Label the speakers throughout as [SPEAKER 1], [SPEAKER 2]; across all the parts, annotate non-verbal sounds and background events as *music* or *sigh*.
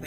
[SPEAKER 1] ไป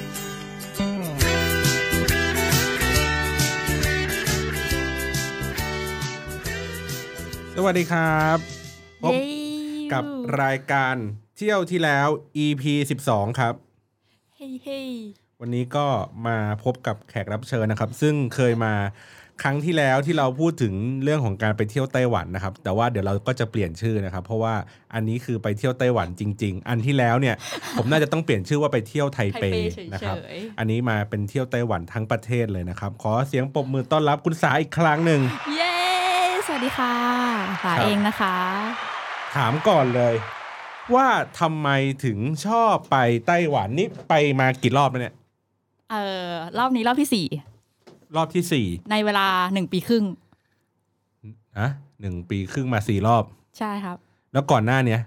[SPEAKER 2] สวัสดีครับพบ
[SPEAKER 3] เย้
[SPEAKER 2] กับรายการเที่ยวที่แล้ว EP 12 ครับ
[SPEAKER 3] เฮ้ยเฮ้ย
[SPEAKER 2] วันนี้ก็มาพบกับแขกรับเชิญนะครับ ซึ่งเคยมาครั้งที่แล้วที่เราพูดถึงเรื่องของการไปเที่ยวไต้หวันนะครับ แต่ว่าเดี๋ยวเราก็จะเปลี่ยนชื่อนะครับ เพราะว่าอันนี้คือไปเที่ยวไต้หวันจริง ๆ อันที่แล้วเนี่ย ผมน่าจะต้องเปลี่ยนชื่อว่าไปเที่ยวไท
[SPEAKER 3] ไท
[SPEAKER 2] เป
[SPEAKER 3] เปเฉย
[SPEAKER 2] นะ
[SPEAKER 3] เฉ
[SPEAKER 2] ครับ
[SPEAKER 3] ย
[SPEAKER 2] อันนี้มาเป็นเที่ยวไต้หวันทั้งประเทศเลยนะครับ ขอเสียงปรบมือต้อนรับคุณสาอีกครั้งหนึ่ง
[SPEAKER 3] เย้ สวัสดีค่ะสา
[SPEAKER 2] ครับ
[SPEAKER 3] เองนะคะ
[SPEAKER 2] ถามก่อนเลย ว่าทำไมถึงชอบไปไต้หวันนี่ไปมากี่รอบแล้วเนี่ย
[SPEAKER 3] เอ่อ รอบนี้รอบที่สี่
[SPEAKER 2] รอบที่สี่
[SPEAKER 3] ในเวลาหนึ่งปีครึ่ง
[SPEAKER 2] อะหนึ่งปีครึ่งมาสี่รอบ
[SPEAKER 3] ใช่ครับ
[SPEAKER 2] แล้วก่อนหน้าเนี้ย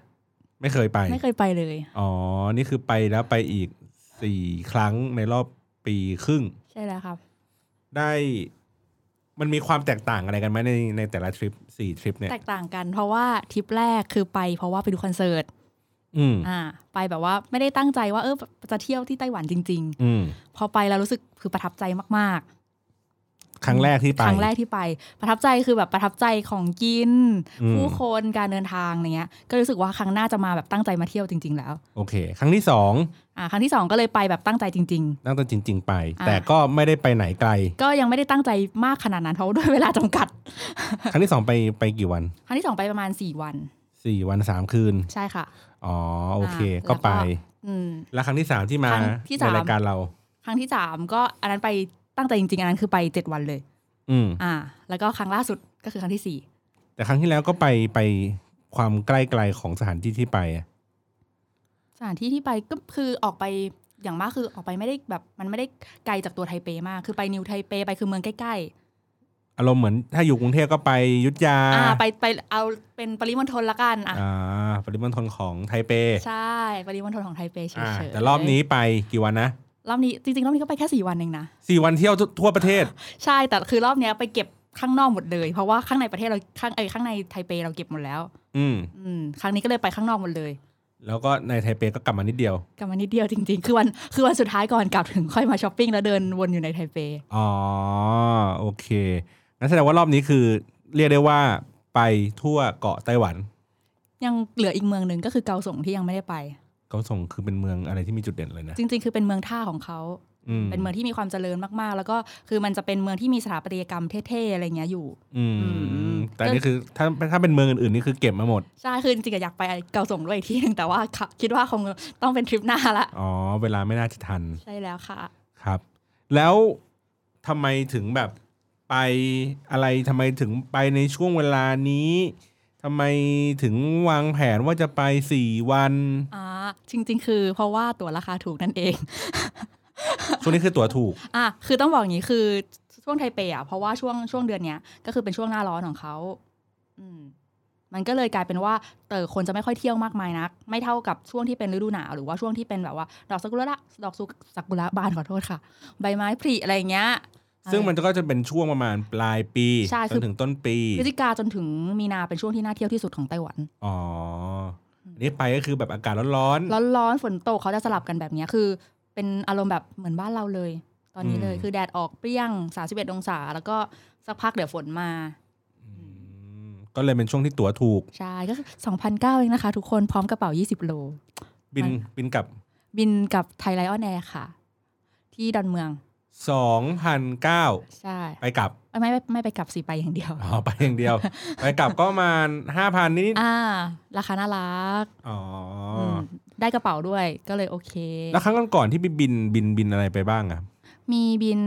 [SPEAKER 2] ไม่เคยไป
[SPEAKER 3] ไม่เคยไปเลย
[SPEAKER 2] อ๋อ นี่คือไปแล้วไปอีกสี่ครั้งในรอบปีครึ่ง
[SPEAKER 3] ใช่แล้วครับ
[SPEAKER 2] ได้มันมีความแตกต่างอะไรกันไหมในในแต่ละทริปสี่ทริปเนี่ย
[SPEAKER 3] แตกต่างกันเพราะว่าทริปแรกคือไปเพราะว่าไปดูคอนเสิร์ต
[SPEAKER 2] อืม
[SPEAKER 3] อ่า ไปแบบว่าไม่ได้ตั้งใจว่าเออจะเที่ยวที่ไต้หวันจริง
[SPEAKER 2] อืม
[SPEAKER 3] ๆ พอไปแล้วรู้สึกคือประทับใจมากๆ
[SPEAKER 2] ครั้งแรกที่ไป
[SPEAKER 3] ครั้งแรกที่ไปประทับใจคือแบบประทับใจของกิน
[SPEAKER 2] อืม
[SPEAKER 3] ผู้คนการเดินทางอะไรเงี้ย ก็รู้สึกว่าครั้งหน้าจะมาแบบตั้งใจมาเที่ยวจริง ๆ แล้ว
[SPEAKER 2] โอเค ครั้งที่สอง
[SPEAKER 3] อ่าครั้งที่สองก็เลยไปแบบตั้งใจจริง
[SPEAKER 2] นั่งตันจริง ๆ ไป
[SPEAKER 3] อ่า
[SPEAKER 2] แต่ก็ไม่ได้ไปไหนไกล
[SPEAKER 3] ๆ ก็ยังไม่ได้ตั้งใจมากขนาดนั้นเพราะด้วยเวลาจำกัด
[SPEAKER 2] ครั้งที่สองไปไปกี่วัน
[SPEAKER 3] ครั้งที่สองไปประมาณ 4 วัน
[SPEAKER 2] สี่วันสามคืน
[SPEAKER 3] ใช่ค่ะ
[SPEAKER 2] อ๋อ โอเค
[SPEAKER 3] อ่า
[SPEAKER 2] ก็ไป
[SPEAKER 3] แล้วก็ อืม
[SPEAKER 2] แล้วครั้งที่สามที่มา
[SPEAKER 3] ครั้งที่สาม
[SPEAKER 2] ในรายการเรา
[SPEAKER 3] ครั้งที่สามก็อันนั้นไปตั้งใจจริงๆอันนั้นคือไป 7 วันเลย
[SPEAKER 2] อืม
[SPEAKER 3] อ่า แล้วก็ครั้งล่าสุดก็คือครั้งที่สี่
[SPEAKER 2] แต่ครั้งที่แล้วก็ไปไปความใกล้ไกลของสถานที่ที่ไปอะ
[SPEAKER 3] สถานที่ที่ไปก็คือออกไปอย่างมากคือออกไปไม่ได้แบบมันไม่ได้ไกลจากตัวไทเปมากคือไปนิวไทเปไปคือเมืองใกล้ๆ
[SPEAKER 2] อารมณ์เหมือนถ้าอยู่กรุงเทพก็ไปอยุทธยา
[SPEAKER 3] อ่าไปไปเอาเป็นปริมณฑลละกันอ่ะ
[SPEAKER 2] อ่าปริมณฑลของไทเป
[SPEAKER 3] ใช่ปริมณฑลของไทเปเฉ
[SPEAKER 2] อ่าย
[SPEAKER 3] ๆ
[SPEAKER 2] แต่รอบนี้ไปกี่วันนะ
[SPEAKER 3] รอบนี้จริงๆรอบนี้ก็ไปแค่สี่วันเองนะ
[SPEAKER 2] สี่วันเที่ยวทั่วทั่วประเทศ
[SPEAKER 3] ใช่แต่คือรอบเนี้ยไปเก็บข้างนอกหมดเลย เพราะว่าข้างในประเทศเราข้างเอยข้างในไทเปเราเก็บหมดแล้ว
[SPEAKER 2] อืม
[SPEAKER 3] อืมครั้งนี้ก็เลยไปข้างนอกหมดเลย
[SPEAKER 2] แล้วก็ในไทเปก็กลับมานิดเดียว
[SPEAKER 3] กลับมานิดเดียวจริงๆ คือวันคือวันสุดท้ายก่อนกลับถึงค่อยมาช้อปปิ้งแล้วเดินวนอยู่ในไทเป
[SPEAKER 2] อ๋อ โอเคงั้นแสดงว่ารอบนี้คือ เรียกได้ว่าไปทั่วเกาะไต้หวัน
[SPEAKER 3] ยังเหลืออีกเมืองหนึ่งก็คือเกาสงที่ยังไม่ได้ไป
[SPEAKER 2] เขาส่งคือเป็นเมืองอะไรที่มีจุดเด่นเลยนะ
[SPEAKER 3] จริง ๆ คือเป็นเมืองท่าของเขา
[SPEAKER 2] ม
[SPEAKER 3] เป็นเมืองที่มีความเจริญมากๆ แล้วก็คือมันจะเป็นเมืองที่มีสถาปัตยกรรมเท่ๆอะไรเงี้ยอยู่
[SPEAKER 2] อืม
[SPEAKER 3] อืม
[SPEAKER 2] แต่อันนี่คือถ้าถ้าเป็นเมืองอื่นๆนี่คือเก็บมาหมด
[SPEAKER 3] ใช่คือจริงๆอะอยากไปเกาสงด้วยอีกที่หนึ่งแต่ว่าค่ะคิดว่าคงต้องเป็นทริปหน้าละ
[SPEAKER 2] อ๋อ เวลาไม่น่าจะทัน
[SPEAKER 3] ใช่แล้วค่ะ
[SPEAKER 2] ครับ แล้วทำไมถึงแบบไปอะไรทำไมถึงไปในช่วงเวลานี้ทำไมถึงวางแผนว่าจะไปสี่วัน
[SPEAKER 3] อ่า จริง ๆ คือเพราะว่าตั๋วราคาถูกนั่นเอง *laughs*
[SPEAKER 2] ช่วงนี้คือตั๋วถูก
[SPEAKER 3] อ่ะคือต้องบอกอย่างนี้คือช่วงไทเปอ่ะเพราะว่าช่วงช่วงเดือนเนี้ยก็คือเป็นช่วงหน้าร้อนของเขาอืมมันก็เลยกลายเป็นว่าเตอคนจะไม่ค่อยเที่ยวมากมายนัก ไม่เท่ากับช่วงที่เป็นฤดูหนาวหรือว่าช่วงที่เป็นแบบว่าดอกซากุระดอกซากุระบานขอโทษค่ะ ใบไม้ผลิอะไรอย่างเงี้ย
[SPEAKER 2] ซึ่งมันก็จะเป็นช่วงประมาณปลายปี
[SPEAKER 3] ใช่
[SPEAKER 2] จ
[SPEAKER 3] คื
[SPEAKER 2] น
[SPEAKER 3] อ
[SPEAKER 2] ถึงต้นปี
[SPEAKER 3] พฤศจิกาจนถึงมีนาเป็นช่วงที่น่าเที่ยวที่สุดของไต้หวัน
[SPEAKER 2] อ๋ออันนี่ไปก็คือแบบอากาศร้อน
[SPEAKER 3] ร้
[SPEAKER 2] ๆ
[SPEAKER 3] อน *laughs* ร้อนๆฝนตกเขาจะสลับกันแบบเนี้ยคือ เป็นอารมณ์แบบเหมือนบ้านเราเลย ตอนนี้เลย
[SPEAKER 2] อืม
[SPEAKER 3] คือแดดออกเปรี้ยง 31 องศา แล้วก็สักพักเดี๋ยวฝนมา
[SPEAKER 2] อืมก็เลยเป็นช่วงที่ตั๋วถูก
[SPEAKER 3] ใช่ก็คือ2,009เองนะคะ ทุกคนพร้อมกระเป๋า 20 โล
[SPEAKER 2] บิน
[SPEAKER 3] มัน
[SPEAKER 2] บินกลับ
[SPEAKER 3] บินกับไทยไลออนแอร์ค่ะ ที่ดอนเมือง
[SPEAKER 2] สองพันเก้า
[SPEAKER 3] ใช่
[SPEAKER 2] ไปกลับ
[SPEAKER 3] ไม่ไม่ไม่ไปกลับสิไปอย่างเดียว
[SPEAKER 2] *laughs* อ๋อ ไปอย่างเดียว
[SPEAKER 3] *laughs*
[SPEAKER 2] ไปกลับก็ประมาณห้าพันนิด
[SPEAKER 3] อ่า ราคาน่ารัก
[SPEAKER 2] ๆอ๋ออ
[SPEAKER 3] มได้กระเป๋าด้วยก็เลยโอเค
[SPEAKER 2] แล้วครั้งก่อนๆที่ไปบินบินบินอะไรไปบ้างอ่ะ
[SPEAKER 3] มีบิน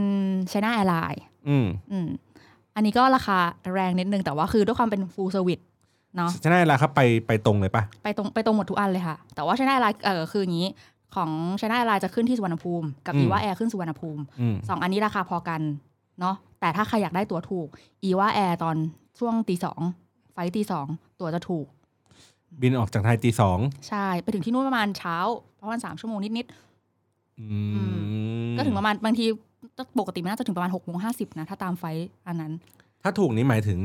[SPEAKER 3] China Airlines
[SPEAKER 2] อืม
[SPEAKER 3] อืมอันนี้ก็ราคาแรงนิดนึงแต่ว่าคือด้วยความเป็น full service เนาะ
[SPEAKER 2] ชนะอะไรครับไปไปตรงเลยปะ
[SPEAKER 3] ไปตรงไปตรงหมดทุกอันเลยค่ะ แต่ว่าชนะไลน์เออคืออย่างนี้ของชนะไลน์จะขึ้นที่สุวรรณภูมิ กับดีว่าแอร์ขึ้นสุวรรณภูมิ
[SPEAKER 2] อืม
[SPEAKER 3] สองอันนี้ราคาพอกัน เนาะแต่ถ้าใครอยากได้ตั๋วถูก อีว่าแอร์ตอนช่วงตีสองไฟล์ตีสองตั๋วจะถูก
[SPEAKER 2] บินออกจากไทยตีสอง
[SPEAKER 3] ใช่ ไปถึงที่นู่นประมาณเช้า ประมาณสามชั่วโมงนิด
[SPEAKER 2] อื
[SPEAKER 3] อื
[SPEAKER 2] ม
[SPEAKER 3] ๆ ก็ถึงประมาณบางทีปกติมันน่าจะถึงประมาณหกโมงห้าสิบนะ ถ้าตามไฟล์อันนั้น
[SPEAKER 2] ถ้าถูกนี้หมายถึง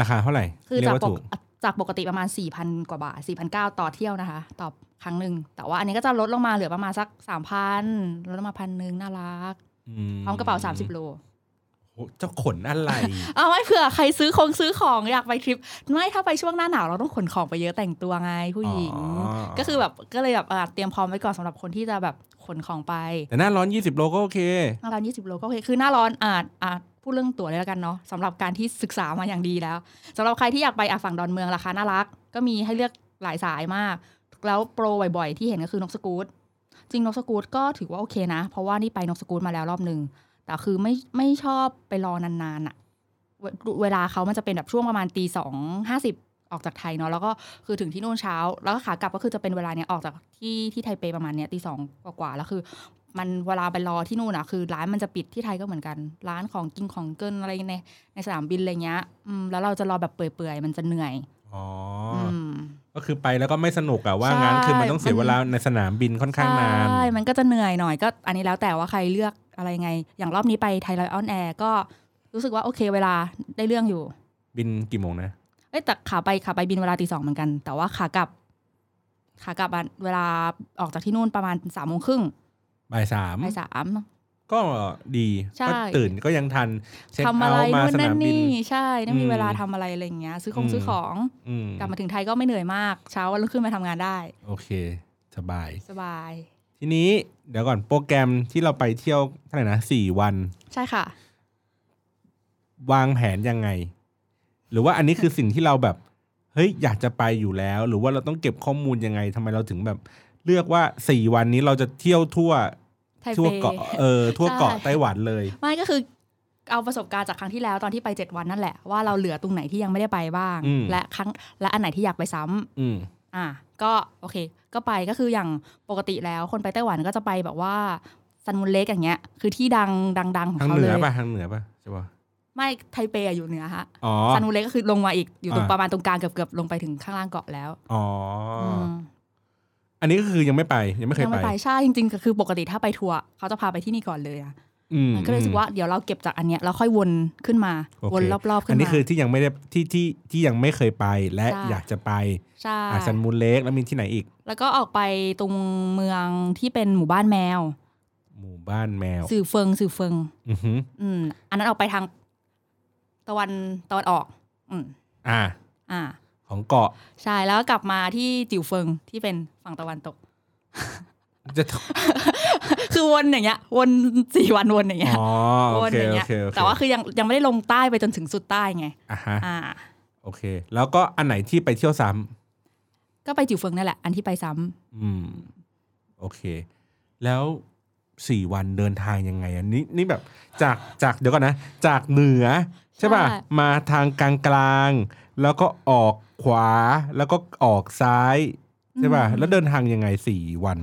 [SPEAKER 2] ราคาเท่าไหร่
[SPEAKER 3] คือ
[SPEAKER 2] เรี
[SPEAKER 3] จาก
[SPEAKER 2] ว่า
[SPEAKER 3] ป
[SPEAKER 2] ถู
[SPEAKER 3] ก
[SPEAKER 2] ก
[SPEAKER 3] จากปกติประมาณ 4,000 กว่าบาท 4,900 ต่อเที่ยวนะคะ ต่อครั้งหนึ่ง แต่ว่าอันนี้ก็จะลดลงมาเหลือประมาณสัก 3,000 ลดลงมาพันหนึ่งน่ารัก พร้อมกระเป๋า 30 โล
[SPEAKER 2] โอ้เจ้าขนอะไร
[SPEAKER 3] เอาไว้เผื่อใครซื้อของซื้อของอยากไปทริป ไม่ถ้าไปช่วงหน้าหนาวเราต้องขนของไปเยอะแต่งตัวไงผู้หญิง
[SPEAKER 2] อ๋อ
[SPEAKER 3] ก็คือแบบก็เลยแบบเอ่อเตรียมพร้อมไว้ก่อนสำหรับคนที่จะแบบขนของไป
[SPEAKER 2] แต่หน้าร้อน 20 โลก็โอเค
[SPEAKER 3] หน้าร้อน20 โลก็โอเค คือหน้าร้อนอาจอาจพูดเรื่องตั๋วเลยแล้วกันเนาะสำหรับการที่ศึกษามาอย่างดีแล้วสำหรับใครที่อยากไปอ่ะฝั่งดอนเมืองราคาน่ารัก ก็มีให้เลือกหลายสายมาก แล้วโปรบ่อยๆ ที่เห็นก็คือนกสกูตจริงนกสกูตก็ถือว่าโอเคนะ เพราะว่านี่ไปนกสกูตมาแล้วรอบหนึ่งแต่คือไม่ไม่ชอบไปรอนานๆอะเวเวลาเขามันจะเป็นแบบช่วงประมาณตีสองห้าสิบออกจากไทยเนาะแล้วก็คือถึงที่นู่นเช้า แล้วก็ขากลับก็คือจะเป็นเวลาเนี้ยออกจากที่ที่ไทเปประมาณเนี้ยตีสองกว่าๆแล้วคือ มันเวลาไปรอที่นู่นอะคือร้านมันจะปิดที่ไทยก็เหมือนกัน ร้านของกินของเกินอะไรในในสนามบินอะไรเงี้ยอืมแล้วเราจะรอแบบเปื่อยๆ มันจะเหนื่อย
[SPEAKER 2] อ๋ออ
[SPEAKER 3] อืม
[SPEAKER 2] ก็คือไปแล้วก็ไม่สนุกอะว่า
[SPEAKER 3] ใช่
[SPEAKER 2] งั้นคือมันต้องเสีย
[SPEAKER 3] มัน
[SPEAKER 2] เวลาในสนามบินค่อนข้างนาน
[SPEAKER 3] ใช่ มันก็จะเหนื่อยหน่อยก็อันนี้แล้วแต่ว่าใครเลือกอะไรไง อย่างรอบนี้ไปไทยไลออนแอร์ก็รู้สึกว่าโอเคเวลาได้เรื่องอยู่
[SPEAKER 2] บินกี่โมงนะ
[SPEAKER 3] เอ้ยแต่ขาไปขาไปบินเวลาตีสองเหมือนกัน แต่ว่าขากลับ ขากลับอะเวลาออกจากที่นู่นประมาณสามโมงครึ่ง
[SPEAKER 2] บ่ายสาม
[SPEAKER 3] ไปสาม
[SPEAKER 2] ก็ดี
[SPEAKER 3] ใช่
[SPEAKER 2] ก็ตื่นก็ยังทัน เช็ค
[SPEAKER 3] ทำอะไร
[SPEAKER 2] เอาท์มา
[SPEAKER 3] นู่น
[SPEAKER 2] สนา
[SPEAKER 3] นั่
[SPEAKER 2] ม
[SPEAKER 3] น
[SPEAKER 2] บิน
[SPEAKER 3] นี่ใช่ได้
[SPEAKER 2] อื
[SPEAKER 3] มี
[SPEAKER 2] ม
[SPEAKER 3] เวลาทำอะไรอะไรอย่างเงี้ย ซื้อขอ
[SPEAKER 2] อื
[SPEAKER 3] ง
[SPEAKER 2] ม
[SPEAKER 3] ซื้อของ
[SPEAKER 2] อืม
[SPEAKER 3] กลับมาถึงไทยก็ไม่เหนื่อยมาก เช้าวันรุ่งขึ้นมาทำงานได้
[SPEAKER 2] โอเค สบาย
[SPEAKER 3] สบาย
[SPEAKER 2] ทีนี้เดี๋ยวก่อนโปรแกรมที่เราไปเที่ยวเท่าไหร่นะสี่วัน
[SPEAKER 3] ใช่ค่ะ
[SPEAKER 2] วางแผนยังไง หรือว่าอันนี้คือสิ่งที่เราแบบ เฮ้ยอยากจะไปอยู่แล้ว หรือว่าเราต้องเก็บข้อมูลยังไงทำไมเราถึงแบบ เลือกว่าสี่วันนี้เราจะเที่ยวทั่ว
[SPEAKER 3] ไทย
[SPEAKER 2] ทั่ว
[SPEAKER 3] เป
[SPEAKER 2] เกาะเออทั่วเกาะ
[SPEAKER 3] ใช่
[SPEAKER 2] ไต้หวันเลย
[SPEAKER 3] ไม่ก็คือเอาประสบการณ์จากครั้งที่แล้วตอนที่ไป 7 วันนั่นแหละ ว่าเราเหลือตรงไหนที่ยังไม่ได้ไปบ้าง และครั้งและอันไหนที่อยากไปซ้ำ
[SPEAKER 2] อืม
[SPEAKER 3] อ่ะก็โอเค ก็ไปก็คืออย่างปกติแล้วคนไปไต้หวันก็จะไปแบบว่าซันมุนเล็กอย่างเงี้ย คือที่ดังดังๆของ
[SPEAKER 2] ทาง
[SPEAKER 3] เขา
[SPEAKER 2] เหนื
[SPEAKER 3] เล
[SPEAKER 2] อย ป่ะทางเหนือป่ะใช่ป่ะ
[SPEAKER 3] ไม่ไทเปอะอยู่เหนือฮะ
[SPEAKER 2] อ๋อ
[SPEAKER 3] ซันมุนเล็กก็คือลงมาอีกอยู่ตรง
[SPEAKER 2] อ่า
[SPEAKER 3] ประมาณตรงกลางเกือบเกือบๆลงไปถึงข้างล่างเกาะแล้ว
[SPEAKER 2] อ๋อ
[SPEAKER 3] ม
[SPEAKER 2] อันนี้ก็คือยังไม่ไปยังไม่เคย
[SPEAKER 3] ยัง
[SPEAKER 2] ไป
[SPEAKER 3] ไม่ไปใช่จริงๆก็คือปกติถ้าไปทัวร์เขาจะพาไปที่นี่ก่อนเลยอะ
[SPEAKER 2] อืม
[SPEAKER 3] มันก็เลยรู้สึกว่าเดี๋ยวเราเก็บจากอันเนี้ยแล้วค่อยวนขึ้นมา
[SPEAKER 2] โอเค
[SPEAKER 3] วนรอบๆขึ้
[SPEAKER 2] อั
[SPEAKER 3] น
[SPEAKER 2] น
[SPEAKER 3] มา
[SPEAKER 2] นี้คือที่ยังไม่ได้ที่ที่ที่ยังไม่เคยไปและ
[SPEAKER 3] ใช่
[SPEAKER 2] อยากจะไป
[SPEAKER 3] ใช่
[SPEAKER 2] อาซันมูนเล็กแล้วมีที่ไหนอีก
[SPEAKER 3] แล้วก็ออกไปตรงเมืองที่เป็นหมู่บ้านแมว
[SPEAKER 2] หมู่บ้านแมว
[SPEAKER 3] สื่อเฟิงสื่อเฟิง
[SPEAKER 2] อือหือ
[SPEAKER 3] อืม อันนั้นออกไปทางตะวันตะวันออก อืม
[SPEAKER 2] อ่า
[SPEAKER 3] อ่า
[SPEAKER 2] ของเกาะ
[SPEAKER 3] ใช่แล้วก็กลับมาที่จิ๋วเฟิงที่เป็นฝั่งตะวันตก
[SPEAKER 2] จะ
[SPEAKER 3] คือวนอย่างเงี้ย วนสี่วันวนอย่างเงี้ย *laughs*
[SPEAKER 2] อ๋อโอ
[SPEAKER 3] วน
[SPEAKER 2] เค
[SPEAKER 3] อย่าง
[SPEAKER 2] โอ
[SPEAKER 3] เงี้ย
[SPEAKER 2] เคโอเค
[SPEAKER 3] แต่ว่าคือยังยังไม่ได้ลงใต้ไปจนถึงสุดใต้ไง
[SPEAKER 2] อ่ะฮะ
[SPEAKER 3] อ่า
[SPEAKER 2] โอเค แล้วก็อันไหนที่ไปเที่ยวซ้ำ
[SPEAKER 3] ก็ไปจิ๋วเฟิงนั่นแหละอันที่ไปซ้ำ
[SPEAKER 2] อืม โอเค แล้วสี่วันเดินทางยังไงอันนี้นี่แบบจากจากเดี๋ยวก่อนนะ จากเหนือ ใช่ป่ะ
[SPEAKER 3] ใช่
[SPEAKER 2] มาทางกลางกลางๆแล้วก็ออกขวาแล้วก็ออกซ้าย ใช่ป่ะ แล้วเดินทางยังไงสี่วัน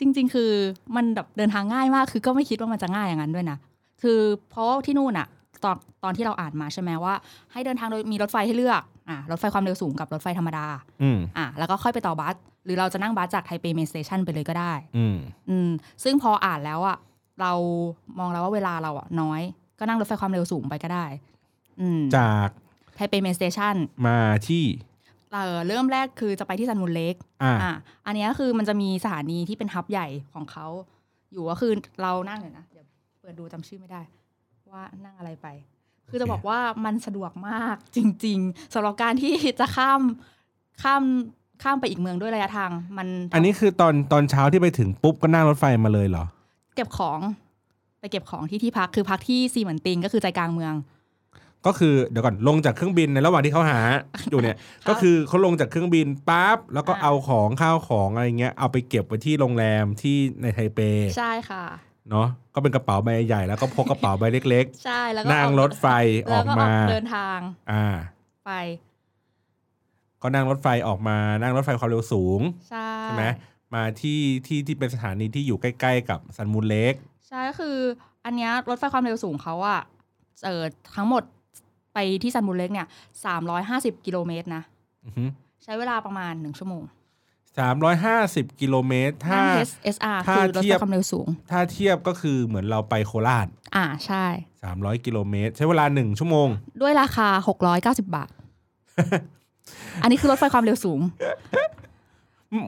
[SPEAKER 3] จริง ๆ คือมันแบบเดินทางง่ายมาก คือก็ไม่คิดว่ามันจะง่ายอย่างนั้นด้วยนะ คือเพราะที่นู่นอะตอนตอนที่เราอ่านมาใช่ไหมว่า ให้เดินทางโดยมีรถไฟให้เลือกอ่ะรถไฟความเร็วสูงกับรถไฟธรรมดา
[SPEAKER 2] อืม
[SPEAKER 3] อ่ะแล้วก็ค่อยไปต่อบัส หรือเราจะนั่งบัสจากไทเปเมนสเตชันไปเลยก็ได้
[SPEAKER 2] อืม
[SPEAKER 3] อืมซึ่งพออ่านแล้วอะเรามองแล้วว่าเวลาเราอะน้อย ก็นั่งรถไฟความเร็วสูงไปก็ได้ อืม
[SPEAKER 2] จาก
[SPEAKER 3] ไทเปเมนสเตชัน
[SPEAKER 2] มาที่
[SPEAKER 3] เอ่อเริ่มแรกคือจะไปที่ซันมูนเลก
[SPEAKER 2] อ่า
[SPEAKER 3] อ่ะอันเนี้ยคือมันจะมีสถานีที่เป็นฮับใหญ่ของเขา อยู่ก็คือเรานั่งเลยนะ เดี๋ยวเปิดดูจำชื่อไม่ได้ ว่านั่งอะไรไป คือจะบอกว่ามันสะดวกมากจริง ๆสำหรับการที่จะข้ามข้ามข้ามไปอีกเมืองด้วยระยะทาง มัน
[SPEAKER 2] อันนี้คือตอนตอนเช้าที่ไปถึงปุ๊บก็นั่งรถไฟมาเลยเหรอ
[SPEAKER 3] เก็บของ ไปเก็บของที่ที่พักคือพักที่ซีเหมือนติงก็คือใจกลางเมือง
[SPEAKER 2] ก็คือเดี๋ยวก่อนลงจากเครื่องบินในระหว่างที่เขาหา อยู่ *laughs* เนี่ย ก็คือเขาลงจากเครื่องบินปั๊บแล้วก็
[SPEAKER 3] อ่า
[SPEAKER 2] เอาของข้าวของอะไรเงี้ยเอาไปเก็บไว้ที่โรงแรมที่ในไทเป
[SPEAKER 3] ใช่ค่ะ
[SPEAKER 2] เนาะก็เป็นกระเป๋าใบใหญ่แล้วก็พกกระเป๋าใบเล็ก
[SPEAKER 3] ใช่แล้วก็
[SPEAKER 2] ๆ นั่งรถไฟอ
[SPEAKER 3] แล้
[SPEAKER 2] อ
[SPEAKER 3] ว
[SPEAKER 2] กมา
[SPEAKER 3] เดินทาง
[SPEAKER 2] อ่า
[SPEAKER 3] ไป
[SPEAKER 2] ก็นั่งรถไฟออกมานั่งรถไฟความเร็วสูง
[SPEAKER 3] ใช่
[SPEAKER 2] ใช่ไหมมาที่ที่ที่เป็นสถานีที่อยู่ใกล้ ๆ กับซันมูนเล็ก
[SPEAKER 3] ใช่ก็คืออันเนี้ยรถไฟความเร็วสูงเขาอะ เออทั้งหมดไปที่ซันบุนเล็กเนี่ย350 กิโลเมตรนะ
[SPEAKER 2] อือหือ
[SPEAKER 3] ใช้เวลาประมาณ 1 ชั่วโมง
[SPEAKER 2] สามร้อยห้าสิบกิโลเมตรถ้า
[SPEAKER 3] นั่ง HSR
[SPEAKER 2] ถ้า
[SPEAKER 3] คือรถ
[SPEAKER 2] เที
[SPEAKER 3] ไฟ
[SPEAKER 2] ยบ
[SPEAKER 3] ความเร็วสูง
[SPEAKER 2] ถ้าเทียบก็คือเหมือนเราไปโคราช
[SPEAKER 3] อ่าใช่
[SPEAKER 2] สามร้อยกิโลเมตร ใช้เวลาหนึ่งชั่วโมง
[SPEAKER 3] ด้วยราคา 690 บา
[SPEAKER 2] *laughs*
[SPEAKER 3] ท อันนี้คือรถไฟความเร็วสูง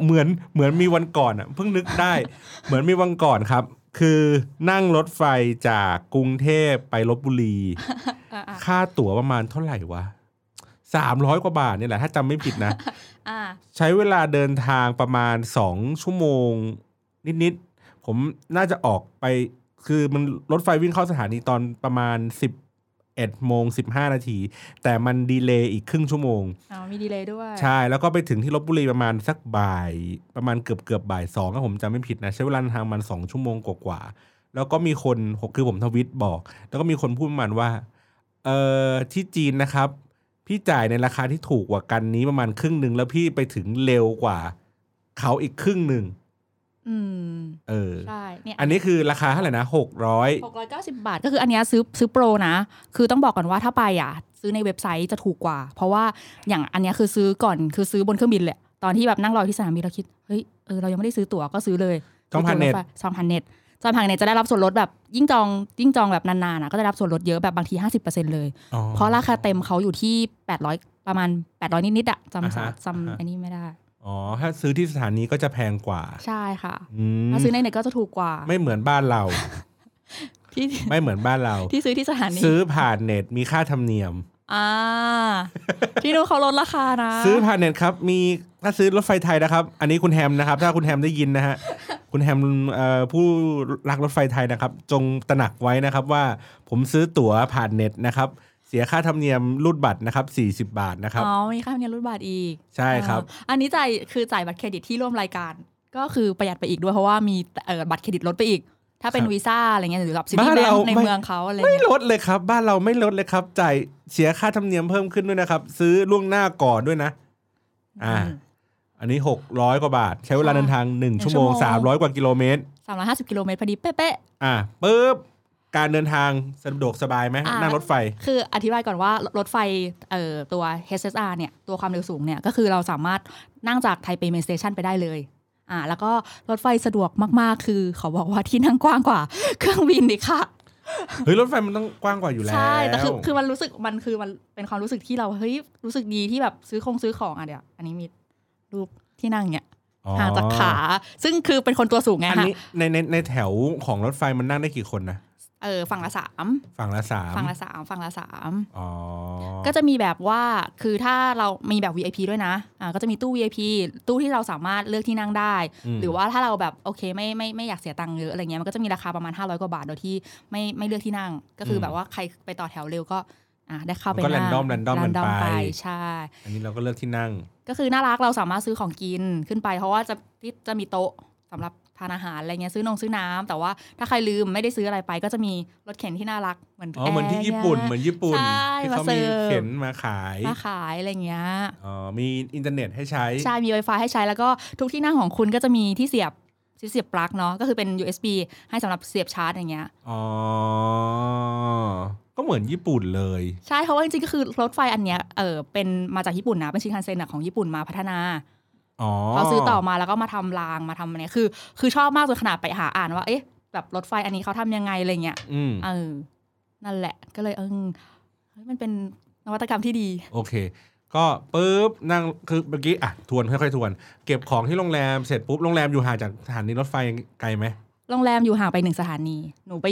[SPEAKER 2] เหมือนเหมือนมีวันก่อนอ่ะเพิ่งนึกได้ *laughs* เหมือนมีวันก่อนครับ คือนั่งรถไฟจากกรุงเทพไปลบบุรี *laughs*
[SPEAKER 3] อ่าอ่า
[SPEAKER 2] ค่าตั๋วประมาณเท่าไหร่วะสามร้อยกว่าบาทเนี่ยแหละถ้าจำไม่ผิดนะ
[SPEAKER 3] อ่า
[SPEAKER 2] ใช้เวลาเดินทางประมาณสองชั่วโมง นิดๆ ผมน่าจะออกไป คือมันรถไฟวิ่งเข้าสถานีตอนประมาณสิบเอ็ดโมงสิบห้านาที แต่มันดีเลย์อีกครึ่งชั่วโมง
[SPEAKER 3] อ่ามีดีเลย์ด้วย
[SPEAKER 2] ใช่ แล้วก็ไปถึงที่ลบบุรีประมาณสักบ่าย ประมาณเกือบเกือบบ่ายสองถ้าผมจำไม่ผิดนะ ใช้เวลาเดินทางประมันสองชั่วโมงกว่าๆแล้วก็มีคนคือผมทวิตบอก แล้วก็มีคนพูดประมาณว่าเออที่จีนนะครับ พี่จ่ายในราคาที่ถูกกว่ากันนี้ประมาณครึ่งหนึ่งแล้วพี่ไปถึงเร็วกว่า เขาอีกครึ่งหนึ่ง
[SPEAKER 3] อืม
[SPEAKER 2] เออ
[SPEAKER 3] ใช่ เนี่ย
[SPEAKER 2] อันนี้คือราคาเท่าไหร่นะหกร้อย
[SPEAKER 3] 690 บาท ก็คืออันเนี้ยซื้อซื้อโปรนะ คือต้องบอกก่อนว่าถ้าไปอ่ะ ซื้อในเว็บไซต์จะถูกกว่า เพราะว่าอย่างอันเนี้ยคือซื้อก่อน คือซื้อบนเครื่องบินแหละ ตอนที่แบบนั่งรอที่สนามบินเราคิด เฮ้ย เออ เรายังไม่ได้ซื้อตั๋วก็ซื้อเลย
[SPEAKER 2] สองพันเน็ต
[SPEAKER 3] จองผ่านเน็ตจองผ่านเน็ตจะได้รับส่วนลดแบบยิ่งจองยิ่งจองแบบนานๆนะก็จะได้รับส่วนลดเยอะแบบบางที 50%เลย เพราะราคาเต็มเขาอยู่ที่ 800 ประมาณ 800 นิดๆอะจำสาจำอันนี้ไม่ได้
[SPEAKER 2] อ๋อถ้าซื้อที่สถานีก็จะแพงกว่า
[SPEAKER 3] ใช่ค่ะ
[SPEAKER 2] อืม
[SPEAKER 3] ถ้าซื้อในเน็ตก็จะถูกกว่า
[SPEAKER 2] ไม่เหมือนบ้านเรา
[SPEAKER 3] ที่
[SPEAKER 2] ไม่เหมือนบ้านเรา
[SPEAKER 3] ที่ซื้อที่สถานี
[SPEAKER 2] ซื้อผ่านเน็ตมีค่าธรรมเนียม
[SPEAKER 3] อ่าที่นู้นเขาลดราคานะ
[SPEAKER 2] ซื้อผ่านเน็ตครับ มีถ้าซื้อรถไฟไทยนะครับ อันนี้คุณแฮมนะครับ ถ้าคุณแฮมได้ยินนะฮะ คุณแฮมเอ่อผู้รักรถไฟไทยนะครับ จงตระหนักไว้นะครับว่าผมซื้อตั๋วผ่านเน็ตนะครับ เสียค่าธรรมเนียมรูดบัตรนะครับ 40 บาทนะครับ
[SPEAKER 3] อ๋อมีค่าธรรมเนียมลดบาทอีก
[SPEAKER 2] ใช่ครับ
[SPEAKER 3] อ่าอันนี้จ่ายคือจ่ายบัตรเครดิตที่ร่วมรายการ ก็คือประหยัดไปอีกด้วยเพราะว่ามีเอ่อบัตรเครดิตลดไปอีก ถ้าเป็นวีซ่าอะไรเงี้ยหรือแบบซิตี้
[SPEAKER 2] บ้าน
[SPEAKER 3] แบง
[SPEAKER 2] เรา
[SPEAKER 3] ค์ใน
[SPEAKER 2] ไม่
[SPEAKER 3] เมืองเขาอะไร
[SPEAKER 2] ไม่
[SPEAKER 3] เงี้ย
[SPEAKER 2] ลดเลยครับ บ้านเราไม่ลดเลยครับจ่ายเสียค่าธรรมเนียมเพิ่มขึ้นด้วยนะครับ ซื้อล่วงหน้าก่อนด้วยนะ อ่า
[SPEAKER 3] อืม
[SPEAKER 2] อันนี้ 600 กว่าบาท ใช้เวลาเดินทาง 1 ชั่วโมง
[SPEAKER 3] หนึ่งชั่วโมง
[SPEAKER 2] 300 กว่ากิโลเมตร
[SPEAKER 3] สามร้อยห้าสิบกิโลเมตรพอดีเป๊ะ
[SPEAKER 2] อ่ะปุ๊บการเดินทางสะดวกสบายไหม
[SPEAKER 3] อ่ะ
[SPEAKER 2] นั่งรถไฟ
[SPEAKER 3] ๆ คืออธิบายก่อนว่ารถไฟเอ่อตัว HSR เนี่ย ตัวความเร็วสูงเนี่ย ก็คือเราสามารถนั่งจากไทเปเมนสเตชันไปได้เลยอ่าแล้วก็รถไฟสะดวกมาก ๆ คือขอบอกว่าที่นั่งกว้างกว่า เครื่องบินดิค่ะ
[SPEAKER 2] เฮ้ย รถไฟมันต้องกว้างกว่าอยู่แล้ว
[SPEAKER 3] ใช่ แต่คือคือมันรู้สึกมันคือมันเป็นความรู้สึกที่เรา เฮ้ย รู้สึกดีที่แบบซื้อคงซื้อของอ่ะเดี๋ยว อันนี้มีรูปที่นั่งเนี่ยห่างจากขา ซึ่งคือเป็นคนตัวสูงไง
[SPEAKER 2] อัน
[SPEAKER 3] ฮะ
[SPEAKER 2] นี้ในในในแถวของรถไฟมันนั่งได้กี่คนนะ
[SPEAKER 3] เออฝั่งละสาม
[SPEAKER 2] ฝั่งละสาม
[SPEAKER 3] ฝั่งละสามฝั่งละสาม
[SPEAKER 2] อ๋อ
[SPEAKER 3] ก็จะมีแบบว่า คือถ้าเรามีแบบ VIP ด้วยนะ อ่า ก็จะมีตู้ VIP ตู้ที่เราสามารถเลือกที่นั่งได้
[SPEAKER 2] ม
[SPEAKER 3] หรือว่าถ้าเราแบบโอเคไม่ไม่ไม่อยากเสียตังค์เยอะอะไรเงี้ย มันก็จะมีราคาประมาณ 500 กว่าบาท โดยที่ไม่ไม่เลือกที่นั่ง ก็คือแบบว่าใครไปต่อแถวเร็วก็ อ่า ได้เข้าไป
[SPEAKER 2] ก็แร
[SPEAKER 3] นั่
[SPEAKER 2] น
[SPEAKER 3] ง
[SPEAKER 2] ดอมแรนดอมมัน
[SPEAKER 3] ดอม
[SPEAKER 2] ไป
[SPEAKER 3] ไป ใช่
[SPEAKER 2] อันนี้เราก็เลือกที่นั่ง
[SPEAKER 3] ก็คือน่ารักเราสามารถซื้อของกินขึ้นไป เพราะว่าจะที่จะมีโต๊ะสำหรับทานอาหารอะไรเงี้ยซื้อนงซื้อน้ำแต่ว่าถ้าใครลืมไม่ได้ซื้ออะไรไป ก็จะมีรถเข็นที่น่ารักเหมือน
[SPEAKER 2] อ๋อ เหมือนที่
[SPEAKER 3] แร์
[SPEAKER 2] ญี่ปุ่น
[SPEAKER 3] เย
[SPEAKER 2] เหมือนญี่ปุ่น
[SPEAKER 3] ใช่
[SPEAKER 2] ที่เขา
[SPEAKER 3] มาเสิ
[SPEAKER 2] มี
[SPEAKER 3] ร์ฟ
[SPEAKER 2] เข็นมาขาย
[SPEAKER 3] มาขายอะไรเงี้ย
[SPEAKER 2] อ๋อ มีอินเทอร์เน็ตให้ใช้
[SPEAKER 3] ใช่มี Wi-Fi ให้ใช้แล้วก็ทุกที่นั่งของคุณก็จะมีที่เสียบที่เสียบปลั๊กเนาะก็คือเป็น USB ให้สำหรับเสียบชาร์จอย่างเงี้ย
[SPEAKER 2] อ๋อ ก็เหมือนญี่ปุ่นเลย
[SPEAKER 3] ใช่เพราะว่าจริงๆก็คือรถไฟอันเนี้ยเออเป็นมาจากญี่ปุ่นนะเป็นชินคันเซ็นอะของญี่ปุ่นมาพัฒนา
[SPEAKER 2] อ๋อ
[SPEAKER 3] เขาซื้อต่อมาแล้วก็มาทำรางมาทำอันเนี้ยคือ คือชอบมากจนขนาดไปหาอ่านว่าเอ๊ะแบบรถไฟอันนี้เขาทำยังไงอะไรเงี้ย
[SPEAKER 2] อืม
[SPEAKER 3] เออนั่นแหละก็เลยเออเฮ้ยมันเป็นนวัตกรรมที่ดี
[SPEAKER 2] โอเค ก็ปุ๊บนั่งคือเมื่อกี้อ่ะทวนค่อยๆทวน เก็บของที่โรงแรมเสร็จปุ๊บโรงแรมอยู่ห่างจากสถานีรถไฟไกลไหม
[SPEAKER 3] โรงแรมอยู่ห่างไปหนึ่งสถานี หนูไป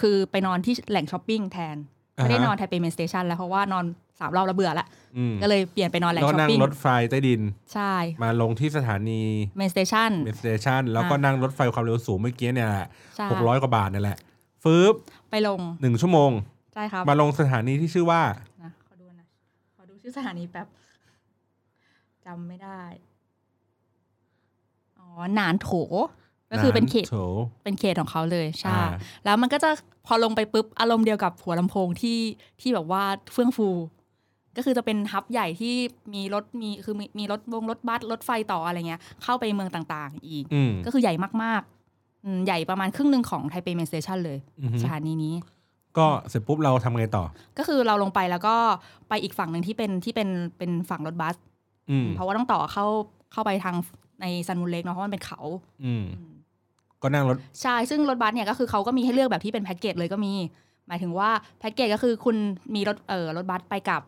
[SPEAKER 3] คือไปนอนที่แหล่งช้อปปิ้งแทน ไม่ได้นอนไทเปเมนสเตชันแล้วเพราะว่านอนสามรอบแล้วเบื่อละ
[SPEAKER 2] อืม
[SPEAKER 3] ก็เลยเปลี่ยนไปนอนแหล่ง
[SPEAKER 2] แล้วก็
[SPEAKER 3] ช้อป
[SPEAKER 2] นั่ง
[SPEAKER 3] ปิ้ง
[SPEAKER 2] รถไฟใต้ดิน
[SPEAKER 3] ใช่
[SPEAKER 2] มาลงที่สถานี
[SPEAKER 3] เมนสเตชัน
[SPEAKER 2] เมสเตชันแล้วก็นั่งรถไฟความเร็วสูงเมื่อกี้เนี่ยแหละ
[SPEAKER 3] ใช่
[SPEAKER 2] หกร้อยกว่าบาทนี่แหละฟืบ
[SPEAKER 3] ไปลง
[SPEAKER 2] หนึ่งชั่วโมง
[SPEAKER 3] ใช่ครับ
[SPEAKER 2] มาลงสถานีที่ชื่อว่า
[SPEAKER 3] นะขอดูนะขอดูชื่อสถานีแป๊บจำไม่ได้อ๋อหนานโถ ก็คือเป็นเขต
[SPEAKER 2] หานโถ
[SPEAKER 3] เป็นเขตของเขาเลยใช่
[SPEAKER 2] อ่า
[SPEAKER 3] แล้วมันก็จะพอลงไปปุ๊บอารมณ์เดียวกับหัวลำโพงที่ที่แบบว่าเฟื่องฟู ก็คือจะเป็นฮับใหญ่ที่มีรถมีคือมีมีรถวงรถบัสรถไฟต่ออะไรเงี้ย เข้าไปเมืองต่างๆ อีก
[SPEAKER 2] อืม
[SPEAKER 3] ก็คือใหญ่มากๆอืมใหญ่ประมาณครึ่งหนึ่งของไทเปเมนสเตชันเลย
[SPEAKER 2] อือหือ
[SPEAKER 3] สถานีนี้
[SPEAKER 2] ก็เสร็จปุ๊บเราทำไงต่อ
[SPEAKER 3] ก็คือเราลงไปแล้วก็ไปอีกฝั่งหนึ่งที่เป็นที่เป็นเป็นฝั่งรถบัส
[SPEAKER 2] อืม
[SPEAKER 3] เพราะว่าต้องต่อเข้าเข้าไปทางในซันมูลเล็กเนาะเพราะมันเป็นเขา
[SPEAKER 2] อืม
[SPEAKER 3] อืม
[SPEAKER 2] ก็นั่งรถ
[SPEAKER 3] ใช่ซึ่งรถบัสเนี่ยก็คือเขาก็มีให้เลือกแบบที่เป็นแพ็กเกจเลยก็มี หมายถึงว่าแพ็กเกจก็คือคุณมีรถเอ่อรถบัสไปกลับ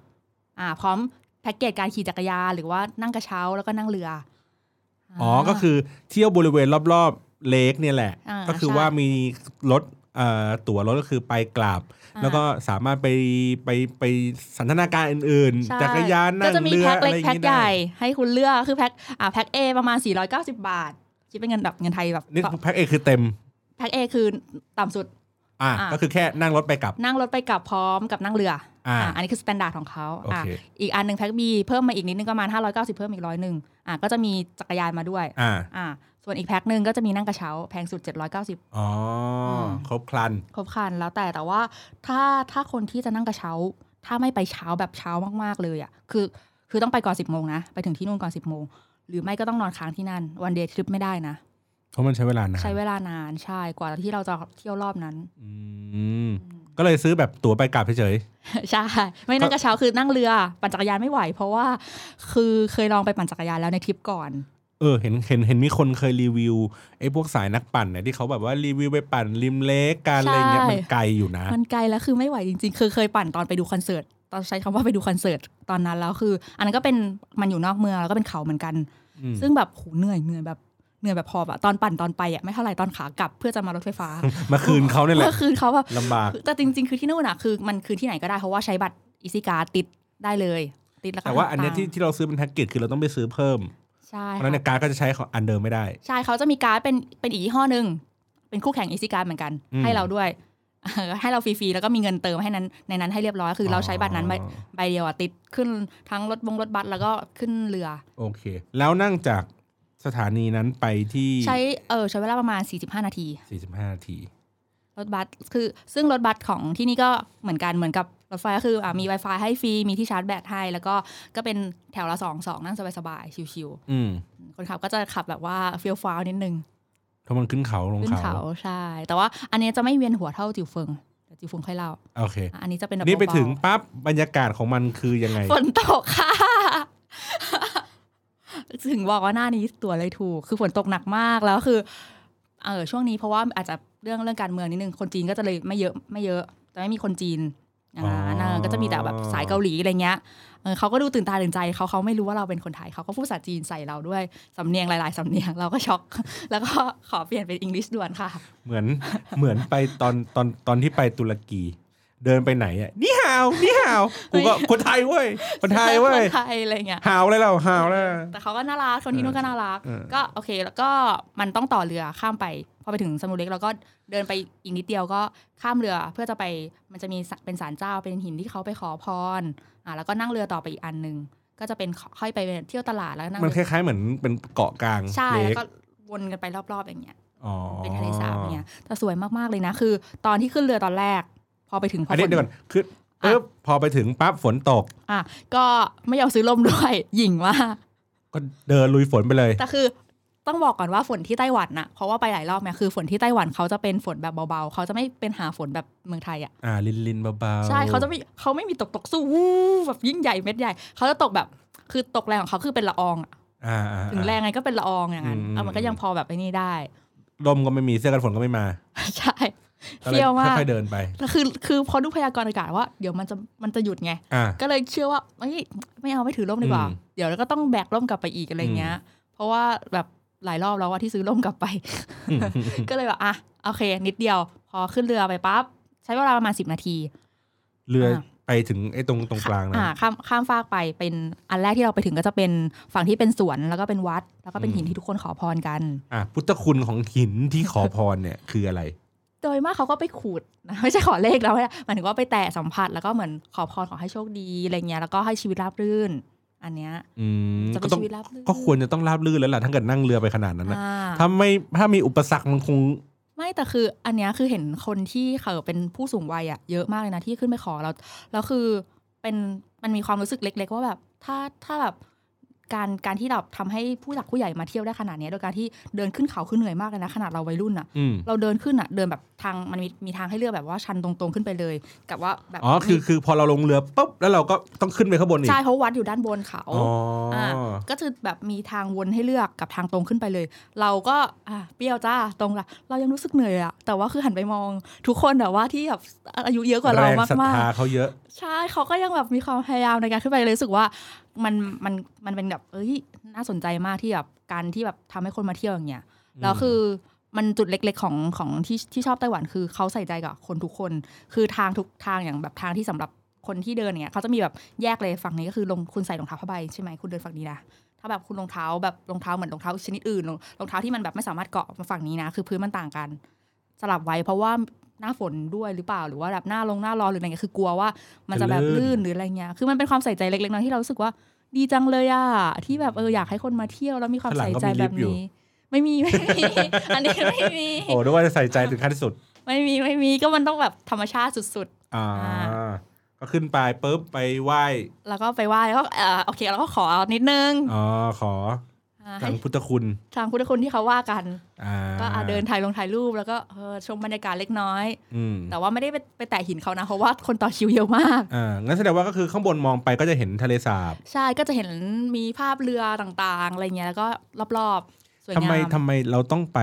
[SPEAKER 3] อ่า พร้อมแพ็กเกจการขี่จักรยานหรือว่านั่งกระเช้าแล้วก็นั่งเรือ
[SPEAKER 2] อ๋อ
[SPEAKER 3] า
[SPEAKER 2] ก็คือเที่ยวบริเวณรอบๆเลกเนี่ยแหละ
[SPEAKER 3] อ่า
[SPEAKER 2] ก็คือ
[SPEAKER 3] ใช่
[SPEAKER 2] ว่ามีรถเอ่อตั๋วรถก็คือไปกลับ
[SPEAKER 3] อ่า
[SPEAKER 2] แล้วก็สามารถไปไปไปสันทนาการอื่น
[SPEAKER 3] ใช่
[SPEAKER 2] ๆ จักรยานนั่
[SPEAKER 3] ก็
[SPEAKER 2] ง
[SPEAKER 3] จะมี
[SPEAKER 2] เรือ
[SPEAKER 3] แพ็ค
[SPEAKER 2] อะ
[SPEAKER 3] เล็
[SPEAKER 2] ไร
[SPEAKER 3] ก
[SPEAKER 2] อย่าง
[SPEAKER 3] แพ็ค
[SPEAKER 2] งี้
[SPEAKER 3] ให
[SPEAKER 2] ได้
[SPEAKER 3] ญ่ให้คุณเลือกคือแพ็คอ่าแพ็ค A ประมาณ 490 บาทคิดเป็นเงินแบบเงินไทยแบบ
[SPEAKER 2] นี่คือแพ็คเอกคือเต็ม
[SPEAKER 3] แพ็ค A คือต่ำสุด
[SPEAKER 2] อ่ะ
[SPEAKER 3] อ่า
[SPEAKER 2] ก็คือแค่นั่งรถไปกลับ
[SPEAKER 3] นั่งรถไปกลับพร้อมกับนั่งเรือ
[SPEAKER 2] อ่า
[SPEAKER 3] อ่าอันนี้คือสแตนดาร์ดของเขา
[SPEAKER 2] โอเค
[SPEAKER 3] ะอีกอันหนึ่งแพ็คบีเพิ่มมาอีกนิดนึงก็ประมาณ590 เพิ่มอีกร้อยหนึ่งอ่าก็จะมีจักรยานมาด้วย
[SPEAKER 2] อ่า
[SPEAKER 3] อ่าส่วนอีกแพ็คหนึ่งก็จะมีนั่งกระเช้าแพงสุด 790
[SPEAKER 2] อ๋ออ
[SPEAKER 3] ม
[SPEAKER 2] ครบครัน
[SPEAKER 3] ครบครันแล้วแต่แต่ว่าถ้าถ้าคนที่จะนั่งกระเช้า ถ้าไม่ไปเช้าแบบเช้ามากๆเลยอ่ะคือคือต้องไปก่อน 10โมงนะ ไปถึงที่นู่นก่อน 10โมงหรือไม่ก็ต้องนอนค้างที่นั่นวันเดย์ทริปไม่ได้นะ
[SPEAKER 2] เพราะมันใช้เวลานาน
[SPEAKER 3] ใช้เวลานานใช่กว่าที่เราจะเที่ยวรอบนั้น
[SPEAKER 2] อืม
[SPEAKER 3] อืม
[SPEAKER 2] ก็เลยซื้อแบบตั๋วไปกลับเฉย
[SPEAKER 3] *laughs* ใช่ ไม่นั่งกระเช้าคือนั่งเรือปั่นจักรยานไม่ไหว เพราะว่าคือเคยลองไปปั่นจักรยานแล้วในทริปก่อน
[SPEAKER 2] เออเห็นเห็นเห็นมีคนเคยรีวิวไอ้พวกสายนักปั่นเนี่ยที่เขาแบบว่ารีวิวไปปั่นริมเลกการอะไรเงี้ย
[SPEAKER 3] ใช่
[SPEAKER 2] มันไกลอยู่นะ
[SPEAKER 3] มันไกลแล้วคือไม่ไหวจริงๆ คือเคยปั่นตอนไปดูคอนเสิร์ตตอนใช้คำว่าไปดูคอนเสิร์ตตอนนั้นแล้วคือ อันนั้นก็เป็นมันอยู่นอกเมืองแล้วก็เป็นเขาเหมือนกัน
[SPEAKER 2] อืม
[SPEAKER 3] ซึ่งแบบโหเหนื่อยเหนื่อยแบบเหนื่อยแบบพอบอะตอนปั่นตอนไปอะไม่เท่าไหร่ตอนขากลับเพื่อจะมารถไฟฟ้า
[SPEAKER 2] มาคืนเขาเนี่ยแหละ
[SPEAKER 3] เมื่อคืนเขาแบบ
[SPEAKER 2] ลำบาก
[SPEAKER 3] แต่จริงๆ คือที่นู่นอะคือมันคือที่ไหนก็ได้เพราะว่าใช้บัตรอีซิการติดได้เลย ติดแล้วก็
[SPEAKER 2] แต่ว่าอันเนี้ยที่
[SPEAKER 3] ตังค์
[SPEAKER 2] ที่เราซื้อเป็นแพ็กเกจคือเราต้องไปซื้อเพิ่ม
[SPEAKER 3] ใช่
[SPEAKER 2] เพราะฉะ
[SPEAKER 3] ค่ะ
[SPEAKER 2] นั้นเนยการดก็จะใช้ของอันเดิมไม่ได้
[SPEAKER 3] ใช่เขาจะมีการ์ดเป็นเป็นอีกยี่ห้อหนึ่งเป็นคู่แข่งอีซิการ์ดเหมือนกัน
[SPEAKER 2] อืม
[SPEAKER 3] ให้เราด้วย *laughs* ให้เราฟรีๆ แล้วก็มีเงินเติมให้นั้นในนั้นให้เรียบร้อย คือเราใช้บัตรนั้นใบใบเดียวอะติดขึ้นทั้งรถบงรถบัสแล้วก็ขึ้นเรือ
[SPEAKER 2] โอเค แล้วนั่งจากสถานีนั้นไปที่
[SPEAKER 3] ใช้เออใช้เวลาประมาณ 45 นาที
[SPEAKER 2] 45 นาที
[SPEAKER 3] รถบัสคือซึ่งรถบัสของที่นี่ก็เหมือนกันเหมือนกับรถไฟก็คืออ่ะมี Wi-Fi ให้ฟรีมีที่ชาร์จแบตให้ แล้วก็ก็เป็นแถวละสองสองนั่งสบายๆชิว
[SPEAKER 2] อืม
[SPEAKER 3] ๆคนขับก็จะขับแบบว่าเฟี้ยวฟ้าวนิดนึง
[SPEAKER 2] เพราะมันขึ้นเขาลง
[SPEAKER 3] ขึ้น
[SPEAKER 2] เขา
[SPEAKER 3] เขาใช่ แต่ว่าอันเนี้ยจะไม่เวียนหัวเท่าจิวเฟิงเดี๋ยวจิวเฟิงค่อยเล่า
[SPEAKER 2] โอเค
[SPEAKER 3] อ่ะอันนี้จะเป็นแบบ
[SPEAKER 2] นี่ไป
[SPEAKER 3] เบาๆ
[SPEAKER 2] ถึงปั๊บบรรยากาศของมันคือยังไง
[SPEAKER 3] ฝนตกค่ะ ถึงบอกว่าหน้านี้ตัวเลยถูก คือฝนตกหนักมากแล้วคือเออช่วงนี้เพราะว่าอาจจะเรื่องเรื่องการเมืองนิดนึงคนจีนก็จะเลยไม่เยอะไม่เยอะจะไม่มีคนจีน
[SPEAKER 2] อ๋
[SPEAKER 3] อ่า
[SPEAKER 2] อ
[SPEAKER 3] นะก็จะมีแต่แบบสายเกาหลีอะไรเงี้ยเออเขาก็ดูตื่นตาตื่นใจเขาเขาไม่รู้ว่าเราเป็นคนไทยเขาก็พูดภาษาจีนใส่เราด้วยสำเนียงหลาย ๆสำเนียงเราก็ช็อก แล้วก็ขอเปลี่ยนเป็นอังกฤษด่วนค่ะ
[SPEAKER 2] เหมือน เหมือนไปตอนตอนตอนที่ไปตุรกี เดินไปไหนอ่ะนี่ฮาวนี่ฮาวกูก็คนไทยเว้ยคนไทยเว้ย
[SPEAKER 3] คนไทยอะไรเงี้ย
[SPEAKER 2] ฮาวเลยเราฮาวเลย
[SPEAKER 3] แต่เขาก็น่ารักคนที่นู่นก็น่ารัก
[SPEAKER 2] เออ
[SPEAKER 3] ก็โอเค แล้วก็มันต้องต่อเรือข้ามไป พอไปถึงสมุทรเล็กเราก็เดินไปอีกนิดเดียวก็ข้ามเรือเพื่อจะไปมันจะมีสระเป็นศาลเจ้าเป็นหินที่เขาไปขอพรอ่ะแล้วก็นั่งเรือต่อไปอีกอันหนึ่งก็จะเป็นค่อยไปเที่ยวตลาดแล้วก็นั่ง
[SPEAKER 2] มัน
[SPEAKER 3] เรื
[SPEAKER 2] คล้ายๆเหมือนเป็นเกาะกลาง
[SPEAKER 3] ใช่
[SPEAKER 2] เล
[SPEAKER 3] แล้ว
[SPEAKER 2] ก
[SPEAKER 3] ก็วนกันไปรอบๆอย่างเงี้ย
[SPEAKER 2] อ๋อ
[SPEAKER 3] เป็นทะเลสาบเนี่ยแต่สวยมากๆเลยนะคือ ตอนที่ขึ้นเรือตอนแรก พอไปถึงพอ
[SPEAKER 2] อั
[SPEAKER 3] อน
[SPEAKER 2] นี้เดี๋ยวก่อนคือปึ๊บพอไปถึงปั๊บฝนตก
[SPEAKER 3] อ่ะก็ไม่ยอมซื้อล่มด้วย *laughs* หยิ่งมาก
[SPEAKER 2] ก็เดินลุยฝนไปเลย
[SPEAKER 3] แต่คือต้องบอกก่อนว่าฝนที่ไต้หวันน่ะเพราะว่าไปหลายรอบเนี่ยคือฝนที่ไต้หวันเขาจะเป็นฝนแบบเบาๆ เขาจะไม่เป็นหาฝนแบบเมืองไทยอ่ะ
[SPEAKER 2] อ่า ลินลินเบาๆ
[SPEAKER 3] ใช่เขาจะไม่เขาไม่มีตกตกสู้วู้แบบยิ่งใหญ่เม็ดใหญ่ เขาจะตกแบบคือตกแรงของเขาคือเป็นละอองอะ
[SPEAKER 2] อ่าอ่า
[SPEAKER 3] ถึงแรงไงก็เป็นละอองอย่างนั้น
[SPEAKER 2] อืม
[SPEAKER 3] เอามันก็ยังพอแบบไอ้นี่ได้ *laughs*
[SPEAKER 2] ลมก็ไม่มีเสื้อกันฝนก็ไม่มา
[SPEAKER 3] ใช่เฟี้ยวมาก
[SPEAKER 2] ค่อยๆเดินไป
[SPEAKER 3] แต่คือคือพอดูพยากรณ์อากาศว่าเดี๋ยวมันจะมันจะหยุดไง
[SPEAKER 2] อ่า
[SPEAKER 3] ก็เลยเชื่อว่าเอ้ยไม่เอาไม่ถือร่มดีกว่า
[SPEAKER 2] อืม
[SPEAKER 3] เดี๋ยวเราก็ต้องแบกร่มกลับไปอีกอะไรเงี้ย เพราะว่าแบบหลายรอบแล้วว่าที่ซื้อร่มกลับไป
[SPEAKER 2] อืม
[SPEAKER 3] *laughs* ก็เลยแบบอ่ะโอเค นิดเดียว พอขึ้นเรือไปปั๊บใช้เวลาประมาณสิบนาที
[SPEAKER 2] เรืออา ไปถึงไอ้ตรงตรงกลางนะ
[SPEAKER 3] อ่าข้ามข้ามฟากไปเป็นอันแรกที่เราไปถึงก็จะเป็นฝั่งที่เป็นสวนแล้วก็เป็นวัด แล้วก็เป็น
[SPEAKER 2] อืม
[SPEAKER 3] หินที่ทุกคนขอพรกัน
[SPEAKER 2] อ่าพุทธคุณของหินที่ขอพรเนี่ย คืออะไร
[SPEAKER 3] โดยมากเขาก็ไปขูด *laughs* นะไม่ใช่ขอเลขแล้วนะหมายถึงว่าไปแตะสัมผัสแล้วก็เหมือนขอพรขอให้โชคดีอะไรเงี้ยแล้วก็ให้ชีวิตราบรื่น อันเนี้ย
[SPEAKER 2] อืม
[SPEAKER 3] จะเป็
[SPEAKER 2] ก็
[SPEAKER 3] น
[SPEAKER 2] ต้อง
[SPEAKER 3] ชีวิตราบรื่น
[SPEAKER 2] ก็ควรจะต้องราบลื่นแล้วล่ะถ้าเกิดนั่งเรือไปขนาดนั้นนะ
[SPEAKER 3] อ่า
[SPEAKER 2] ถ้าไม่ถ้ามีอุปสรรคมันคง
[SPEAKER 3] ไม่แต่คืออันเนี้ยคือเห็นคนที่เขาเป็นผู้สูงวัยอะเยอะมากเลยนะที่ขึ้นไปขอเราแล้วคือเป็นมันมีความรู้สึกเล็ก ๆ ว่าแบบถ้าถ้าแบบ การการที่เราทำให้ผู้หลักผู้ใหญ่มาเที่ยวได้ขนาดเนี้ยโดยการที่เดินขึ้นเขาคือเหนื่อยมากเลยนะขนาดเราวัยรุ่นอ่ะ
[SPEAKER 2] อืม
[SPEAKER 3] เราเดินขึ้นอ่ะเดินแบบทางมันมีมีทางให้เลือกแบบว่าชันตรงๆขึ้นไปเลย กับว่าแบบ
[SPEAKER 2] อ๋อคือคือพอเราลงเรือปุ๊บแล้วเราก็ต้องขึ้นไปข้างบนอีก
[SPEAKER 3] ใช่เพราะวัดอยู่ด้านบนเขา
[SPEAKER 2] อ๋ออ
[SPEAKER 3] อ่าก็คือแบบมีทางวนให้เลือกกับทางตรงขึ้นไปเลย เราก็อ่ะเปรี้ยวจ้าตรงละเรายังรู้สึกเหนื่อยอะแต่ว่าคือหันไปมองทุกคนแบบว่าที่แบบอายุเยอะกว่าเรา
[SPEAKER 2] แงศรัท
[SPEAKER 3] มาก
[SPEAKER 2] ธาเขาเยอะ
[SPEAKER 3] ๆ ใช่เขาก็ยังแบบมีความพยายามในการขึ้นไปเลยรู้สึกว่ามันมันมันเป็นแบบเอ้ยน่าสนใจมากที่แบบการที่แบบทำให้คนมาเที่ยวอย่างเงี้ยแล้วคือมันจุดเล็กๆของของที่ที่ชอบไต้หวันคือเขาใส่ใจกับคนทุกคน คือทางทุกทางอย่างแบบทางที่สำหรับคนที่เดินเนี่ยเขาจะมีแบบแยกเลยฝั่งนี้ก็คือลงคุณใส่รองเท้าผ้าใบใช่ไหมคุณเดินฝั่งนี้นะถ้าแบบคุณรองเท้าแบบรองเท้าเหมือนรองเท้าชนิดอื่นรองรองเท้าที่มันแบบไม่สามารถเกาะมาฝั่งนี้นะ คือพื้นมันต่างกัน สลับไว้เพราะว่าหน้าฝนด้วยหรือเปล่าหรือว่าแบบหน้าลงหน้าร้อนหรืออะไรเงี้ยคือกลัวว่ามันจะแบบ
[SPEAKER 2] จะลื่
[SPEAKER 3] ลื่
[SPEAKER 2] น
[SPEAKER 3] นหรืออะไรเงี้ยคือมันเป็นความใส่ใจเล็กๆน้อยๆที่เรารู้สึกว่าดีจังเลยอะที่แบบเอออยากให้คนมาเที่ยวแล้วมีความใส่ใจแบบนี้ ไม่มี *laughs* ไม่มีอันนี้ไม่มี
[SPEAKER 2] โอ้ด้วยว่าจะใส่ใจถึงขั้นที่สุด
[SPEAKER 3] ไม่มีไม่มีก็มันต้องแบบธรรมชาติสุด ๆ
[SPEAKER 2] อ่า
[SPEAKER 3] อ่
[SPEAKER 2] ก็ขึ้นไปปุ๊บไปไหว้
[SPEAKER 3] แล้วก็ไปไหว้แล้วก็เอ่อโอเคเราก็ขอนิดนึง
[SPEAKER 2] อ๋อขอ
[SPEAKER 3] อ่า
[SPEAKER 2] ทา
[SPEAKER 3] ให้
[SPEAKER 2] งพุทธคุณ
[SPEAKER 3] ทางพุทธคุณที่เขาว่ากัน
[SPEAKER 2] อ่า
[SPEAKER 3] ก็อ่ะเดินถ่ายลงถ่ายรูปแล้วก็เออชมบรรยากาศเล็กน้อย
[SPEAKER 2] อืม
[SPEAKER 3] แต่ว่าไม่ได้ไปไปแตะหินเขานะ เพราะว่าคนต่อคิวเยอะมาก
[SPEAKER 2] อ่างั้นแสดงว่าก็คือข้างบนมองไปก็จะเห็นทะเลสาบ
[SPEAKER 3] ใช่ก็จะเห็นมีภาพเรือต่างๆ อะไรเงี้ยแล้วก็รอบๆ สวย
[SPEAKER 2] ทำ
[SPEAKER 3] งาม
[SPEAKER 2] ไมทำไมเราต้องไป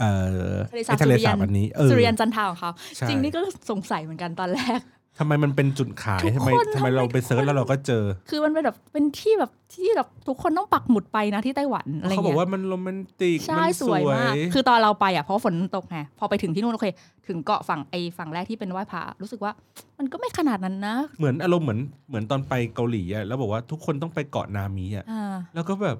[SPEAKER 2] เอ่อ
[SPEAKER 3] ทะเลสาบ
[SPEAKER 2] ไอ้ทะเลสาบ
[SPEAKER 3] สุริยัน
[SPEAKER 2] อันนี้เออ
[SPEAKER 3] สุริยันจันทราของเขา
[SPEAKER 2] ใช่
[SPEAKER 3] จริงนี่ก็สงสัยเหมือนกันตอนแรก *laughs*
[SPEAKER 2] ทำไมมันเป็นจุดขาย
[SPEAKER 3] ทุก
[SPEAKER 2] ทำไม
[SPEAKER 3] คน
[SPEAKER 2] ทำไม
[SPEAKER 3] ทำไม
[SPEAKER 2] เราไปเซิร์ช
[SPEAKER 3] ทุกคน
[SPEAKER 2] แล้วเราก็เจอ
[SPEAKER 3] คือมันเป็นแบบเป็นที่แบบที่แบบทุกคนต้องปักหมุดไปนะที่ไต้หวันอะไร
[SPEAKER 2] เขาบอ
[SPEAKER 3] เงี้ย
[SPEAKER 2] กว่ามันโรแมนติก
[SPEAKER 3] ใช่
[SPEAKER 2] มัน
[SPEAKER 3] สวยมา
[SPEAKER 2] ส
[SPEAKER 3] ก
[SPEAKER 2] วย
[SPEAKER 3] คือตอนเราไปอ่ะเพราะฝนตกไงพอไปถึงที่นู่นโอเค ถึงเกาะฝั่งไอฝั่งแรกที่เป็นไหว้พระรู้สึกว่า มันก็ไม่ขนาดนั้นนะ
[SPEAKER 2] เหมือนอารมณ์เหมือนเหมือนตอนไปเกาหลีอะแล้วบอกว่าทุกคนต้องไปเกาะนามิอะ
[SPEAKER 3] อ่า
[SPEAKER 2] แล้วก็แบบ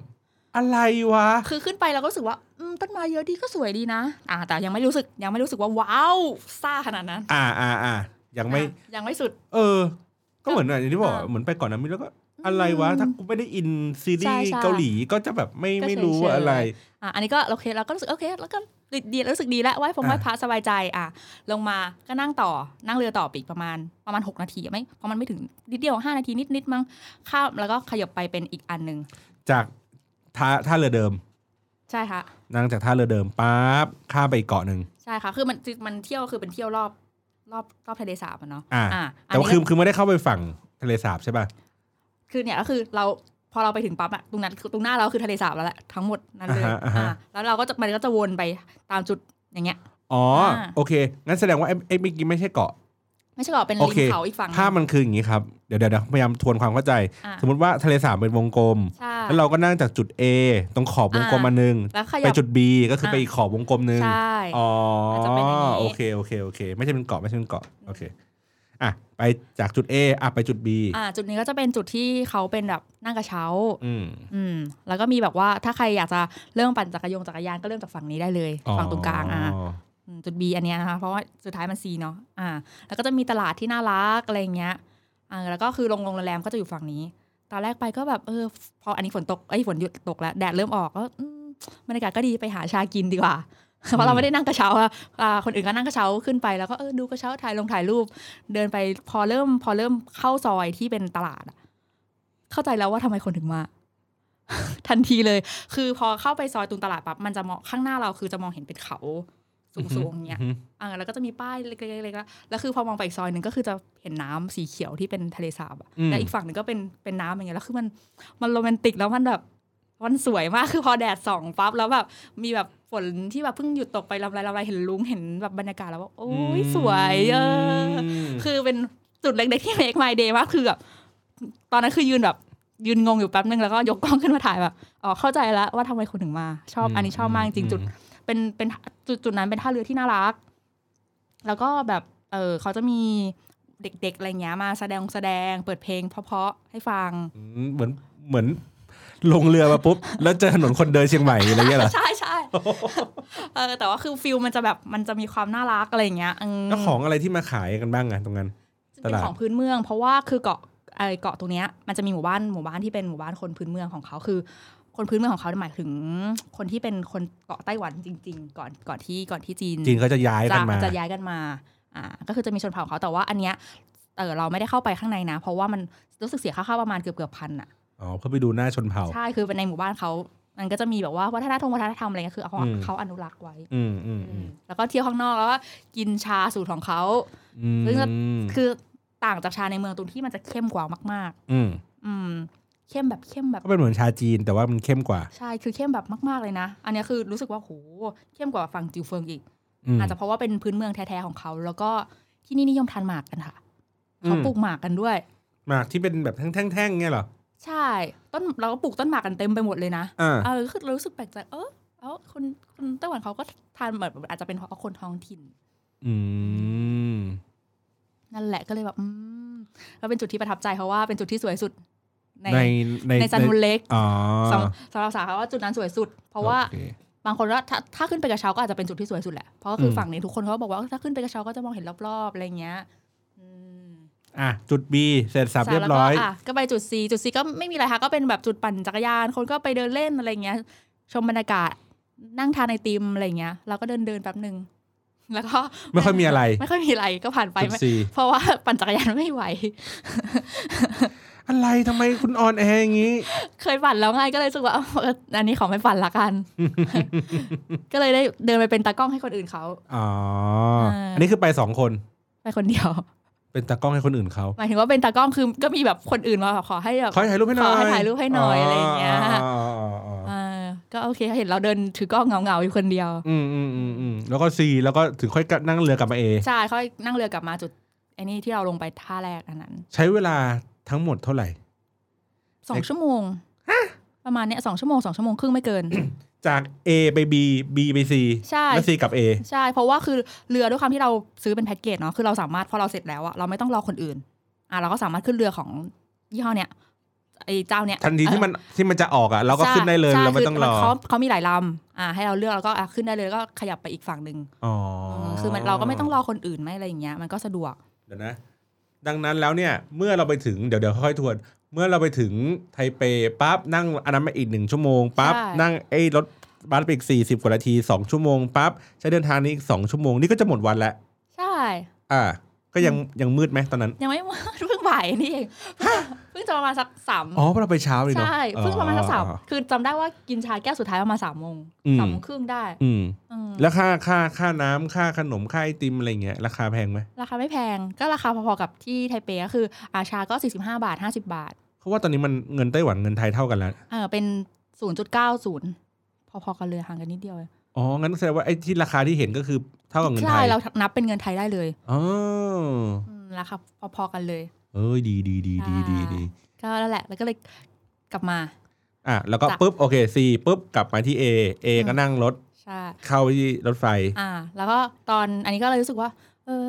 [SPEAKER 2] อะไรวะ
[SPEAKER 3] คือขึ้นไปเราก็รู้สึกว่าอืมต้นไม้เยอะดีก็สวยดีนะ อ่า แต่ยังไม่รู้สึกยังไม่รู้สึกว่าว้าวซ่าขนาดนั้น
[SPEAKER 2] อ่าอ่าอ่ายังไม่
[SPEAKER 3] อ่ะยังไม่สุด
[SPEAKER 2] เออ ก็เหมือนอย่างที่บอกอะ
[SPEAKER 3] อ่า
[SPEAKER 2] เหมือนไปเกาะนามิแล้วก็อะไรวะ ถ้ากูไม่ได้อินซีรีส์
[SPEAKER 3] ใช่ๆ
[SPEAKER 2] เกาหลีก็จะแบบไม่
[SPEAKER 3] ก็
[SPEAKER 2] ไม่รู้ว่า
[SPEAKER 3] เฉยๆ
[SPEAKER 2] อะไร
[SPEAKER 3] อ่ะอันนี้ก็โอเคเราก็รู้สึกโอเค แล้วก็ดีรู้สึกดีแล้วไหว้พง
[SPEAKER 2] อ่ะ
[SPEAKER 3] ไหว้พระสบายใจอ่ะลงมาก็นั่งต่อนั่งเรือต่อไปอีกประมาณประมาณ 6 นาทีไหมเพราะมันไม่ถึงนิดเดียว5นาทีนิดนิดๆมั้งข้ามแล้วก็ขยับไปเป็นอีกอันหนึ่ง
[SPEAKER 2] จากท่าท่าเรือเดิม
[SPEAKER 3] ใช่ค่ะ
[SPEAKER 2] นั่งจากท่าเรือเดิมปั๊บข้ามไปอีกเกาะหนึ่ง
[SPEAKER 3] ใช่ค่ะคือมันคือมันเที่ยวคือเป็นเที่ยวรอบรอบรอบทะเลสาบอะเนาะ
[SPEAKER 2] อ่า
[SPEAKER 3] อั
[SPEAKER 2] แต่ว่า
[SPEAKER 3] นี้
[SPEAKER 2] คือคือไม่ได้เข้าไปฝั่งทะเลสาบใช่ป่ะ
[SPEAKER 3] คือเนี่ยก็คือเราพอเราไปถึงปั๊บอะตรงนั้นตรงหน้าเราคือทะเลสาบแล้วแหละทั้งหมดนั้นเลย
[SPEAKER 2] อ่าฮะอ่าฮะ
[SPEAKER 3] อ่าแล้วเราก็จะมันก็จะวนไปตามจุดอย่างเงี้ย
[SPEAKER 2] อ๋ออา โอเค งั้นแสดงว่าไอ้ไอ้เมื่อกี้ไม่ใช่เกาะ
[SPEAKER 3] ไม่ใช่หรอกเป็น
[SPEAKER 2] โอ
[SPEAKER 3] ริ
[SPEAKER 2] เค
[SPEAKER 3] มเขาอีกฝั่งหนึ่ง
[SPEAKER 2] ภาพมันคืออย่างนี้ครับเดี๋ยวเดี๋ยวเดี๋ยวพยายามทวนความเข้าใจ
[SPEAKER 3] อ่ะ
[SPEAKER 2] สมมติว่าทะเลสาบเป็นวงกลม
[SPEAKER 3] ใช่
[SPEAKER 2] แล้วเราก็นั่งจากจุด A ตรงขอบวงกลม
[SPEAKER 3] อ่าม
[SPEAKER 2] มาหนึ่ง
[SPEAKER 3] แล้วข
[SPEAKER 2] ไป
[SPEAKER 3] ยับ
[SPEAKER 2] จุด B ก็คือ
[SPEAKER 3] อ่า
[SPEAKER 2] ไปอีกขอบวงกลมหนึ่ง
[SPEAKER 3] ใช่
[SPEAKER 2] อ๋ออา
[SPEAKER 3] จจะเป็นอย่างนี้
[SPEAKER 2] โอเคโอเคโอเค ไม่ใช่เป็นเกาะไม่ใช่เป็นเกาะโอเคอ่ะไปจากจุด A อ่ะไปจุด B
[SPEAKER 3] อ่าจุดนี้ก็จะเป็นจุดที่เขาเป็นแบบนั่งกระเช้า
[SPEAKER 2] อืม
[SPEAKER 3] อืม แล้วก็มีแบบว่าถ้าใครอยากจะเริ่มปั่นจักรยงจักรยานก็เริ่มจากฝั่งนี้ได้เลยฝั่งตรงกลางอ่ะ อืมจุด B อันเนี้ยนะคะเพราะว่าสุดท้ายมัน C เนาะอ่า แล้วก็จะมีตลาดที่น่ารักอะไรอย่างเงี้ยอ่าแล้วก็คือโรงโรงแรมก็จะอยู่ฝั่งนี้ ตอนแรกไปก็แบบเออพออันนี้ฝนตกไอ้ยฝนหยุดตกแล้ว แดดเริ่มออกก็อืมบรรยากาศก็ดีไปหาชากินดีกว่า *laughs* เพราะเราไม่ได้นั่งกระเช้าอะอ่าคนอื่นก็นั่งกระเช้าขึ้นไปแล้วก็เออดูกระเช้าถ่ายลงถ่ายรูป เดินไปพอเริ่มพอเริ่มเข้าซอยที่เป็นตลาดอะเข้าใจแล้วว่าทำไมคนถึงมา *laughs* ทันทีเลย คือพอเข้าไปซอยตรงตลาดปั๊บมันจะมองข้างหน้าเราคือจะมองเห็นเป็นเขาสูงๆอย่างเงี้ย
[SPEAKER 2] อืม
[SPEAKER 3] อ่าแล้วก็จะมีป้ายเล็กๆๆแล้วแล้วคือพอมองไปอีกซอยหนึ่งก็คือจะเห็นน้ำสีเขียวที่เป็นทะเลสาบอะและอีกฝั่งหนึ่งก็เป็นเป็นน้ำอย่างเงี้ยแล้วคือมันมันโรแมนติกแล้วมันแบบมันสวยมากคือพอแดดส่องปั๊บแล้วแบบมีแบบฝนที่แบบเพิ่งหยุดตกไปลำไรลำไรเห็นลุงเห็นแบบบรรยากาศแล้วว่าโอ้ยสวยเอออ
[SPEAKER 2] ม
[SPEAKER 3] *laughs* คือเป็นจุดเล็กๆที่ make my day มากคือแบบตอนนั้นคือยืนแบบยืนงงอยู่แป๊บนึงแล้วก็ยกกล้องขึ้นมาถ่ายแบบอ๋อเข้าใจแล้วว่าทำไมคนถึงมา ชอบอันนี้ชอบมากจริงๆจุด เป็นเป็นจุดจุดนั้นเป็นท่าเรือที่น่ารัก แล้วก็แบบเออเขาจะมีเด็กๆอะไรเงี้ยมาแสดงแสดงเปิดเพลงเพราะๆให้
[SPEAKER 2] *laughs*
[SPEAKER 3] ฟัง
[SPEAKER 2] อืมเหมือนเหมือนลงเรือมาปุ๊บ แล้วเจอถนนคนเดินเชียงใหม่อะไรเงี้ยเหรอ
[SPEAKER 3] ใช่ใช่เออแต่ว่าคือฟิลมันจะแบบมันจะมีความน่ารักอะไรเงี้ยอืม
[SPEAKER 2] แล้วของอะไรที่มาขายกันบ้างอะตรงนั้น ต
[SPEAKER 3] เป็น
[SPEAKER 2] ลาด
[SPEAKER 3] ของพื้นเมือง เพราะว่าคือเกาะไอเกาะตรงเนี้ยมันจะมีหมู่บ้านหมู่บ้านที่เป็นหมู่บ้านคนพื้นเมืองของเขาคือ คนพื้นเมืองของเขาเนี่ยหมายถึง คนที่เป็นคนเกาะไต้หวันจริง ๆ ก่อนก่อนที่ก่อนที่จีน
[SPEAKER 2] จีนเขาจะย้ายกันมา
[SPEAKER 3] จะจะย้ายกันมา อ่า ก็คือจะมีชนเผ่าของเขาแต่ว่าอันเนี้ย เออเราไม่ได้เข้าไปข้างในนะ เพราะว่ามันรู้สึกเสียค่าเข้าประมาณเกือบเกือบพันอะ
[SPEAKER 2] อ๋อเพื่อไปดูหน้าชนเผ่า
[SPEAKER 3] ใช่คือในหมู่บ้านเขามันก็จะมีแบบว่าวัฒนธรรมวัฒนธรรมอะไรเงี้ยคือเขา
[SPEAKER 2] อืม
[SPEAKER 3] เขาอนุรักษ์ไว้
[SPEAKER 2] อืมอืมอืม
[SPEAKER 3] แล้วก็เที่ยวข้างนอกแล้วก็กินชาสูตรของเขา
[SPEAKER 2] อืม
[SPEAKER 3] ซึ่งก็ คือต่างจากชาในเมืองตรงที่มันจะเข้มกว่ามาก
[SPEAKER 2] อืม
[SPEAKER 3] ๆ อืม เข้มแบบเข้มแบบ
[SPEAKER 2] ก็เป็นเหมือนชาจีนแต่ว่ามันเข้มกว่า
[SPEAKER 3] ใช่ คือเข้มแบบมากๆเลยนะ อันเนี้ยคือรู้สึกว่าโหเข้มกว่าฝั่งจิวเฟิงอีก
[SPEAKER 2] อืม
[SPEAKER 3] อาจจะเพราะว่าเป็นพื้นเมืองแท้ๆของเขา แล้วก็ที่นี่นิยมทานหมากกันค่ะ
[SPEAKER 2] อืม
[SPEAKER 3] เขาปลูกหมากกันด้วย
[SPEAKER 2] หมากที่เป็นแบบแท่งๆๆเงี้ยเหรอ
[SPEAKER 3] ใช่ ต้นเราก็ปลูกต้นหมากกันเต็มไปหมดเลยนะ
[SPEAKER 2] อ่า
[SPEAKER 3] เออคือเรารู้สึกแปลกใจ เออเออคนคนไต้หวันเขาก็ทานแบบอาจจะเป็นเพราะคนท้องถิ่น
[SPEAKER 2] อืม
[SPEAKER 3] นั่นแหละก็เลยแบบ อืมก็เป็นจุดที่ประทับใจเพราะว่าเป็นจุดที่สวยสุด ใน
[SPEAKER 2] ในใน
[SPEAKER 3] ในซันมูนเล็ก
[SPEAKER 2] อ๋อ
[SPEAKER 3] สำสำหรับสาขาว่าจุดนั้นสวยสุด เพราะว่า
[SPEAKER 2] โอค
[SPEAKER 3] บางคนว่าถ้าถ้าขึ้นไปกระเช้าก็อาจจะเป็นจุดที่สวยสุดแหละ เพราะก็คืออ
[SPEAKER 2] ม
[SPEAKER 3] ฝั่งนี้ทุกคนเขาก็บอกว่าถ้าขึ้นไปกระเช้าก็จะมองเห็นรอบๆอะไรเงี้ยอืม
[SPEAKER 2] อ่ะจุด B เสร็จสับเรียบ
[SPEAKER 3] แล้วก็
[SPEAKER 2] ร้อย
[SPEAKER 3] อ่ะก็ไปจุด C จุด C ก็ไม่มีอะไรค่ะก็เป็นแบบจุดปั่นจักรยาน คนก็ไปเดินเล่นอะไรเงี้ย ชมบรรยากาศนั่งทานไอติมอะไรเงี้ยเราก็เดินเดินๆแป๊บหนึ่งแล้วก็
[SPEAKER 2] ไม่ค่อยมีอะไร
[SPEAKER 3] *laughs* ไม่ค่อยมีอะไรก็ผ่านไป
[SPEAKER 2] จุด
[SPEAKER 3] ไม่
[SPEAKER 2] C
[SPEAKER 3] เพราะว่าปั่นจักรยานไม่ไหว
[SPEAKER 2] อะไรทำไมคุณออนแอร์อย่างงี้
[SPEAKER 3] เคยปั่นแล้วไงก็เลยรู้สึกว่าเอา *laughs* อันนี้ขอไม่ปั่นละกัน
[SPEAKER 2] *laughs*
[SPEAKER 3] *laughs* ก็เลยได้เดินไปเป็นตากล้องให้คนอื่นเขา
[SPEAKER 2] อ๋อ
[SPEAKER 3] เอออั
[SPEAKER 2] อันนี้คือไปสองคน
[SPEAKER 3] ไปคนเดียว
[SPEAKER 2] เป็นตากล้องให้คนอื่นเขา
[SPEAKER 3] หมายถึงว่าเป็นตากล้องคือก็มีแบบคนอื่นมาแบบขอให้แบบ
[SPEAKER 2] ขอถ่ายรูปให้หน่อย
[SPEAKER 3] ขอให้ถ่ายรูปให้หน่อยอะไรอย่างเงี้ย
[SPEAKER 2] อ๋ออ๋ออ๋ออ๋อ
[SPEAKER 3] เออก็โอเคเห็นเราเดินถือกล้องเงาๆอยู่คนเดียว
[SPEAKER 2] อืมอืมอืมอืมแล้วก็ C แล้วก็ถึงค่อยนั่งเรือกลับมา A
[SPEAKER 3] ใช่ค่อยนั่งเรือกลับมาจุดไอ้นี่ที่เราลงไปท่าแรกอันนั้น
[SPEAKER 2] ใช้เวลาทั้งหมดเท่าไหร่
[SPEAKER 3] สองชั่วโมงประมาณเนี้ยสองชั่วโมงสองชั่วโมงครึ่งไม่เกิน
[SPEAKER 2] จาก A ไป B B ไป C
[SPEAKER 3] ใช่
[SPEAKER 2] แล้ว C กลับ A
[SPEAKER 3] ใช่เพราะว่าคือเรือด้วยความที่เราซื้อเป็นแพ็กเกจเนาะคือเราสามารถพอเราเสร็จแล้วอะเราไม่ต้องรอคนอื่นอ่ะเราก็สามารถขึ้นเรือของยี่ห้อเนี้ยไอ้เจ้าเนี้ย
[SPEAKER 2] ทันทีที่มันที่มันจะออกอ่ะเราก็
[SPEAKER 3] ใช่
[SPEAKER 2] ขึ้นได้เลย
[SPEAKER 3] ใช่
[SPEAKER 2] เราไม่ต้องรอ
[SPEAKER 3] คืนเขาเขามีหลายลำอ่าให้เราเลือกแล้วก็อ่ะขึ้นได้เลยแล้วก็ขยับไปอีกฝั่งหนึ่ง
[SPEAKER 2] อ๋อ
[SPEAKER 3] มคือมันเราก็ไม่ต้องรอคนอื่นไม่อะไรอย่างเงี้ยมันก็สะดวก
[SPEAKER 2] เดี๋ยวนะ ดังนั้นแล้วเนี่ย เมื่อเราไปถึงเดี๋ยวเดี๋ยวค่อยๆทวน เมื่อเราไปถึงไทเปปั๊บนั่งอันนั้นมาอีกหนึ่งชั่วโมงปั๊บ
[SPEAKER 3] ใช่
[SPEAKER 2] นั่งไอ้รถบัสไปอีกสี่สิบกว่านาทีสองชั่วโมงปั๊บใช้เดินทางนี้อีกสองชั่วโมงนี่ก็จะหมดวันแล้ว
[SPEAKER 3] ใช่
[SPEAKER 2] อ่า ก็ยังยังมืดไหมตอนนั้น
[SPEAKER 3] ยังไม่หมด เพิ่งบ่าย *laughs* นี่เอง *laughs* เพิ่งจะประมาณสักสาม
[SPEAKER 2] อ๋อเพราะเราไปเช้าเลยเนาะ
[SPEAKER 3] ใช่เพิ่งประมาณสักสาม
[SPEAKER 2] อ๋อ
[SPEAKER 3] คือจำได้ว่ากินชาแก้วสุดท้ายประมาณสามโมง
[SPEAKER 2] อืม
[SPEAKER 3] สามโมงครึ่งได้
[SPEAKER 2] อืม
[SPEAKER 3] อืม
[SPEAKER 2] แล้วค่าค่าค่าน้ำค่าขนมค่าไอติมอะไรเงี้ยราคาแพงไหม
[SPEAKER 3] ราคาไม่แพงก็ราคาพอๆกับที่ไทเปก็คืออาชาก็ 45 บาท 50 บาท
[SPEAKER 2] เพราะว่าตอนนี้มันเงินไต้หวันเงินไทยเท่ากันแล้ว
[SPEAKER 3] เออเป็น 0.90 พอๆกันเลยห่างกันนิดเดียวเลย
[SPEAKER 2] อ๋องั้นแสดงว่าไอ้ที่ราคาที่เห็นก็คือเท่ากับเงินไท
[SPEAKER 3] ใช่
[SPEAKER 2] ย
[SPEAKER 3] เรานับเป็นเงินไทยได้เลย
[SPEAKER 2] อ๋อ
[SPEAKER 3] อืมราคาพอๆกันเลย
[SPEAKER 2] เอ้ยดีดีดีดีดีดี
[SPEAKER 3] ก็นั่นแหละ แล้วก็เลยกลับมา
[SPEAKER 2] อ่ะแล้วก็
[SPEAKER 3] จ้ะ
[SPEAKER 2] ปุ๊บโอเค C ปุ๊บกลับมาที่ A A
[SPEAKER 3] อืม
[SPEAKER 2] ก็นั่งรถ
[SPEAKER 3] ใช่
[SPEAKER 2] เข้าที่รถไฟ
[SPEAKER 3] อ่า แล้วก็ตอนอันนี้ก็เลยรู้สึกว่า เออ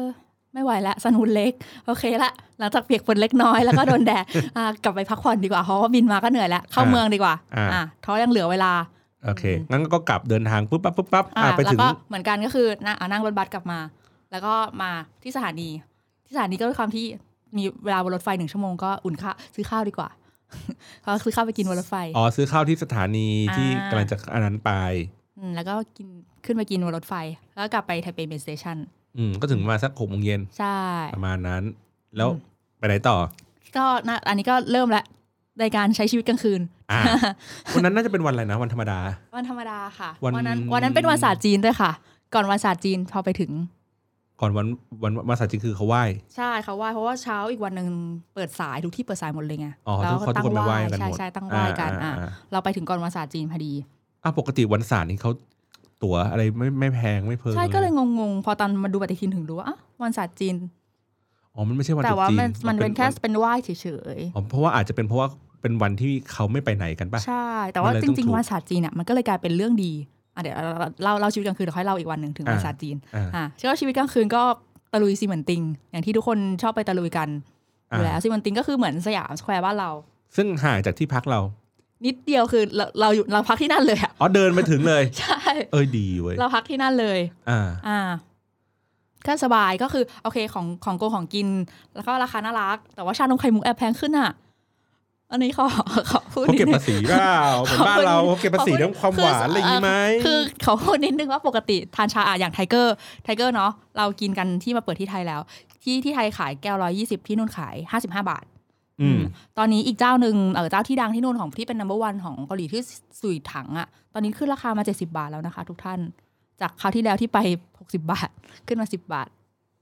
[SPEAKER 3] ไม่ไหวละสนุนเล็ก โอเคละ หลังจากเปียกฝนเล็กน้อย แล้วก็โดนแดด อ่ากลับไปพักผ่อนดีกว่า เพราะว่าบินมาก็เหนื่อยแล้ว เข้า
[SPEAKER 2] อ่า
[SPEAKER 3] เมืองดีกว่า
[SPEAKER 2] อ่า
[SPEAKER 3] อ่าท้อยังเหลือเวลา
[SPEAKER 2] โอเค
[SPEAKER 3] อืม
[SPEAKER 2] งั้นก็กลับเดินทางปุ๊บปั๊บปุ๊บปั๊บอ่ะไป
[SPEAKER 3] แล้ว
[SPEAKER 2] ถึง
[SPEAKER 3] ก็เหมือนกันก็คือนั่งอ่านั่งรถบัสกลับมา แล้วก็มาที่สถานี ที่สถานีก็ด้วยความที่มีเวลาบนรถไฟหนึ่งชั่วโมงก็อุ่นข้าวซื้อข้าวดีกว่า *laughs* ก็ซื้อข้าวไปกินบนรถไฟ
[SPEAKER 2] อ๋อซื้อข้าวที่สถานีที่
[SPEAKER 3] อ่า
[SPEAKER 2] กำลังจะอันนั้นไป
[SPEAKER 3] อืมแล้วก็กินขึ้นไปกินบนรถไฟ แล้วก็กลับไปไทเปเมนสเตชัน
[SPEAKER 2] อืมก็ถึงประมาณสักหกโมงเย็น
[SPEAKER 3] ใช่
[SPEAKER 2] ประมาณนั้น แล้ว
[SPEAKER 3] อืม
[SPEAKER 2] ไปไหนต่อ
[SPEAKER 3] ก็นะอันนี้ก็เริ่มละในการใช้ชีวิตกลางคืน *laughs*
[SPEAKER 2] อ่า วันนั้นน่าจะเป็นวันอะไรนะ วันธรรมดา
[SPEAKER 3] วันธรรมดาค่ะ
[SPEAKER 2] วัน
[SPEAKER 3] วันนั้นวันนั้นเป็นวันศาสตร์จีนด้วยค่ะ ก่อนวันศาสตร์จีนพอไปถึง
[SPEAKER 2] ก่อนวันวันวันศาสตร์จริงคือเขาไหว้
[SPEAKER 3] ใช่ค่ะไหว้เพราะว่าเช้าอีกวันหนึ่งเปิดสายทุกที่เปิดสายหมดเลยไง
[SPEAKER 2] อ๋อ
[SPEAKER 3] แล้ว
[SPEAKER 2] ทุกคนทุกคนไปไหว้กันหมด
[SPEAKER 3] ใช่ใช่ตั้งไหว้กัน
[SPEAKER 2] อ่า
[SPEAKER 3] อ่ะ
[SPEAKER 2] อ่า
[SPEAKER 3] เราไปถึงก่อนวันศาสตร์จีนพอดี
[SPEAKER 2] อ่ะปกติวันศาสตร์นี่เขาตั๋วอะไรไม่ไม่แพงไม่เพิ่ม
[SPEAKER 3] ใช่ก็เลยงงๆ พอตอนมาดูปฏิทินถึงรู้ว่าอ่ะวันศาสตร์จีน
[SPEAKER 2] อ๋อมันไม่ใช่วัน
[SPEAKER 3] แต่
[SPEAKER 2] ตรุษ
[SPEAKER 3] ว่า
[SPEAKER 2] จีน
[SPEAKER 3] มันมันเป็นแค่
[SPEAKER 2] วั
[SPEAKER 3] เป็นไหว้เฉย
[SPEAKER 2] อ๋อเพราะว่าอาจจะเป็นเพราะว่าเป็นวันที่เขาไม่ไปไหนกันปะ
[SPEAKER 3] ๆใช่ แต่ว่า
[SPEAKER 2] มันเลย
[SPEAKER 3] จ
[SPEAKER 2] ต้อง
[SPEAKER 3] ริง
[SPEAKER 2] ถูก
[SPEAKER 3] ๆ วันศาสตร์จีนอ่ะมันก็เลยกลายเป็นเรื่องดีอ่ะเดี๋ยวเราเล่าเล่าชีวิตกลางคืนเดี๋ยวค่อยเล่าอีกวันหนึ่งถึงวัน
[SPEAKER 2] อ่า
[SPEAKER 3] ศาสตร์จีน
[SPEAKER 2] อ่า
[SPEAKER 3] อ่ะเชื่อว่าชีวิตกลางคืนก็ตะลุยซีเหมือนติง อย่างที่ทุกคนชอบไปตะลุยกันอ
[SPEAKER 2] อ่า
[SPEAKER 3] ยู่แล้วซีเหมือนติงก็คือเหมือนสยามสแควร์บ้านเรา
[SPEAKER 2] ซึ่งห่างจากที่พักเรา
[SPEAKER 3] นิดเดียวคือเราเราอยู่เราพักที่นั่นเลยอ่ะ *laughs*
[SPEAKER 2] อ๋อเดินไปถึงเลย
[SPEAKER 3] ใช่
[SPEAKER 2] เอ้ยดีเว้ย
[SPEAKER 3] เราพักที่นั่นเลย *laughs*
[SPEAKER 2] อ่า
[SPEAKER 3] อ่าก็สบายก็คือโอเคของของโกงของกิน แล้วก็ราคาน่ารัก แต่ว่าชานมไข่มุกแอบแพงขึ้นอ่ะ อันนี้ขอขอพูด
[SPEAKER 2] เขา
[SPEAKER 3] นิด
[SPEAKER 2] เก็บ
[SPEAKER 3] นึ
[SPEAKER 2] ภาง ษีเปล่าเหมือนบ้าน
[SPEAKER 3] *laughs*
[SPEAKER 2] เราเขาเก็บภาษีเรื่องความหวานอะไรอย่างนี้ไหม
[SPEAKER 3] คือขอพูดนิดนึงว่าปกติทานชาอ่ะอย่างไทเกอร์ไทเกอร์เนาะเรากินกันที่มาเปิดที่ไทยแล้ว ที่ที่ไทยขายแก้วร้อยี่สิบที่นู่นขายห้าสิบห้าบาท
[SPEAKER 2] อืม
[SPEAKER 3] ตอนนี้อีกเจ้าหนึ่งเออเจ้าที่ดังที่นู่นของที่เป็น number one ของเกาหลีที่สุยถังอะ่ะ ตอนนี้ขึ้นราคามา 70 บาทแล้วนะคะ ทุกท่าน จากคราวที่แล้วที่ไป 60 บ *laughs* าท ขึ้นมา 10 บาท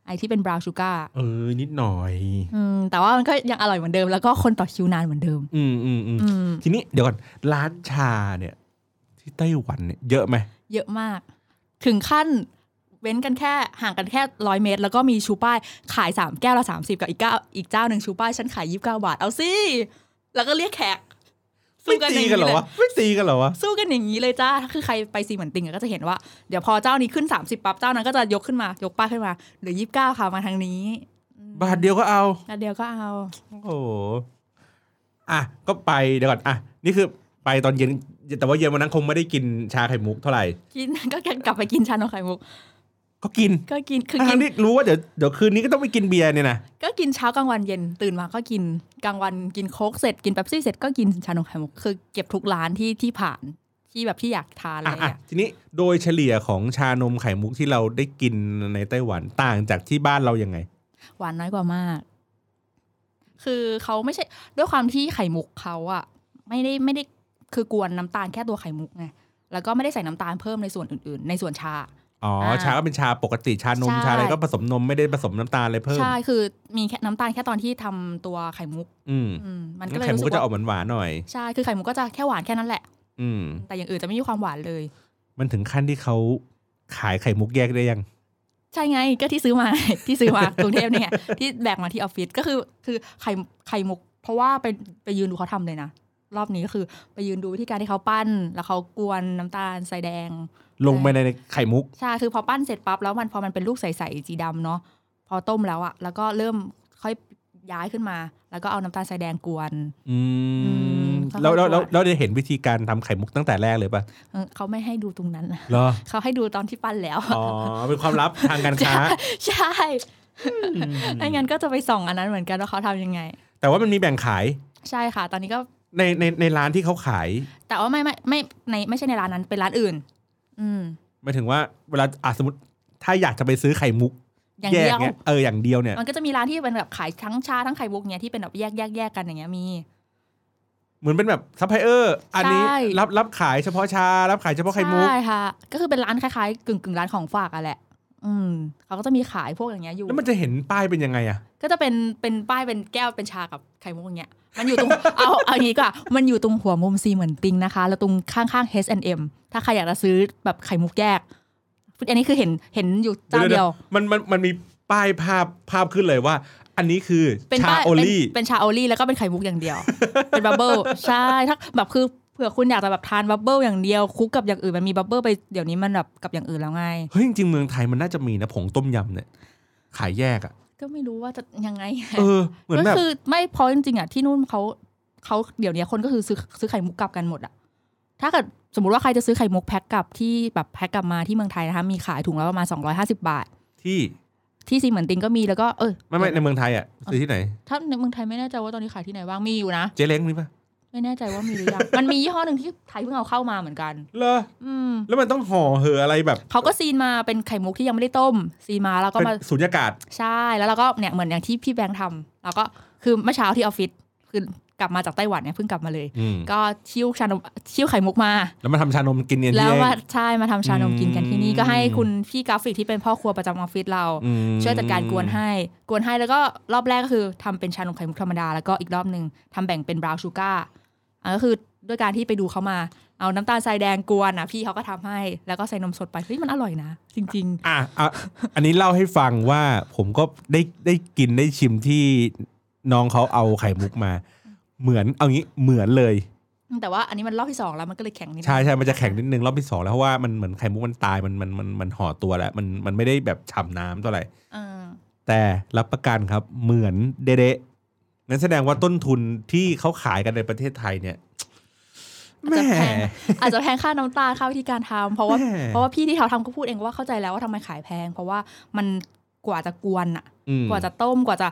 [SPEAKER 3] ไอ้ที่เป็นบราวชูการ์
[SPEAKER 2] เออ นิดหน่อย
[SPEAKER 3] อืมแต่ว่ามันก็ยังอร่อยเหมือนเดิม แล้วก็คนต่อคิวนานเหมือนเดิม
[SPEAKER 2] อืมอืมอืม
[SPEAKER 3] อืม
[SPEAKER 2] ทีนี้เดี๋ยวก่อน ร้านชาเนี่ย ที่ไต้หวันเนี่ยเยอะไหม
[SPEAKER 3] เยอะมาก ถึงขั้นเว้นกันแค่ห่างกันแค่ร้อยเมตร แล้วก็มีชูป้ายขาย 3 แก้วละ 30 กับอีกเก้าอีกเจ้าหนึ่งชูป้ายฉันขาย 29 บาท เอาสิ แล้วก็เรียกแขก
[SPEAKER 2] ไม่ตีกันเหรอ
[SPEAKER 3] เล
[SPEAKER 2] วะไม่ตีกันเหรอวะ
[SPEAKER 3] สู้กันอย่างนี้เลยจ้าถ้าคือใครไปซีเหมือนติงอะก็จะเห็นว่า เดี๋ยวพอเจ้านี้ขึ้น 30 ปั๊บเจ้านั้นก็จะยกขึ้นมายกป้ายขึ้นมาเหลือ 29 ค่ะมาทางนี้
[SPEAKER 2] บาทเดียวก็เอา
[SPEAKER 3] อันเดียวก็เอา
[SPEAKER 2] โอ้โห อ่ะ ก็ไปเดี๋ยวก่อน อ่ะ นี่คือไปตอนเย็น แต่ว่าเย็นวันนั้นคงไม่ได้กินชาไข่มุกเท่าไหร่
[SPEAKER 3] กิน *laughs* ก็กลับไปกินชานมไข่มุก
[SPEAKER 2] ก็กิน
[SPEAKER 3] ก็กินคือกิ
[SPEAKER 2] ทั้
[SPEAKER 3] น
[SPEAKER 2] งที่รู้ว่าเดี๋ยวเดี๋ยวคืนนี้ก็ต้องไปกินเบียร์เนี่ยนะ
[SPEAKER 3] ก็กินเช้ากลางวันเย็นตื่นมาก็กินกลางวันกินโค้กเสร็จกินเป๊ปซี่เสร็จก็กินชานมไข่มุกคือเก็บทุกร้านที่ที่ผ่านที่แบบที่อยากทานอะไร
[SPEAKER 2] อ่ะ
[SPEAKER 3] อย่าง
[SPEAKER 2] อ่ะ
[SPEAKER 3] เงี้ย
[SPEAKER 2] ทีนี้โดยเฉลี่ยของชานมไข่มุกที่เราได้กินในไต้หวันต่างจากที่บ้านเรายังไง
[SPEAKER 3] หวานน้อยกว่ามาก คือเขาไม่ใช่ด้วยความที่ไข่มุกเขาอะไม่ได้ไม่ได้คือกวนน้ำตาลแค่ตัวไข่มุกไงแล้วก็ไม่ได้ใส่น้ำตาลเพิ่มในส่วนอื่น ๆ ในส่วนชา
[SPEAKER 2] อ๋อ
[SPEAKER 3] อ่า
[SPEAKER 2] ชาก็เป็นชาปกติชานม
[SPEAKER 3] ใช่
[SPEAKER 2] ชาอะไรก็ผสมนมไม่ได้ผสมน้ำตาลอะไรเพิ่ม
[SPEAKER 3] ใช่คือมีแค่น้ำตาลแค่ตอนที่ทำตัวไข่มุก
[SPEAKER 2] อืม
[SPEAKER 3] อืมมันก็เลย
[SPEAKER 2] ไข่มุ
[SPEAKER 3] รู้
[SPEAKER 2] ก
[SPEAKER 3] สึก
[SPEAKER 2] ก็จะออก
[SPEAKER 3] ว่า
[SPEAKER 2] หวานๆหน่อย
[SPEAKER 3] ใช่คือไข่มุกก็จะแค่หวานแค่นั้นแหละ
[SPEAKER 2] อืม
[SPEAKER 3] แต่อย่างอื่นจะไม่มีความหวานเลย
[SPEAKER 2] มันถึงขั้นที่เขาขายไข่มุกแยกได้ยัง
[SPEAKER 3] ใช่ไงก็ที่ซื้อมา *laughs* ที่ซื้อมากรุงเทพเนี่ยที่แบกมาที่ออฟฟิศก็คือคือไข่ไข่มุก เพราะว่าไปไปยืนดูเขาทำเลยนะ รอบนี้ก็คือไปยืนดูวิธีการที่เขาปั้น แล้วเขากวนน้ำตาลใส่แดง
[SPEAKER 2] ลงไปในไข่มุก
[SPEAKER 3] ใช่คือพอปั้นเสร็จปั๊บแล้วมันพอมันเป็นลูกใสๆสีดำเนาะพอต้มแล้วอะแล้วก็เริ่มค่อยย้ายขึ้นมา แล้วก็เอาน้ำตาลใส่แดงกวน
[SPEAKER 2] อืม
[SPEAKER 3] ม
[SPEAKER 2] แล้วแล้วแล้ว
[SPEAKER 3] ก็ขาย
[SPEAKER 2] แล้วได้เห็นวิธีการทำไข่มุกตั้งแต่แรกเลยปะ
[SPEAKER 3] เออเขาไม่ให้ดูตรงนั้นนะ
[SPEAKER 2] เหรอ
[SPEAKER 3] เขาให้ดูตอนที่ปั้นแล้ว
[SPEAKER 2] อ๋อ เป็นความลับทางการค้า
[SPEAKER 3] ใช่ไม่งั้นก็จะไปส่องอันนั้นเหมือนกันว่าเขาทำยังไง
[SPEAKER 2] แต่ว่ามันมีแบ่งขาย
[SPEAKER 3] ใช่ค่ะ ตอนนี้ก็
[SPEAKER 2] ในในในร้านที่เขาขาย
[SPEAKER 3] แต่ว่าไม่ไม่ไม่ในไม่ใช่ในร้านนั้นเป็นร้านอื่น อืม
[SPEAKER 2] หมายถึงว่าเวลาอ่ะสมมติถ้าอยากจะไปซื้อไข่มุก
[SPEAKER 3] อย่าง
[SPEAKER 2] แยก
[SPEAKER 3] เดียว
[SPEAKER 2] เนี่ยเอออย่างเดียวเนี่ย
[SPEAKER 3] มันก็จะมีร้านที่เป็นแบบขายทั้งชาทั้งไข่มุกเนี่ยที่เป็นแบบแยกแยกแยกกันอย่างเงี้ยมี
[SPEAKER 2] เหมือนเป็นแบบซัพพลายเออร์อันนี้
[SPEAKER 3] ใช่
[SPEAKER 2] รับรับขายเฉพาะชา รับขายเฉพาะไข่มุก
[SPEAKER 3] ใช่ค่ะ ก็คือเป็นร้านคล้ายๆกึ่งกึ่งร้านของฝากอะแหละ อืมเขาก็จะมีขายพวกอย่างเงี้ยอยู่
[SPEAKER 2] แล้วมันจะเห็นป้ายเป็นยังไงอ่ะ
[SPEAKER 3] ก็จะเป็นเป็นป้ายเป็นแก้วเป็นชากับไข่มุกอย่างเงี้ย มันอยู่ตรง *laughs* เอาเอาอย่างงี้ดีกว่ามันอยู่ตรงหัวมุมซีเหมือนติงนะคะ แล้วตรงข้างๆ H&M ถ้าใครอยากจะซื้อแบบไข่มุกแยกอันนี้คือเห็นเห็นอยู่เจ้าเดียว
[SPEAKER 2] มันมันมันมีป้ายภาพภาพขึ้นเลยว่า อันนี้คือ
[SPEAKER 3] เป็น
[SPEAKER 2] ชา
[SPEAKER 3] ป้าย
[SPEAKER 2] โอลี่
[SPEAKER 3] เป็นเป็นชาโอลี่แล้วก็เป็นไข่มุกอย่างเดียว
[SPEAKER 2] *laughs*
[SPEAKER 3] เป็นบับเบิ้ลใช่ถ้าแบบคือเผื่อคุณอยากจะแบบทานบับเบิ้ลอย่างเดียวคลุกกับอย่างอื่นมันมีบับเบิ้ลไปเดี๋ยวนี้มันแบบกับอย่างอื่นแล้วไง
[SPEAKER 2] เฮ้ย จริงๆเมืองไทยมันน่าจะมีนะผงต้มยำเนี่ย ขายแยกอ่ะ
[SPEAKER 3] ก็ไม่รู้ว่าจะยังไง
[SPEAKER 2] เออ เหมือน
[SPEAKER 3] ก็
[SPEAKER 2] แบบ
[SPEAKER 3] คือไม่เพราะจริงๆอ่ะที่นู่นเขาเขาเดี๋ยวนี้คนก็คือซื้อซื้อไข่มุกกลับกันหมดอ่ะถ้าเกิดสมมติว่าใครจะซื้อไข่มุกแพ็คกลับที่แบบแพ็คกลับมาที่เมืองไทยนะคะมีขายถุงละประมาณ250 บาท
[SPEAKER 2] ที่
[SPEAKER 3] ที่ซีเหมือนติงก็มีแล้วก็เออ
[SPEAKER 2] ไม่ไม่ในเมืองไทยอ่ะซื้อที่ไหน
[SPEAKER 3] ถ้าในเมืองไทยไม่แน่ใจว่าตอนนี้ขายที่ไหนบ้างมีอยู่นะ
[SPEAKER 2] เจ๊เล้งมีปะ
[SPEAKER 3] ไม่แน่ใจว่ามีหรือยัง มันมียี่ห้อหนึ่งที่ไทยเพิ่งเอาเข้ามาเหมือนกัน
[SPEAKER 2] เหรอ
[SPEAKER 3] อืม
[SPEAKER 2] แล้วมันต้องห่อเหอะอะไรแบบ
[SPEAKER 3] เขาก็ซีนมาเป็นไข่มุกที่ยังไม่ได้ต้ม ซีนมาแล้วก็
[SPEAKER 2] เป็น
[SPEAKER 3] มา
[SPEAKER 2] สุญญากาศ
[SPEAKER 3] ใช่แล้วเราก็เนี่ยเหมือนอย่างที่พี่แบงค์ทำแล้วก็คือเมื่อเช้าที่ออฟฟิศคือกลับมาจากไต้หวันเนี่ยเพิ่งกลับมาเลย
[SPEAKER 2] อืม
[SPEAKER 3] ก็ชิวชานมชิวไข่มุกมา
[SPEAKER 2] แล้วมาทำชานมกินเย็น
[SPEAKER 3] แล้ว
[SPEAKER 2] เที่ยง
[SPEAKER 3] ว่าใช่มาทำชานมกินกันที่นี่
[SPEAKER 2] อืม
[SPEAKER 3] ก็ให้คุณพี่กราฟิกที่เป็นพ่อครัวประจำออฟฟิศเรา
[SPEAKER 2] อืม
[SPEAKER 3] ช่วยจัดการกวนให้ กวนให้แล้วก็รอบแรกก็คือทำเป็นชานมไข่มุกธรรมดา แล้วก็อีกรอบหนึ่งทำแบ่งเป็นบราวน์ชูการ์อ่ะก็คือด้วยการที่ไปดูเขามา เอาน้ำตาลทรายแดงกวนอ่ะพี่เขาก็ทำให้แล้วก็ใส่นมสดไป เฮ้ยมันอร่อยนะ จริง
[SPEAKER 2] อ่ะอ่ะอันนี้เล่าให้ฟังว่าผมก็ได้ได้กินได้ชิมที่น้องเขาเอาไข่มุกมา เหมือนเอางี้เหมือนเลย
[SPEAKER 3] ๆ แต่ว่าอันนี้มันรอบที่สองแล้วมันก็เลยแข็งนิดนึง
[SPEAKER 2] ใช่ใช่มันจะแข็งนิดนึงรอบที่สองแล้วเพราะว่ามันเหมือนไข่มุกมันตายมันมันมันมันห่อตัวแล้ว มันมันไม่ได้แบบฉ่ำน้ำเท่าไหร่
[SPEAKER 3] เออ
[SPEAKER 2] แต่รับประกันครับเหมือนเดะๆงั้นแสดงว่าต้นทุนที่เขาขายกันในประเทศไทยเนี่ย
[SPEAKER 3] อา
[SPEAKER 2] แห
[SPEAKER 3] จ
[SPEAKER 2] ม่
[SPEAKER 3] จะแพงอาจจะแพงค่าน้ำตาลค่าวิธีการทำเพราะว่า
[SPEAKER 2] แหม่
[SPEAKER 3] เพราะว่าพี่ที่เขาทำก็พูดเองว่าเข้าใจแล้วว่าทำไมขายแพง เพราะว่ามันกว่าจะกวนอ่ะ
[SPEAKER 2] อืม
[SPEAKER 3] กว่าจะต้มกว่าจะ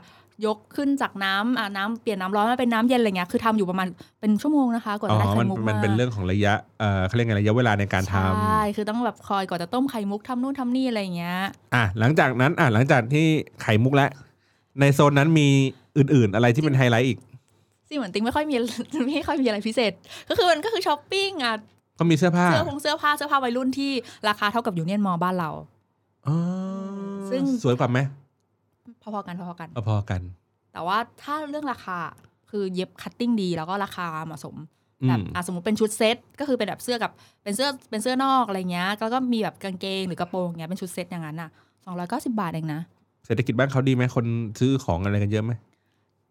[SPEAKER 3] ยกขึ้นจากน้ำอ่ะน้ำเปลี่ยนน้ำร้อนมาเป็นน้ำเย็นอะไรเงี้ยคือทำอยู่ประมาณเป็นชั่วโมงนะคะกว่า
[SPEAKER 2] อ๋
[SPEAKER 3] จะได้
[SPEAKER 2] อ
[SPEAKER 3] ไข่
[SPEAKER 2] มัน
[SPEAKER 3] มุก
[SPEAKER 2] มัน
[SPEAKER 3] มา
[SPEAKER 2] เป็นเรื่องของระยะเอ่อเขาเรียกไงระยะเวลาในการทำ
[SPEAKER 3] ใช่ คือต้องแบบคอยกว่าจะต้มไข่มุกทำนู่นทำนี่อะไรเงี้ย
[SPEAKER 2] อ่ะหลังจากนั้นอ่ะหลังจากที่ไข่มุกแล้วในโซนนั้นมีอื่นๆ อะไรที่เป็นไฮไลท์อีก
[SPEAKER 3] ซี่เหมือนติงไม่ค่อยมี *laughs* ไม่ค่อยมีอะไรพิเศษ ก็คือมันก็คือช้อปปิ้งอ่ะ
[SPEAKER 2] ก็มีเสื้อผ้า
[SPEAKER 3] เสื้อผงเสื้อผ้าเสื้อผ้าวัยรุ่นที่ราคาเท่ากับยูเนียนมอบ้านเรา
[SPEAKER 2] อ๋อ
[SPEAKER 3] ซึ่ง
[SPEAKER 2] สวยกว่าไหม
[SPEAKER 3] พอๆกันพอๆกัน
[SPEAKER 2] เอาพอกัน
[SPEAKER 3] แต่ว่าถ้าเรื่องราคาคือเย็บคัตติ้งดีแล้วก็ราคาเหมาะสม
[SPEAKER 2] อื
[SPEAKER 3] แบบ
[SPEAKER 2] ม
[SPEAKER 3] อ่ะสมมติเป็นชุดเซ็ตก็คือเป็นแบบเสื้อกับเป็นเสื้อเป็นเสื้อนอกอะไรเงี้ยแล้วก็มีแบบกางเกงหรือกระโปรงเงี้ยเป็นชุดเซ็ตอย่างนั้นอ่ะสองร้อยเก้าสิบาทเองนะ
[SPEAKER 2] เศรษฐกิจบ้านเขาดีไหมคนซื้อของอะไรกันเยอะไหม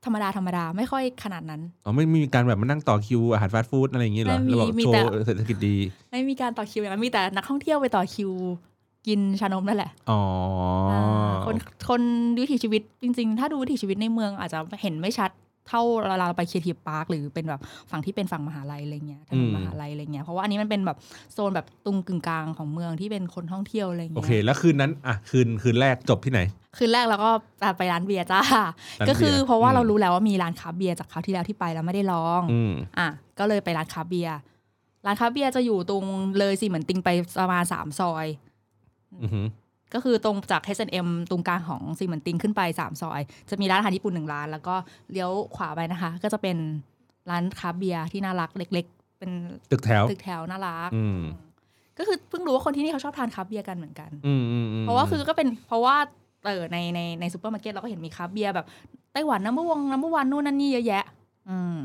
[SPEAKER 3] ธรรมดาธรรมดาไม่ค่อยขนาดนั้น
[SPEAKER 2] อ๋อไม่มีการแบบมานั่งต่อคิวอาหารฟาสต์ฟู้ดอะไรอย่างงี้เหรอ
[SPEAKER 3] ไม่มี
[SPEAKER 2] แล้วบอก
[SPEAKER 3] มี
[SPEAKER 2] โช
[SPEAKER 3] แต่
[SPEAKER 2] ว์เศรษฐกิจดี
[SPEAKER 3] ไม่มีการต่อคิวอย่างนั้นมีแต่นักท่องเที่ยวไปต่อคิว กินชานมนั่นแหละ
[SPEAKER 2] อ๋ออา
[SPEAKER 3] คนคนวิถีชีวิตจริง ๆ ถ้าดูวิถีชีวิตในเมืองอาจจะเห็นไม่ชัดเท่าเราเราไปเคียทีพาร์คหรือเป็นแบบฝั่งที่เป็นฝั่งมหาลัยอะไรเงี้ยถนนมหาลัยอะไรเงี้ยเพราะว่าอันนี้มันเป็นแบบโซนแบบตรงกึ่งกลางของเมืองที่เป็นคนท่องเที่ยวอะไร
[SPEAKER 2] โอ
[SPEAKER 3] เงี้
[SPEAKER 2] เค
[SPEAKER 3] ย
[SPEAKER 2] แล้วคืนนั้นอ่ะคืนคืนแรกจบที่ไหน
[SPEAKER 3] คืนแรกเราก็ไปร้านเบียร์จ้า
[SPEAKER 2] ร้านเบียร์
[SPEAKER 3] ก็คือเพราะว่า
[SPEAKER 2] อืม
[SPEAKER 3] เรารู้แล้วว่ามีร้านค้าเบียร์จากคราวที่แล้วที่ไปแล้วไม่ได้ลอง
[SPEAKER 2] อืม
[SPEAKER 3] อ่ะก็เลยไปร้านค้าเบียร์ร้านค้าเบียร์จะอยู่ตรงเลยสิเหมือนติงไปประมาณสามซอย
[SPEAKER 2] อือหือ
[SPEAKER 3] ก็คือตรงจาก H&M ตรงกลางของซีเหมือนติงขึ้นไป 3 ซอย จะมีร้านอาหารญี่ปุ่นหนึ่งร้าน แล้วก็เลี้ยวขวาไปนะคะ ก็จะเป็นร้านค้าเบียร์ที่น่ารักเล็ก ๆ เป็น
[SPEAKER 2] ตึกแถว
[SPEAKER 3] ตึกแถวน่ารัก
[SPEAKER 2] อืม
[SPEAKER 3] ก็คือเพิ่งรู้ว่าคนที่นี่เขาชอบทานค้าเบียร์กันเหมือนกัน
[SPEAKER 2] อืมอืมม
[SPEAKER 3] เพราะว่าคือก็เป็นเพราะว่าเออในในในซูเปอร์มาร์เก็ตเราก็เห็นมีค้าเบียร์แบบไต้หวันน้ำมันวงน้ำมันวันนู่นนั่นนี่เยอะแยะ อืม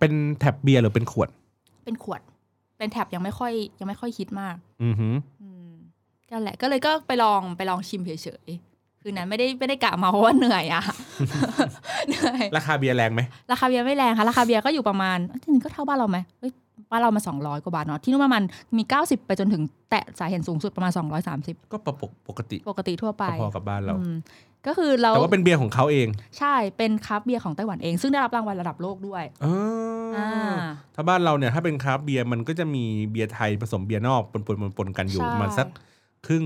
[SPEAKER 2] เป็นแท็บเบียร์หรือเป็นขวด
[SPEAKER 3] เป็นขวด เป็นแท็บยังไม่ค่อยยังไม่ค่อยคิดมาก
[SPEAKER 2] อือหือ
[SPEAKER 3] อืมนั่นแหละก็เลยก็ไปลองไปลองชิมเฉยๆ คืนนั้นไม่ได้ไม่ได้กะเมาเพราะว่าเหนื่อยอะ *laughs* เหนื่อย
[SPEAKER 2] ราคาเบียร์แรงไหม
[SPEAKER 3] ราคาเบียร์ไม่แรงค่ะ ราคาเบียร์ก็อยู่ประมาณเอ้ยจริงๆก็เท่าบ้านเราไหมเอ้ยบ้านเรามาสองร้อยกว่าบาทเนาะที่นู่นประมาณมีเก้าสิบไปจนถึงแตะสายเห็นสูงสุดประมาณสองร้อยสามสิบ
[SPEAKER 2] ก็ปกปกติ
[SPEAKER 3] ปกติทั่วไป
[SPEAKER 2] พอๆกับบ้านเรา
[SPEAKER 3] อืมก็คือเรา
[SPEAKER 2] แต่ว่าเป็นเบียร์ของเขาเอง
[SPEAKER 3] ใช่เป็นคราฟต์เบียร์ของไต้หวันเอง ซึ่งได้รับรางวัลระดับโลกด้วย
[SPEAKER 2] อ่
[SPEAKER 3] อ่า
[SPEAKER 2] าถ้าบ้านเราเนี่ยถ้าเป็นคราฟต์เบียร์มันก็จะมีเบียร์ไทยผสมเบียร์นอกปนๆปนๆกันอยู่
[SPEAKER 3] ใช่
[SPEAKER 2] ประมาณสักครึ่ง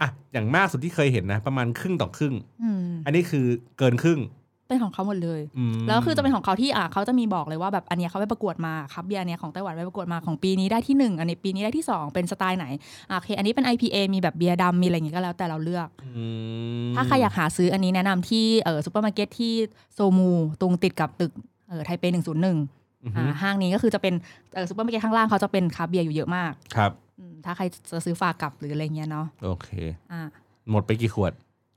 [SPEAKER 2] อ่ะอย่างมากสุดที่เคยเห็นนะ ประมาณครึ่งต่อครึ่ง
[SPEAKER 3] อืม
[SPEAKER 2] อันนี้คือเกินครึ่ง
[SPEAKER 3] เป็นของเขาหมดเลย
[SPEAKER 2] อืม
[SPEAKER 3] แล้วคือจะเป็นของเขาที่อ่ะเขาจะมีบอกเลยว่าแบบอันเนี้ยเขาไปประกวดมาครับเบียร์เนี้ยของไต้หวันไปประกวดมาของปีนี้ได้ที่หนึ่งอันนี้ปีนี้ได้ที่สองเป็นสไตล์ไหนอ่ะโอเค อันนี้เป็น IPA มีแบบเบียร์ดำมีอะไรอย่างงี้ก็แล้วแต่เราเลือก
[SPEAKER 2] อืม
[SPEAKER 3] ถ้าใครอยากหาซื้ออันนี้แนะนำที่เออซูเปอร์มาร์เก็ตที่โซมูตรงติดกับตึกเออไทเปหนึ่งศูนย์หนึ่ง
[SPEAKER 2] อือหื
[SPEAKER 3] อ่า
[SPEAKER 2] อ
[SPEAKER 3] ห้างนี้ก็คือจะเป็นเออซูเปอร์มาร์เก็ตข้างล่างเขาจะเป็นคราฟต์เบียร์อยู่เยอะมาก
[SPEAKER 2] ครับ
[SPEAKER 3] อืมถ้าใครจะซื้อฝากกลับหรืออะไรเงี้ยเนาะ
[SPEAKER 2] โอเค
[SPEAKER 3] อ่ะ
[SPEAKER 2] หมดไปกี่ขวด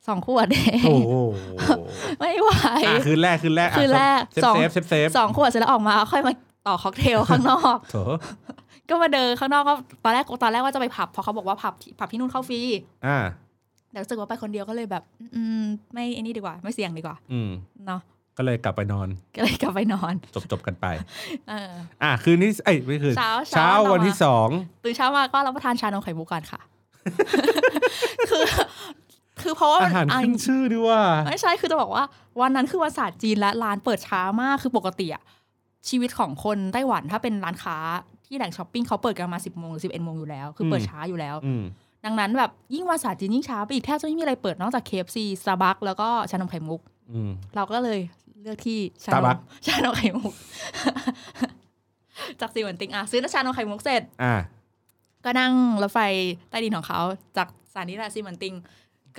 [SPEAKER 3] สองขวดเอง
[SPEAKER 2] โอ้โห
[SPEAKER 3] ไม่ไหว
[SPEAKER 2] อ่ะคืนแรกคืนแรกอ่ะ
[SPEAKER 3] คืนแรก
[SPEAKER 2] เซฟ
[SPEAKER 3] สอง
[SPEAKER 2] เซฟเซฟเซฟ
[SPEAKER 3] สองขวดเสร็จแล้วออกมาค่อยมาต่อค็อกเทลข้างนอก *laughs*
[SPEAKER 2] โถ
[SPEAKER 3] ก็มาเดินข้างนอกก็ตอนแรกตอนแรกว่าจะไปผับเพราะเขาบอกว่าผับที่ผับที่นู่นเข้าฟรี
[SPEAKER 2] อ่า
[SPEAKER 3] แต่รู้สึกว่าไปคนเดียวก็เลยแบบ อืมไม่ไอ้นี่ดีกว่า ไม่เสี่ยงดีกว่า
[SPEAKER 2] อืม
[SPEAKER 3] เนาะ
[SPEAKER 2] ก็เลยกลับไปนอน
[SPEAKER 3] ก็เลยกลับไปนอน
[SPEAKER 2] จบจบกันไป
[SPEAKER 3] เออ
[SPEAKER 2] อ่ะคืนนี้เอ้ยไม่คืน
[SPEAKER 3] เช้าเช้า
[SPEAKER 2] เช้าวันที่
[SPEAKER 3] ต่อมา
[SPEAKER 2] สอง
[SPEAKER 3] ตื่นเช้ามาก็รับประทานชานมไข่มุกกันค่ะ *laughs* คือคือเพราะว่า
[SPEAKER 2] อาหาร
[SPEAKER 3] อ่ะ
[SPEAKER 2] ขึ้นชื่อด้วยว่า
[SPEAKER 3] ไม่ใช่คือจะบอกว่า วันนั้นคือวันศาสตร์จีนและร้านเปิดช้ามากคือปกติอะชีวิตของคนไต้หวันถ้าเป็นร้านค้าที่แหล่งช้อปปิ้งเขาเปิดกันมา10โมงหรือ11โมงอยู่แล้ว คือเปิด
[SPEAKER 2] อืม
[SPEAKER 3] ช้าอยู่แล้ว
[SPEAKER 2] อืม
[SPEAKER 3] ดังนั้นแบบยิ่งวันเสาร์จีนยิ่งช้าไปอีกแทบจะไม่มีอะไรเปิดนอกจาก KFC s t a r b u c k s แล้วก็ชานมไข่มุก
[SPEAKER 2] อืม
[SPEAKER 3] เราก็เลยเลือกที่ชานม
[SPEAKER 2] Starbucks
[SPEAKER 3] ชานมไข่ *laughs* มุก จากซีเหมือนติงอ่ะซื้อชานมไข่มุกเสร็จ
[SPEAKER 2] อ่ะ
[SPEAKER 3] ก็นั่งรถไฟใต้ดินของเขา จากสถานีราชสีเหมือนติง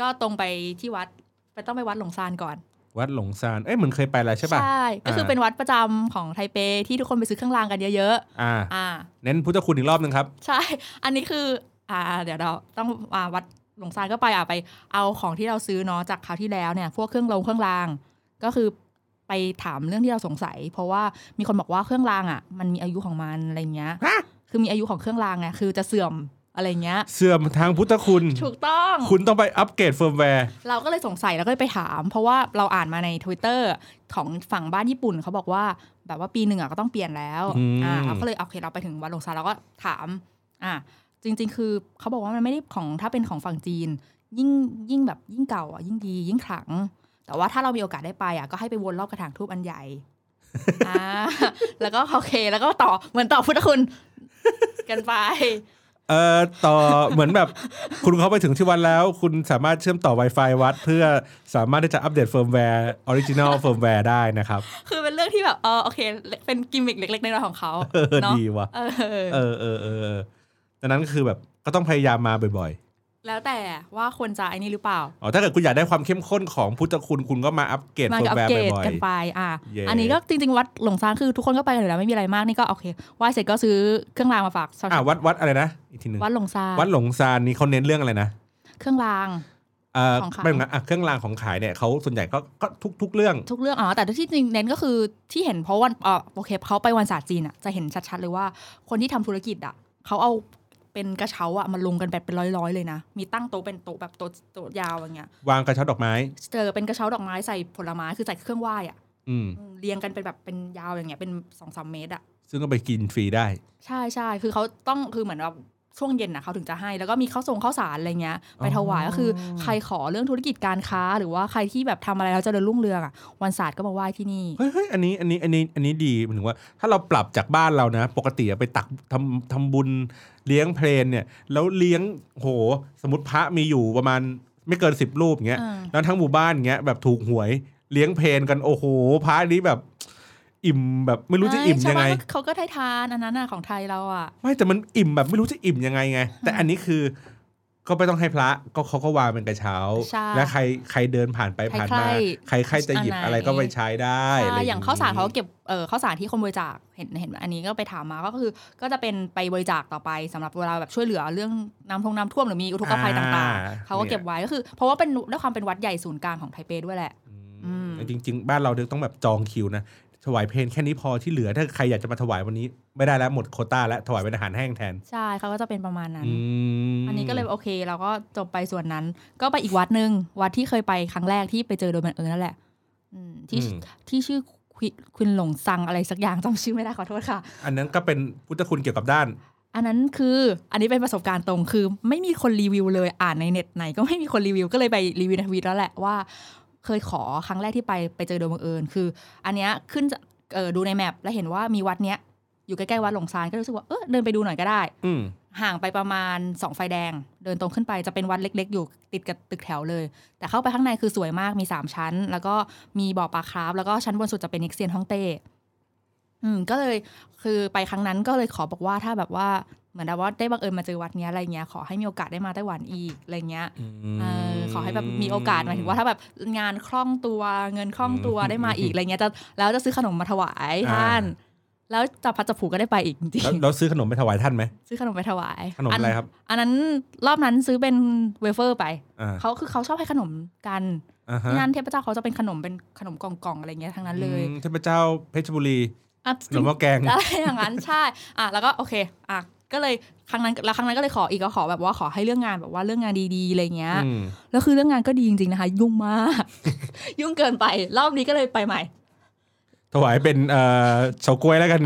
[SPEAKER 3] ก็ตรงไปที่วัด ไปต้องไปวัดหลงซานก่อน
[SPEAKER 2] วัดหลงซาน เอ้ยเหมือนเคยไปแล้วใช่ป่ะ
[SPEAKER 3] ก็คือเป็นวัดประจำของไทเปที่ทุกคนไปซื้อเครื่องรางกันเยอะ
[SPEAKER 2] อ่า
[SPEAKER 3] ๆ อ่า
[SPEAKER 2] เน้นพุทธคุณอีกรอบนึงครับ
[SPEAKER 3] ใช่ อันนี้คือ อ่า เดี๋ยวเราต้องมาวัดหลงซานก็ไปอ่ะไปเอาของที่เราซื้อเนาะจากคราวที่แล้วเนี่ย พวกเครื่องลงเครื่องราง ก็คือไปถามเรื่องที่เราสงสัย เพราะว่ามีคนบอกว่าเครื่องรางอ่ะ มันมีอายุของมันอะไรเงี้ย
[SPEAKER 2] ฮะ
[SPEAKER 3] คือมีอายุของเครื่องรางไงคือจะเสื่อมอะไรเงี้ย
[SPEAKER 2] เสื่อมทางพุทธคุณ
[SPEAKER 3] ถูกต้อง
[SPEAKER 2] คุณต้องไปอัปเกรดเฟิร์มแวร์
[SPEAKER 3] เราก็เลยสงสัยแล้วก็เลยไปถาม เพราะว่าเราอ่านมาใน Twitter ของฝั่งบ้านญี่ปุ่นเขาบอกว่าแบบว่าปีหนึ่งอ่ะก็ต้องเปลี่ยนแล้ว
[SPEAKER 2] อืม
[SPEAKER 3] เราก็เลยโอเคเราไปถึงวัดหลงซานเราก็ถามอ่ะจริง ๆ คือเขาบอกว่ามันไม่ได้ของถ้าเป็นของฝั่งจีน ยิ่งยิ่งแบบยิ่งเก่าอ่ะยิ่งดียิ่งขลัง แต่ว่าถ้าเรามีโอกาสได้ไปอ่ะก็ให้ไปวนรอบกระถางทูบอันใหญ่ อ่าแล้วก็โอเค แล้วก็ต่อเหมือนต่อพุทธคุณกันไป
[SPEAKER 2] เอ่อต่อ เหมือนแบบ คุณเขาไปถึงที่วัดแล้ว คุณสามารถเชื่อมต่อ Wi-Fi วัด เพื่อสามารถที่จะอัปเดตเฟิร์มแวร์ออริจินอลเฟิร์มแวร์ได้นะครับ
[SPEAKER 3] คือเป็นเรื่องที่แบบเออโอเค เป็นกิมมิคเล็กๆน้อยๆของเขา
[SPEAKER 2] เออ
[SPEAKER 3] เนาะ
[SPEAKER 2] ดีว่ะ
[SPEAKER 3] เออ
[SPEAKER 2] เออเออเออเออดังนั้นคือแบบก็ต้องพยายามมาบ่อย
[SPEAKER 3] แล้วแต่ว่าคนจะไอ้นี่หรือเปล่า
[SPEAKER 2] อ๋อถ้าเกิดคุณอยากได้ความเข้มข้นของพุทธคุณคุณก็มาอัปเกรด
[SPEAKER 3] มัน
[SPEAKER 2] เฟิร์มแวร์
[SPEAKER 3] ก็อัปเกรด
[SPEAKER 2] บ่อย
[SPEAKER 3] กันไป อ่ะ
[SPEAKER 2] เย้
[SPEAKER 3] อันนี้ก็จริง ๆ วัดหลงซานคือทุกคนก็ไปกันอยู่แล้วไม่มีอะไรมากนี่ก็โอเคไหว้เสร็จก็ซื้อเครื่องรางมาฝากชาว
[SPEAKER 2] ๆอ่ะวัดวัดอะไรนะอีกทีหนึ่ง
[SPEAKER 3] วัดหลงซาน
[SPEAKER 2] วัดหลงซานนี่เขาเน้นเรื่องอะไรนะ
[SPEAKER 3] เครื่องราง
[SPEAKER 2] เอ่อ
[SPEAKER 3] ของขาย
[SPEAKER 2] ไม่เหมือนกันอ่ะเครื่องรางของขายเนี่ยเขาส่วนใหญ่ก็ก็ทุกทุกเรื่อง
[SPEAKER 3] ทุกเรื่องอ๋อแต่ที่จริงเน้นก็คือที่เห็นเพราะวันอ่ะโอเคเขาไปวันศาสตร์จีนอ่ะจะเห็นชัดๆเลยว่าคนที่ทำธุรกิจอ่ะเขาเอาเป็นกระเช้าอ่ะมาลงกันแบบเป็นร้อยๆเลยนะ มีตั้งโต๊ะเป็นโต๊ะแบบโต๊ะโต๊ะยาวอย่างเงี้ยว
[SPEAKER 2] างกระเช้าดอกไม้
[SPEAKER 3] เจอเป็นกระเช้าดอกไม้ใส่ผลไม้คือใส่เครื่องไหว้อ่ะ
[SPEAKER 2] อืม
[SPEAKER 3] อืมเรียงกันเป็นแบบเป็นยาวอย่างเงี้ยเป็นสองสามเมตรอ่ะ
[SPEAKER 2] ซึ่งก็ไปกินฟรีได้
[SPEAKER 3] ใช่ใช่คือเขาต้องคือเหมือนว่าช่วงเย็นนะเขาถึงจะให้ แล้วก็มีข้าวส่งข้าวสารอะไรเงี้ยไปถวาย
[SPEAKER 2] อ๋อ
[SPEAKER 3] ก็คือใครขอเรื่องธุรกิจการค้า หรือว่าใครที่แบบทำอะไรแล้วเจะเดินรุ่งเรืองอ่ะวันศาสตร์ก็มาไหว้ที่นี่
[SPEAKER 2] เฮ้ยเฮ้ยอันนี้อันนี้อันนี้อันนี้ดีหมายถึงว่าถ้าเราปรับจากบ้านเรานะ ปกติอะไปตักทำทำบุญเลี้ยงเพลนเนี่ย แล้วเลี้ยงโห สมมติพระมีอยู่ประมาณไม่เกินสิบรูปเงี้ย
[SPEAKER 3] อ่า
[SPEAKER 2] แล้วทั้งหมู่บ้านเงี้ยแบบถูกหวยเลี้ยงเพลนกันโอ้โหพระนี้แบบ อิ่มแบบไม่รู้จะอิ่มยังไง
[SPEAKER 3] ใช่ชาวบ้านก็เขาก็ได้ทานอันนั้นน่ะของไทยเราอ่ะ
[SPEAKER 2] ไม่แต่มันอิ่มแบบไม่รู้จะอิ่มยังไงไง แต่อันนี้คือก็ไม่ต้องให้พระก็เขาก็วางเป็นกระเช้า
[SPEAKER 3] ใช่
[SPEAKER 2] และใครใครเดินผ่านไปผ่านมาใคร
[SPEAKER 3] ใคร
[SPEAKER 2] ใค
[SPEAKER 3] ใค
[SPEAKER 2] ร
[SPEAKER 3] ร
[SPEAKER 2] จะหยิบ
[SPEAKER 3] อัน
[SPEAKER 2] อะ
[SPEAKER 3] ไหน
[SPEAKER 2] ไรก็ไปใช้ได้
[SPEAKER 3] ใช่
[SPEAKER 2] ะไร
[SPEAKER 3] อย่างข้าวสารเขาเก็บเออข้าวสารที่คนบริจาคเห็นเห็นอันนี้ก็ไปถามมาก็คือ ก็จะเป็นไปบริจาคต่อไปสำหรับเวลาแบบช่วยเหลือเรื่องน้ำท่วมน้ำท่วมหรือมีอุทกภัยต่างๆเขาก็เก็บไว้ก็คือ เพราะว่าเป็นด้วยความเป็นวัดใหญ่ศูนย์กลางของไทเปด้วยแหละ อืม
[SPEAKER 2] แต่จริง ๆ บ้านเราเนี่ยต้องแบบจองคิวนะถวายเพลงแค่นี้พอที่เหลือถ้าใครอยากจะมาถวายวันนี้ ไม่ได้แล้วหมดโควต้าแล้วถวายเป็นอาหารแห้งแทน
[SPEAKER 3] ใช่เขาก็จะเป็นประมาณนั้น
[SPEAKER 2] อืม
[SPEAKER 3] อันนี้ก็เลยโอเคเราก็จบไปส่วนนั้น ก็ไปอีกวัดหนึ่งวัดที่เคยไปครั้งแรกที่ไปเจอโดยบังเอิญนั่นแหละอืมที่
[SPEAKER 2] อืม
[SPEAKER 3] ที่ชื่อควิคุณหลงซังอะไรสักอย่างจำชื่อไม่ได้ขอโทษค่ะ
[SPEAKER 2] อันนั้นก็เป็นพุทธคุณเกี่ยวกับด้าน
[SPEAKER 3] อันนั้นคืออันนี้เป็นประสบการณ์ตรงคือ ไม่มีคนรีวิวเลยอ่านในเน็ตไหนก็ไม่มีคนรีวิวก็เลยไปรีวิวในทวิตแล้วแหละว่าเคยขอครั้งแรกที่ไปไปเจอโดยบังเอิญคือ อันเนี้ยขึ้นจะเออดูในแมปแล้วเห็นว่ามีวัดเนี้ยอยู่ใกล้ๆวัดหลงซานก็รู้สึกว่าเออเดินไปดูหน่อยก็ได้
[SPEAKER 2] อืม
[SPEAKER 3] ห่างไปประมาณ 2 ไฟแดง เดินตรงขึ้นไปจะเป็นวัดเล็กๆ อยู่ติดกับตึกแถวเลย แต่เข้าไปข้างในคือสวยมากมี 3 ชั้น แล้วก็มีบ่อปลาคราฟแล้วก็ชั้นบนสุดจะเป็นนิกเซียนฮ่องเต้อืมก็เลยคือไปครั้งนั้นก็เลยขอบอกว่าถ้าแบบว่าเหมือนแบบว่าได้บังเอิญมาเจอวัดเนี้ยอะไรเงี้ยขอให้มีโอกาสได้มาไต้หวันอีกอะไรเงี้ยเออขอให้แบบมีโอกาสหมายถึงว่าถ้าแบบงานคล่องตัวเงินคล่องตัวได้มาอีกอะไรเงี้ยจะแล้วจะซื้อขนมมาถวายท่าน แล้วจับพัดจับผูก็ได้ไปอีกจริง
[SPEAKER 2] แล้
[SPEAKER 3] ๆ
[SPEAKER 2] วแล้วซื้อขนมไปถวายท่านไหม
[SPEAKER 3] ซื้อขนมไปถวาย
[SPEAKER 2] ขนมอะไรครับ
[SPEAKER 3] นอันนั้นรอบนั้นซื้อเป็นเวเฟอร์ไป
[SPEAKER 2] อ่า
[SPEAKER 3] เขาคือเขาชอบให้ขนมกัน
[SPEAKER 2] อ่าฮะ
[SPEAKER 3] ที่นั่นเทพเจ้าเขาจะเป็นขนมเป็นขนมกล่องๆอะไรเงี้ยทั้งนั้นเลย
[SPEAKER 2] อืมเทพเจ้าเพชรบุรี
[SPEAKER 3] อ่ะ
[SPEAKER 2] ขนมหม้อแกง
[SPEAKER 3] อะไรอย่างนั้นใช่ อ่ะแล้วก็โอเคอ่ะก็เลยครั้งนั้นแล้วครั้งนั้นก็เลยขออีกก็ขอแบบว่าขอให้เรื่องงานแบบว่าเรื่องงานดีๆอะไรเงี้ย
[SPEAKER 2] อืม
[SPEAKER 3] แล้วคือเรื่องงานก็ดีจริงๆนะคะ ยุ่งมาก *laughs* ยุ่งเกินไป รอบนี้ก็เลยไปใหม่
[SPEAKER 2] ถวายเป็นเอ่อเฉาก๊วยแล้ว
[SPEAKER 3] *laughs*
[SPEAKER 2] กัน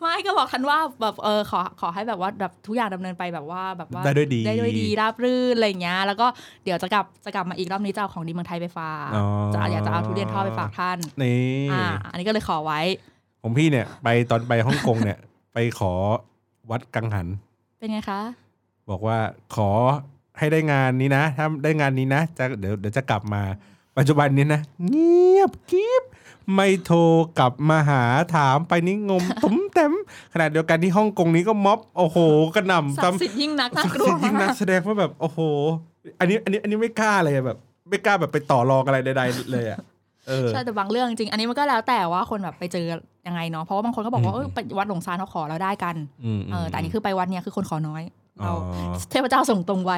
[SPEAKER 3] ไม่ก็บอกคันว่าแบบเออขอขอให้แบบว่าแบบทุกอย่างดำเนินไปแบบว่าแบบว่า
[SPEAKER 2] ได้ด้วยดี
[SPEAKER 3] ได้ด้วยดีราบรื่นอะไรอย่างเงี้ยแล้วก็เดี๋ยวจะกลับจะกลับมาอีกรอบนี้จะเอาของดีเมืองไทยไปฝากจะอยากจะเอาทุเรียนทอดไปฝากท่าน
[SPEAKER 2] นี่
[SPEAKER 3] อ่าอันนี้ก็เลยขอไว้
[SPEAKER 2] ผมพี่เนี่ย ไปตอนไปฮ่องกงเนี่ย ไปขอวัดกังหัน
[SPEAKER 3] เป็นไงคะ
[SPEAKER 2] บอกว่าขอให้ได้งานนี้นะ ถ้าได้งานนี้นะจะเดี๋ยวเดี๋ยวจะกลับมา ปัจจุบันนี้นะ เงียบกิบไม่โทรกลับมาหาถามไปนี่ง
[SPEAKER 3] *laughs*
[SPEAKER 2] ม ตุ้มเต็มขนาดเดียวกันที่ฮ่องกงนี้ก็ม็อบโอ้โหกระหน่ำ
[SPEAKER 3] ศัก
[SPEAKER 2] ซ้ำ
[SPEAKER 3] ดิ์สิทธิ์ยิ่งนัก
[SPEAKER 2] ศั
[SPEAKER 3] น่าก ก
[SPEAKER 2] ดิ์
[SPEAKER 3] ลัว
[SPEAKER 2] สิทธิ์ยิ่งนั
[SPEAKER 3] มาก ก
[SPEAKER 2] แสดงว่าแบบโอ้โห อันนี้อันนี้อันนี้ไม่กล้าเลยอะแบบ ไม่กล้าแบบไปต่อรองอะไรใดๆเลยอ่ะเออ
[SPEAKER 3] ใช่แต่บางเรื่องจริงอันนี้มันก็แล้วแต่ว่าคนแบบไปเจอยังไงเนาะเพราะว่าบางคนก็บอกว่า
[SPEAKER 2] อืม
[SPEAKER 3] เออไปวัดหลงซานเขาขอเราได้กัน
[SPEAKER 2] ม
[SPEAKER 3] เออแต่อันนี้คือไปวัดเนี่ยคือคนขอน้อยเรา
[SPEAKER 2] อ๋อ
[SPEAKER 3] เทพเจ้าส่งตรงไว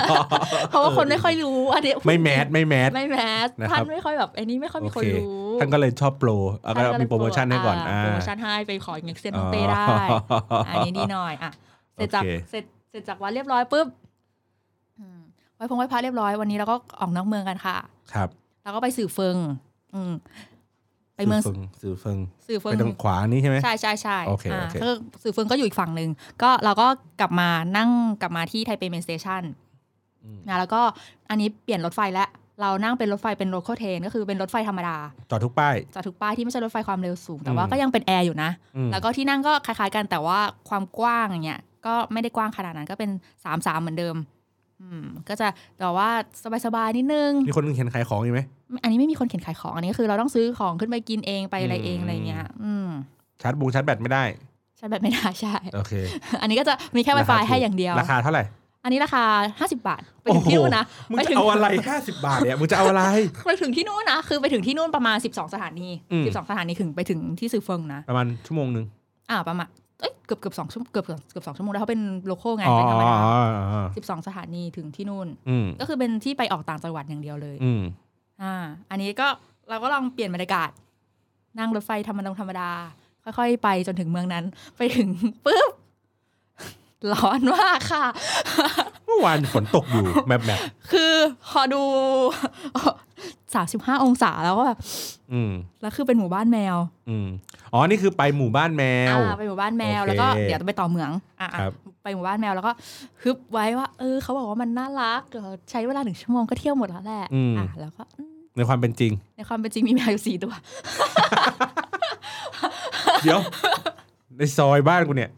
[SPEAKER 2] *laughs*
[SPEAKER 3] เพราะว่าคนไม่ค่อยรู้อันนี้
[SPEAKER 2] ไม่แมสไม่แมส
[SPEAKER 3] ไม่แมส
[SPEAKER 2] นะครับ
[SPEAKER 3] ท่านไม่ค่อยแบบไอ้นี่ไม่ค่อยมีคน
[SPEAKER 2] โอเ
[SPEAKER 3] รู้
[SPEAKER 2] ท่านก็เลยชอบโปรเอาก็
[SPEAKER 3] ท่าก็เลย
[SPEAKER 2] มีโปรโมชั่นให้ก่อนา อ่า
[SPEAKER 3] โปรโมชั่นให้ไปขออย่างเซียนฮ่องเต้ได้อันนี้ดีหน่อยอ่ะเสร็จจาก
[SPEAKER 2] โอเค
[SPEAKER 3] เสร็จเสร็จจากวัดเรียบร้อยปุ๊บอืมไว้พงไว้พระเรียบร้อยวันนี้เราก็ออกนอกเมืองกันค่ะ
[SPEAKER 2] ครับ
[SPEAKER 3] แล้วก็ไปสื่อเฟิง อืมไปเมือง
[SPEAKER 2] สื่อเฟิงสื่อเฟิง
[SPEAKER 3] สื่อเฟิ
[SPEAKER 2] ไป
[SPEAKER 3] ง
[SPEAKER 2] ทางขวานี้ใช่ไหม
[SPEAKER 3] ใช่ใช่ใช่
[SPEAKER 2] โอเค
[SPEAKER 3] อ่า
[SPEAKER 2] โอเค
[SPEAKER 3] ก็สื่อเฟิงก็อยู่อีกฝั่งหนึ่งก็เราก็กลับมานั่งกลับมาที่ไทเปเมนสเตชัน
[SPEAKER 2] อืม
[SPEAKER 3] นะแล้วก็อันนี้เปลี่ยนรถไฟแล้ว เรานั่งเป็นรถไฟเป็น local train ก็คือเป็นรถไฟธรรมดา
[SPEAKER 2] จอดทุกป้าย
[SPEAKER 3] จากทุกป้ายที่ไม่ใช่รถไฟความเร็วสูง แต่
[SPEAKER 2] อืม
[SPEAKER 3] ว่าก็ยังเป็นแอร์อยู่นะ
[SPEAKER 2] อืม
[SPEAKER 3] แล้วก็ที่นั่งก็คล้ายๆกันแต่ว่าความกว้างอย่างเงี้ยก็ไม่ได้กว้างขนาดนั้นก็เป็นสามสามเหมือนเดิม อืม ก็จะแต่ว่าสบายๆนิดนึง
[SPEAKER 2] มีคนนึงเห็นขายของอยู่ไหม
[SPEAKER 3] อันนี้ไม่มีคนเข็นขายของอันนี้ก็คือเราต้องซื้อของขึ้นไปกินเองไปอะไรเอง
[SPEAKER 2] อืม
[SPEAKER 3] อะไรเงี้ย อืม
[SPEAKER 2] ชาร์จบงชาร์จแบตไม่ได้
[SPEAKER 3] ใช่แบบไม่ได้ใช่ *laughs*
[SPEAKER 2] โอเค
[SPEAKER 3] อันนี้ก็จะมีแค่
[SPEAKER 2] ราคา
[SPEAKER 3] Wi-Fi
[SPEAKER 2] ถูก
[SPEAKER 3] ให้อย่างเดียว
[SPEAKER 2] ราคาเท่าไหร่
[SPEAKER 3] อันนี้ราคา 50 บาท ไปถึงที่นู่นนะ
[SPEAKER 2] โอ้โหมึง
[SPEAKER 3] ไป
[SPEAKER 2] จะ
[SPEAKER 3] ถึง
[SPEAKER 2] เอาอะไรห้าสิบาทเนี่ยมึงจะเอาอะไร
[SPEAKER 3] ไปถึงที่นู่นนะ คือไปถึงที่นู่นประมาณ 12 สถานี
[SPEAKER 2] อืม
[SPEAKER 3] 12 สถานีถึงไปถึงที่ซือเฟิงนะ
[SPEAKER 2] ประมาณชั่วโมงหนึ่ง
[SPEAKER 3] อ่าประมาณเอ้ยเกือบเกือบสองชั่วโมงเกือบเกือบเกือบสองชั่วโมงแล้วเขาเป็นโลโก้ไง
[SPEAKER 2] อ๋อ
[SPEAKER 3] เป็นธรรม
[SPEAKER 2] อ๋อ
[SPEAKER 3] ดา
[SPEAKER 2] อ๋อ
[SPEAKER 3] สิบสองสถานีถึงที่นู่น
[SPEAKER 2] อืม
[SPEAKER 3] ก็คือเป็นที่ไปออกต่างจังหวัดอย่างเดียวเลย
[SPEAKER 2] อืม
[SPEAKER 3] อ่า อันนี้ก็เราก็ลองเปลี่ยนบรรยากาศ นั่งรถไฟธรรมดาธรรมดา ค่อยๆ ไปจนถึงเมืองนั้น ไปถึงปุ๊บ ร้อนมากค่ะ
[SPEAKER 2] เมื่อวานฝนตกอยู่ แมบแมบ
[SPEAKER 3] คือพอดูสามสิบห้าองศาแล้วก็แบบ
[SPEAKER 2] อืม
[SPEAKER 3] แล้วคือเป็นหมู่บ้านแมว
[SPEAKER 2] อืมอ๋อนี่คือไปหมู่บ้านแมว
[SPEAKER 3] อ่าไปหมู่บ้านแมวแล้วก็
[SPEAKER 2] โอเค
[SPEAKER 3] เดี๋ยวไปต่อเหมืองอ่ะอ่ะ
[SPEAKER 2] ครับ
[SPEAKER 3] ไปหมู่บ้านแมวแล้วก็ฮึบไว้ว่า เออเขาบอกว่ามันน่ารักเดี๋ยวใช้เวลาหนึ่งชั่วโมงก็เที่ยวหมดแล้วแหละ
[SPEAKER 2] อืม
[SPEAKER 3] อ่ะแล้วก็อืม
[SPEAKER 2] ในความเป็นจริง
[SPEAKER 3] ในความเป็นจริงมีแมวอยู่สี่ตัว
[SPEAKER 2] เดี๋ยว ในซอยบ้านกูเนี่ย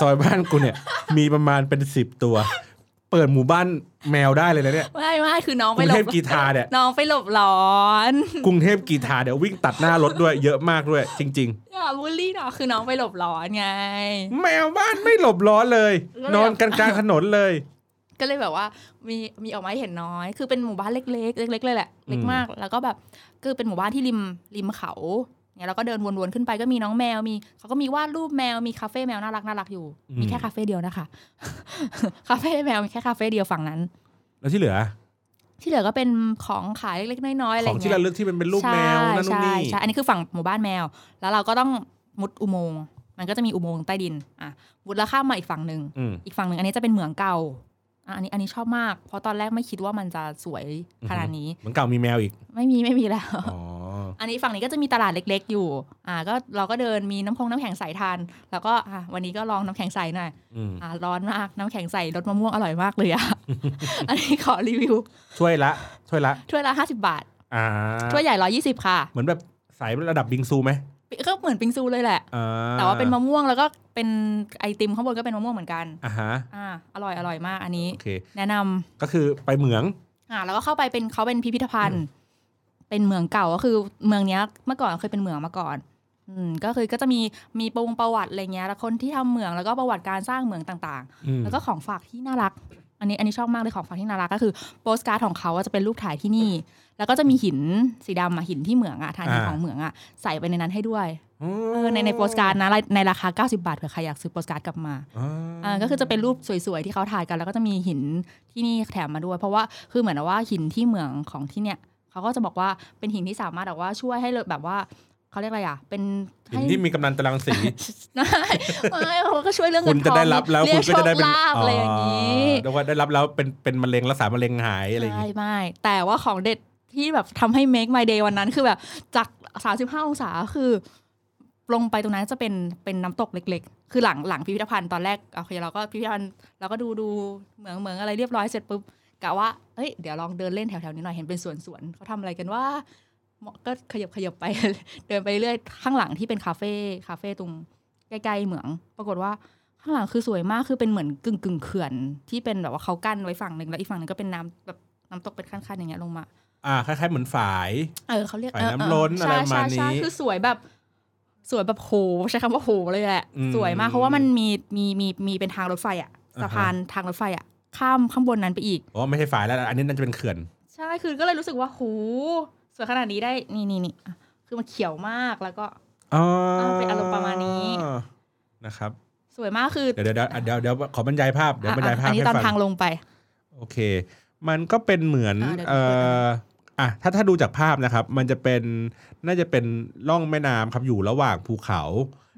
[SPEAKER 2] ซอยบ้านกูเนี่ย มีประมาณเป็นสิบตัว เปิดหมู่บ้านแมวได้เลยนะเนี่ย
[SPEAKER 3] ไม่ไม่คือน้องไปหล
[SPEAKER 2] กรุงเท
[SPEAKER 3] บ
[SPEAKER 2] พกีทาเนี่ย
[SPEAKER 3] น้องไปหลบร้อน
[SPEAKER 2] กรุงเทพกีทาเดี๋ยววิ่งตัดหน้ารถด้วยเยอะมากด้วย จริง
[SPEAKER 3] อย่าบูลลี่น้องคือน้องไปหลบร้อนไง
[SPEAKER 2] ๆ แมวบ้านไม่หลบร้อนเลย นอนกันกลางถนนเลย
[SPEAKER 3] ก็เลยแบบว่ามีมีออกมาให้เห็นน้อย คือเป็นหมู่บ้านเล็กๆ เล็กๆเลยแหละ เล็กมาก แล้วก็แบบคือเป็นหมู่บ้านที่ริมริมเขาเนี่ยแล้วก็เดินวนๆขึ้นไปก็มีน้องแมวมีเขาก็มีวาดรูปแมวมีคาเฟ่แมวน่ารักน่ารักอยู่
[SPEAKER 2] อืม
[SPEAKER 3] มีแค่คาเฟ่เดียวนะคะ *laughs* คาเฟ่แมวมีแค่คาเฟ่เดียวฝั่งนั้น
[SPEAKER 2] แล้วที่เหลือ
[SPEAKER 3] ที่เหลือก็เป็นของขายเล็กๆน้อยๆอะไร
[SPEAKER 2] ข
[SPEAKER 3] อ
[SPEAKER 2] อง
[SPEAKER 3] ย่าง
[SPEAKER 2] ที่
[SPEAKER 3] เงี้
[SPEAKER 2] ระ
[SPEAKER 3] ย
[SPEAKER 2] ลึกที่มันเป็นรูป
[SPEAKER 3] ใช่
[SPEAKER 2] แมวนั่นนู่น
[SPEAKER 3] ใช่
[SPEAKER 2] นี่
[SPEAKER 3] ใช่อันนี้คือฝั่งหมู่บ้านแมว แล้วเราก็ต้องมุดอุโมงค์มันก็จะมีอุโมงค์ใต้ดินอ่ะมุดแล้วข้ามมาอีกฝั่งหนึ่ง
[SPEAKER 2] อืม
[SPEAKER 3] อีกฝั่งหนึ่งอันนี้จะเป็นเหมืองเก่าอ่ะอันนี้อันนี้ชอบมาก เพราะตอนแรกไม่คิดว่ามันจะสวยขนาดนี้
[SPEAKER 2] เหมือนเก่ามีแมวอีก
[SPEAKER 3] ไม่มีไม่มีแล้ว
[SPEAKER 2] อ๋อ
[SPEAKER 3] อันนี้ฝั่งนี้ก็จะมีตลาดเล็ก ๆ อยู่ อ่า ก็เราก็เดินมีน้ำคงน้ำแข็งใสทาน แล้วก็อ่ะวันนี้ก็ลองน้ำแข็งใสหน่อย
[SPEAKER 2] อืม
[SPEAKER 3] อ่าร้อนมากน้ำแข็งใสรสมะม่วงอร่อยมากเลย
[SPEAKER 2] *laughs*
[SPEAKER 3] อ่ะ อันนี้ขอรีวิว
[SPEAKER 2] ช่วยละ ช่วยละ
[SPEAKER 3] ถ้วยละ50 บาท
[SPEAKER 2] อ่า
[SPEAKER 3] ถ้วยใหญ่120 ค่ะ
[SPEAKER 2] เหมือนแบบสายระดับบิงซูไหม
[SPEAKER 3] ก็เหมือนปิงซูเลยแหละ
[SPEAKER 2] อ่า
[SPEAKER 3] แต่ว่าเป็นมะม่วงแล้วก็เป็นไอติมข้างบนก็เป็นมะม่วงเหมือนกัน
[SPEAKER 2] อ่าฮะ
[SPEAKER 3] อ่า อร่อยอร่อยมาก อันนี้
[SPEAKER 2] โอเค
[SPEAKER 3] แนะนำ
[SPEAKER 2] ก็คือไปเหมือง
[SPEAKER 3] อ่าแล้วก็เข้าไปเป็นเขาเป็นพิพิธภัณฑ์ เป็นเหมืองเก่าก็คือเมืองเนี้ยเมื่อก่อนเคยเป็นเหมืองมาก่อน อืมก็คือก็จะมีมีประวงประวัติอะไรเงี้ยแล้วคนที่ทำเหมืองแล้วก็ประวัติการสร้างเหมืองต่าง
[SPEAKER 2] อืม
[SPEAKER 3] ๆ แล้วก็ของฝากที่น่ารัก อันนี้อันนี้ชอบมากเลยของฝากที่น่ารักก็คือโปสการ์ดของเขาอะจะเป็นรูปถ่ายที่นี่ แล้วก็จะมีหินสีดำอะหินที่เหมืองอะฐานหินของเหมืองอะใส่ไปในนั้นให้ด้วยเออในในโปสการ์ดนะในราคา 90 บาทเผื่อใครอยากซื้อโปสการ์ดกลับมา
[SPEAKER 2] อ่า
[SPEAKER 3] อ่าก็คือจะเป็นรูปสวยๆ ที่เขาถ่ายกัน แล้วก็จะมีหินที่นี่แถมมาด้วย เพราะว่าคือเหมือนว่าหินที่เหมืองของที่เนี่ยเขาก็จะบอกว่าเป็นหินที่สามารถแบบว่าช่วยให้เลยแบบว่าเขาเรียกอะไรอ่ะเป็น
[SPEAKER 2] หิ
[SPEAKER 3] ให้
[SPEAKER 2] นที่มีกำนันตรัง
[SPEAKER 3] *laughs*
[SPEAKER 2] สี
[SPEAKER 3] ไม่ไม่เขาก็ช่วยเรื่อง
[SPEAKER 2] คุ
[SPEAKER 3] เงิ
[SPEAKER 2] ณ
[SPEAKER 3] นท
[SPEAKER 2] จะ
[SPEAKER 3] อง
[SPEAKER 2] ได้รับแล้ว
[SPEAKER 3] เรี
[SPEAKER 2] คุณ
[SPEAKER 3] ยก
[SPEAKER 2] ก็
[SPEAKER 3] โช
[SPEAKER 2] จะ
[SPEAKER 3] ค
[SPEAKER 2] ได้เป็น
[SPEAKER 3] ลาภอะไรอย่าง
[SPEAKER 2] นี้
[SPEAKER 3] นี้
[SPEAKER 2] เรียกว่าได้รับแล้วเป็นเป็นมะเร็งรักษามะเร็งหายอะไรอย่าง
[SPEAKER 3] ใช่
[SPEAKER 2] งี้
[SPEAKER 3] ไม่แต่ว่าของเด็ดที่แบบทำให้ make my day วันนั้นคือแบบจาก 35 องศาคือ ลงไปตรงนั้นจะเป็นเป็นน้ำตกเล็ก ๆ คือหลังหลังพิพิธภัณฑ์ตอนแรกโอเคเราก็พิพิธภัณฑ์เราก็ดูดูเหมืองเหมืองอะไรเรียบร้อยเสร็จปุ๊บกะว่าเอ้ยเดี๋ยวลองเดินเล่นแถวๆนี้หน่อยเห็นเป็นสวนสวนเขาทำอะไรกันว่าก็ขยับขยับไป *laughs* เดินไปเรื่อยข้างหลังที่เป็นคาเฟ่คาเฟ่ตรงใกล้ๆเหมือง ปรากฏว่าข้างหลังคือสวยมากคือเป็นเหมือนกึ่งกึ่งๆเขื่อนที่เป็นแบบว่าเขากั้นไว้ฝั่งหนึ่งแล้วอีกฝั่งหนึ่งก็เป็นน้ำแบบน้ำตกเป็นขั้นๆอย่างเงี้ยลงมา
[SPEAKER 2] อ่าคล้ายๆเหมือนฝาย
[SPEAKER 3] เออเขาเรียก
[SPEAKER 2] ฝ่าย
[SPEAKER 3] เออ
[SPEAKER 2] น้ำล้นอะ
[SPEAKER 3] เใช่
[SPEAKER 2] ไรประมาณนี้
[SPEAKER 3] ใช่ใช่คือสวยแบบ สวยแบบโหใช้คำว่าโหเลยแหละ
[SPEAKER 2] อืม
[SPEAKER 3] สวยมากเพราะว่ามันมีมีมีมีเป็นทางรถไฟอ่ะ
[SPEAKER 2] อ่าฮะ
[SPEAKER 3] สะพานทางรถไฟอ่ะ ข้ามข้างบนนั้นไปอีก
[SPEAKER 2] อ๋อไม่ใช่ฝายแล้ว อันนี้น่าจะเป็นเขื่อน
[SPEAKER 3] ใช่คือก็เลยรู้สึกว่าโหสวยขนาดนี้ได้นี่นี่นี่อ่ะคือมันเขียวมากแล้วก็
[SPEAKER 2] อ๋อ
[SPEAKER 3] เป็นอารมณ์ประมาณนี้
[SPEAKER 2] นะครับ
[SPEAKER 3] สวยมากคือ
[SPEAKER 2] เดี๋ยวเดี๋ยวเดี๋ยวเดี๋ยวเดี๋ยวขอบรรยายภาพ เดี๋ยวบรรยายภาพ
[SPEAKER 3] นนี้
[SPEAKER 2] ให้
[SPEAKER 3] ตอน
[SPEAKER 2] ฟั
[SPEAKER 3] ทาง งลงไป
[SPEAKER 2] โอเค มันก็เป็นเหมือน
[SPEAKER 3] อ่าเดี๋ยว
[SPEAKER 2] เอ่ออ่ะถ้าถ้าดูจากภาพนะครับ มันจะเป็นน่าจะเป็นร่องแม่น้ำครับอยู่ระหว่างภูเขา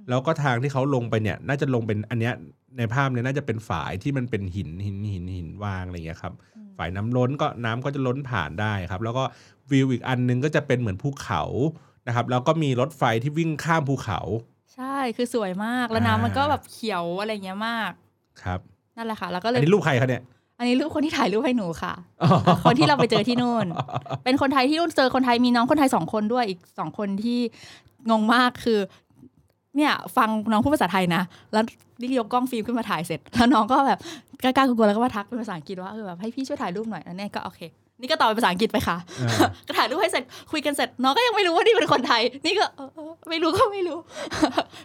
[SPEAKER 2] แล้วก็ทางที่เขาลงไปเนี่ย น่าจะลงเป็นอันเนี้ยในภาพเนี่ยน่าจะเป็นฝายที่มันเป็นหินหินหินหินวางอะไรอย่างเงี้ยครับ
[SPEAKER 3] อืม
[SPEAKER 2] ฝายน้ำล้นก็น้ำก็จะล้นผ่านได้ครับ แล้วก็วิวอีกอันนึงก็จะเป็นเหมือนภูเขานะครับ แล้วก็มีรถไฟที่วิ่งข้ามภูเขา
[SPEAKER 3] ใช่คือสวยมากแล้ว
[SPEAKER 2] อ่า
[SPEAKER 3] น้ำมันก็แบบเขียวอะไรเงี้ยมาก
[SPEAKER 2] ครับ
[SPEAKER 3] นั่นแหละค่ะ แล้วก็เล
[SPEAKER 2] อัน
[SPEAKER 3] ย
[SPEAKER 2] นี้รูปใครคะเนี่ย
[SPEAKER 3] อันนี้รูปคนที่ถ่ายรูปให้หนูค่ะ คนที่เราไปเจอที่นู่น เป็นคนไทยที่นู่นเจอคนไทยมีน้องคนไทยสองคนด้วยอีกสองคนที่งงมากคือ เนี่ย ฟังน้องพูดภาษาไทยนะ แล้วนี่ยกกล้องฟิล์มขึ้นมาถ่ายเสร็จ แล้วน้องก็แบบกล้าๆกลัวๆแล้วก็มาทักเป็นภาษาอังกฤษว่าเออแบบให้พี่ช่วยถ่ายรูปหน่อยอันนี้ก็โอเค นี่ก็ตอบเป็นภาษาอังกฤษไปค่ะ
[SPEAKER 2] อ่า
[SPEAKER 3] ก็ถ่ายรูปให้เสร็จคุยกันเสร็จน้องก็ยังไม่รู้ว่านี่เป็นคนไทย นี่ก็เออเออไม่รู้ก็ไม่รู้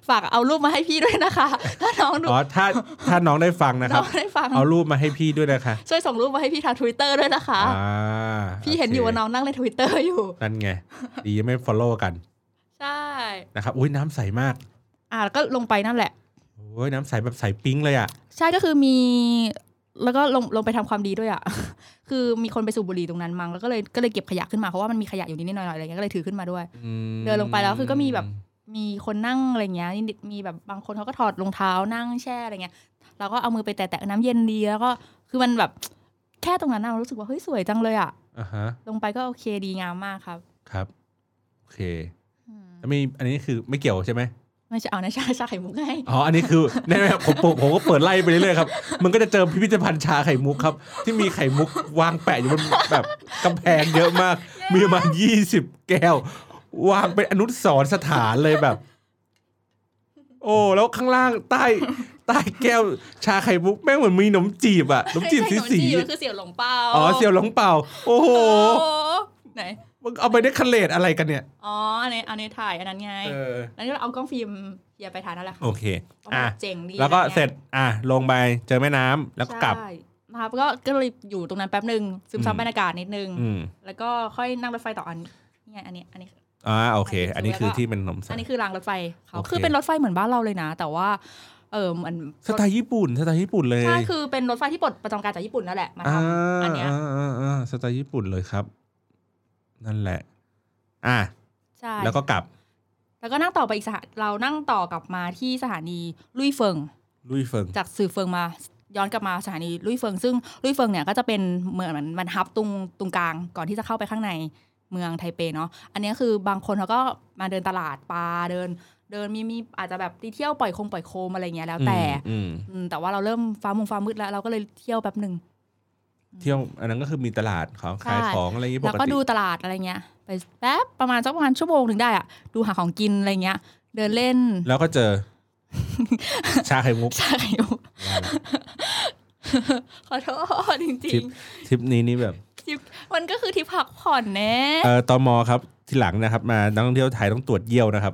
[SPEAKER 3] ฝากเอารูปมาให้พี่ด้วยนะคะ ถ้าน้องดู
[SPEAKER 2] อ๋อถ้าถ้าน้องได้ฟังนะค
[SPEAKER 3] น้
[SPEAKER 2] รั
[SPEAKER 3] อบ งได้ฟัง
[SPEAKER 2] เอารูปมาให้พี่ด้วยนะคะ
[SPEAKER 3] ช่วยส่งรูปมาให้พี่ทางทวิตเตอร์ด้วยนะคะ
[SPEAKER 2] อ่า
[SPEAKER 3] พี่เห็นอยู่ว่าน้องนั่งในทวิตเตอร์อยู่
[SPEAKER 2] นั่นไง ดีไม่ follow กัน
[SPEAKER 3] ใช่
[SPEAKER 2] นะครับอุ้ยน้ำใสมาก
[SPEAKER 3] อ่าแล้วก็ลงไปนั่นแหละ
[SPEAKER 2] โอ้ยน้ำใสแบบใสปิ๊งเลยอ่ะ
[SPEAKER 3] ใช่ก็คือมีแล้วก็ลงลงไปทำความดีด้วยอะ่ *laughs* ะ คือมีคนไปสูบบุหรี่ตรงนั้นมั้งแล้วก็เลยก็เลยเก็บขยะขึ้นมาเพราะว่ามันมีขยะอยู่นิดๆหน่อยๆอะไรเงี้ยก็เลยถือขึ้นมาด้วย
[SPEAKER 2] อืม
[SPEAKER 3] เดินลงไปแล้วคือก็มีแบบ มีคนนั่งอะไรเงี้ยนิดมีแบบบางคนเขาก็ถอดรองเท้านั่งแช่อะไรเงี้ยเราก็เอามือไปแตะๆน้ำเย็นดีแล้วก็คือมันแบบแค่ตรงนั้นนะเรารู้สึกว่าเฮ้ยสวยจังเลยอะ่ะ
[SPEAKER 2] อ่าฮะ
[SPEAKER 3] ลงไปก็โอเคดีงามมากครับ
[SPEAKER 2] ครับโอเค
[SPEAKER 3] อืม
[SPEAKER 2] แล้วมีอันนี้คือไม่เกี่ยวใช่ไหม
[SPEAKER 3] ไม่ใช่เอานะช *laughs* าชาไข่มุกให้
[SPEAKER 2] อ๋ออันนี้คือแน่ไหมครับผมผมผมก็เปิดไล่ไปเรื่อยๆครับมันก็จะเจอพิพิธภัณฑ์ชาไข่มุกครับ ที่มีไข่มุกวางแปะอยู่บนแบบกำแพงเยอะมาก มีประมาณยี่สิบแก้ว วางเป็นอนุสรณ์สถานเลยแบบ โอ้แล้วข้างล่างใต้ใต้แก้วชาไข่มุกแม่งเหมือนมีหนมจีบอะหนมจีบสี
[SPEAKER 3] ไม่ใช่ขนม
[SPEAKER 2] สี
[SPEAKER 3] จีบคือเสี่ยวหลงเปา
[SPEAKER 2] อ๋อเสี่ยวหลงเป่า โอ้โห
[SPEAKER 3] โอ้ไหน
[SPEAKER 2] มึงเอาไปได้คันเลดอะไรกันเนี่ย
[SPEAKER 3] อ๋อ อันนี้อันนี้ถ่ายอันนั้นไง
[SPEAKER 2] เออ
[SPEAKER 3] แล้วก็เอากล้องฟิล์มเฮียไปถ่ายนั่นแหละค่ะ
[SPEAKER 2] โอเค
[SPEAKER 3] ว่ามัน
[SPEAKER 2] อ่ะ
[SPEAKER 3] เจ๋งดี
[SPEAKER 2] แล้วก็
[SPEAKER 3] อะไรงี้ย
[SPEAKER 2] เสร็จ อ่ะ ลงไป เจอแม่น้ำ แล้วก็กลับ
[SPEAKER 3] ใช่นะครับก็ก็เลยอยู่ตรงนั้นแป๊บหนึ่งซึมซับ
[SPEAKER 2] อืม
[SPEAKER 3] บรรยากาศนิดนึง
[SPEAKER 2] อืม
[SPEAKER 3] แล้วก็ค่อยนั่งรถไฟต่ออันนี่ไงอันนี้อันนี้
[SPEAKER 2] อ่า โอเค อันนี้คือที่เป็นนมสด
[SPEAKER 3] อันนี้คือรางรถไฟเขา
[SPEAKER 2] โอเค
[SPEAKER 3] คือเป็นรถไฟเหมือนบ้านเราเลยนะ แต่ว่า เออมัน
[SPEAKER 2] สไตล์ญี่ปุ่น สไตล์ญี่ปุ่นเลย
[SPEAKER 3] ใช่คือเป็นรถไฟที่ปลดประจำการจากญี่ปุ่นนั่นแหละมาท
[SPEAKER 2] อ่า
[SPEAKER 3] ำอันเนี้ย
[SPEAKER 2] อ่าอ่าอ่าสไตล์ญี่ปุ่นเลยครับ นั่นแหละ อ่ะ
[SPEAKER 3] ใช่
[SPEAKER 2] แล้วก็กลับ
[SPEAKER 3] แล้วก็นั่งต่อไปอีกสถานเรานั่งต่อกลับมาที่สถานีลุยเฟิง
[SPEAKER 2] ลุยเฟิง
[SPEAKER 3] จากสื่อเฟิงมาย้อนกลับมาสถานีลุยเฟิง ซึ่งลุยเฟิงเนี่ยก็จะเป็นเหมือนมันมันฮับตรงตรงกลางก่อนที่จะเข้าไปข้างในเมืองไทเปเนาะอันเนี้ยคือบางคนเขาก็มาเดินตลาดปลาเดิน เดินมีมีอาจจะแบบไปเที่ยวปล่อยโคมปล่อยโคมอะไรเงี้ยแล้วแต่
[SPEAKER 2] อืม
[SPEAKER 3] อืมแต่ว่าเราเริ่มฟ้ามงฟ้ามืดแล้วเราก็เลยเที่ยวแป๊บหนึ่ง
[SPEAKER 2] อืมเที่ยว อันนั้นก็คือมีตลาดของ
[SPEAKER 3] ใช่
[SPEAKER 2] ขายของอะไรอย่างงี้ป
[SPEAKER 3] แล้ว
[SPEAKER 2] ก
[SPEAKER 3] ก็
[SPEAKER 2] ติ
[SPEAKER 3] ดูตลาดอะไรเงี้ยไปแป๊บประมาณสักประมาณชั่วโมงหนึ่งได้อะดูหาของกินอะไรเงี้ย เดินเล่น
[SPEAKER 2] แล้วก็เจ
[SPEAKER 3] *laughs*
[SPEAKER 2] อ ชาไข่มุก
[SPEAKER 3] ใช่ *laughs* ขอโทษจริ
[SPEAKER 2] ทิ
[SPEAKER 3] ง
[SPEAKER 2] ป ทริปนี้นี่แบบ
[SPEAKER 3] ๆทริปมันก็คือทริปพักผ่อนเน่
[SPEAKER 2] เอ่อตอมอครับ ทีหลังนะครับ มา นักท่องเที่ยวไทยต้องตรวจเยี่ยวนะครับ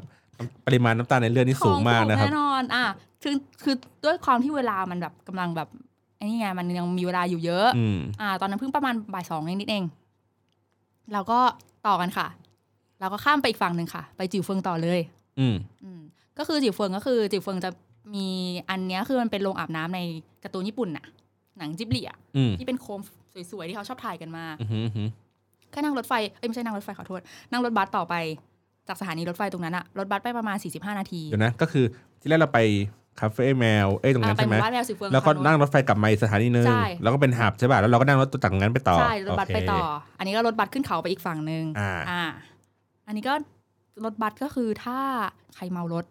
[SPEAKER 2] ปริมาณน้ำตาลในเลือดนี่สูงมากนะครับ
[SPEAKER 3] ของถูแน่นอน อ่ะคือคือด้วยความที่เวลามันแบบกำลังแบบไอ้นี่ไง มันยังมีเวลาอยู่เยอะ
[SPEAKER 2] อืม
[SPEAKER 3] อ่า ตอนนั้นเพิ่งประมาณบ่ายสองเองนิดเอง เราก็ต่อกันค่ะ เราก็ข้ามไปอีกฝั่งหนึ่งค่ะ ไปจิวเฟิงต่อเลย
[SPEAKER 2] อืม
[SPEAKER 3] อืม ก็คือจิวเฟิงก็คือจิวเฟิงจะมีอันเนี้ยคือมันเป็นโรงอาบน้ำในการ์ตูนญี่ปุ่นน่ะ หนังจิบลิอ่ะ
[SPEAKER 2] อืม
[SPEAKER 3] ที่เป็นโคมสวยๆที่เขาชอบถ่ายกันมา
[SPEAKER 2] อือหืออื้อหือ
[SPEAKER 3] ก็นั่งรถไฟ เอ้ยไม่ใช่นั่งรถไฟขอโทษ นั่งรถบัสต่อไป จากสถานีรถไฟตรงนั้นอะรถบัสไปประมาณ 45 นาที
[SPEAKER 2] เดี๋ยวนะ ก็คือ ที่แรกเราไปคาเฟ่แมว เอ้ย ตรงนั้น
[SPEAKER 3] อ่า
[SPEAKER 2] ใช่ไหม
[SPEAKER 3] ปบ้านแมวสิเฟือง
[SPEAKER 2] แล้วก็
[SPEAKER 3] ทาโ
[SPEAKER 2] นั่งรถไฟกลับมาอีกสถานีหนึง
[SPEAKER 3] ใช่
[SPEAKER 2] แล้วก็เป็นหับใช่ป่ะ แล้วเราก็นั่งรถจากนั้นไปต่อ
[SPEAKER 3] ใช่รถบัส
[SPEAKER 2] โเค
[SPEAKER 3] ไปต่อ อันนี้ก็รถบัสขึ้นเขาไปอีกฝั่งหนึ่ง
[SPEAKER 2] อ่า
[SPEAKER 3] อ่า อันนี้ก็รถบัสก็คือถ้าใครเมารถ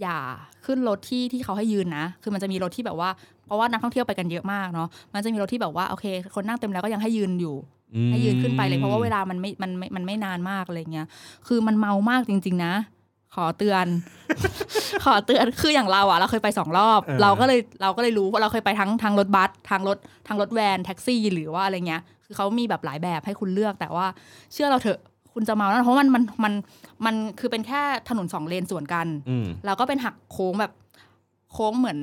[SPEAKER 3] อย่าขึ้นรถที่ที่เขาให้ยืนนะ คือมันจะมีรถที่แบบว่า เพราะว่านักท่องเที่ยวไปกันเยอะมากเนาะ มันจะมีรถที่แบบว่าโอเค คนนั่งเต็มแล้วก็ยังให้ยืนอยู่
[SPEAKER 2] อืม
[SPEAKER 3] ให้ยืนขึ้นไปเลยเพราะว่าเวลามันไม่ มันไม่ มันไม่นานมากอะไรเงี้ย คือมันเมามากจริง ๆ นะ ขอเตือน *laughs* ขอเตือน คืออย่างเราอะเราเคยไปสองรอบ เราก็เลยเราก็เลยรู้ว่าเราเคยไปทั้งทางรถบัสทางรถทางรถแวนแท็กซี่หรือว่าอะไรเงี้ย คือเขามีแบบหลายแบบให้คุณเลือกแต่ว่าเชื่อเราเถอะคุณจะเมาแล้วเพราะมันมันมันมันคือเป็นแค่ถนนสองเลนสวนกัน
[SPEAKER 2] อืม
[SPEAKER 3] แล้วก็เป็นหักโค้งแบบ โค้งเหมือน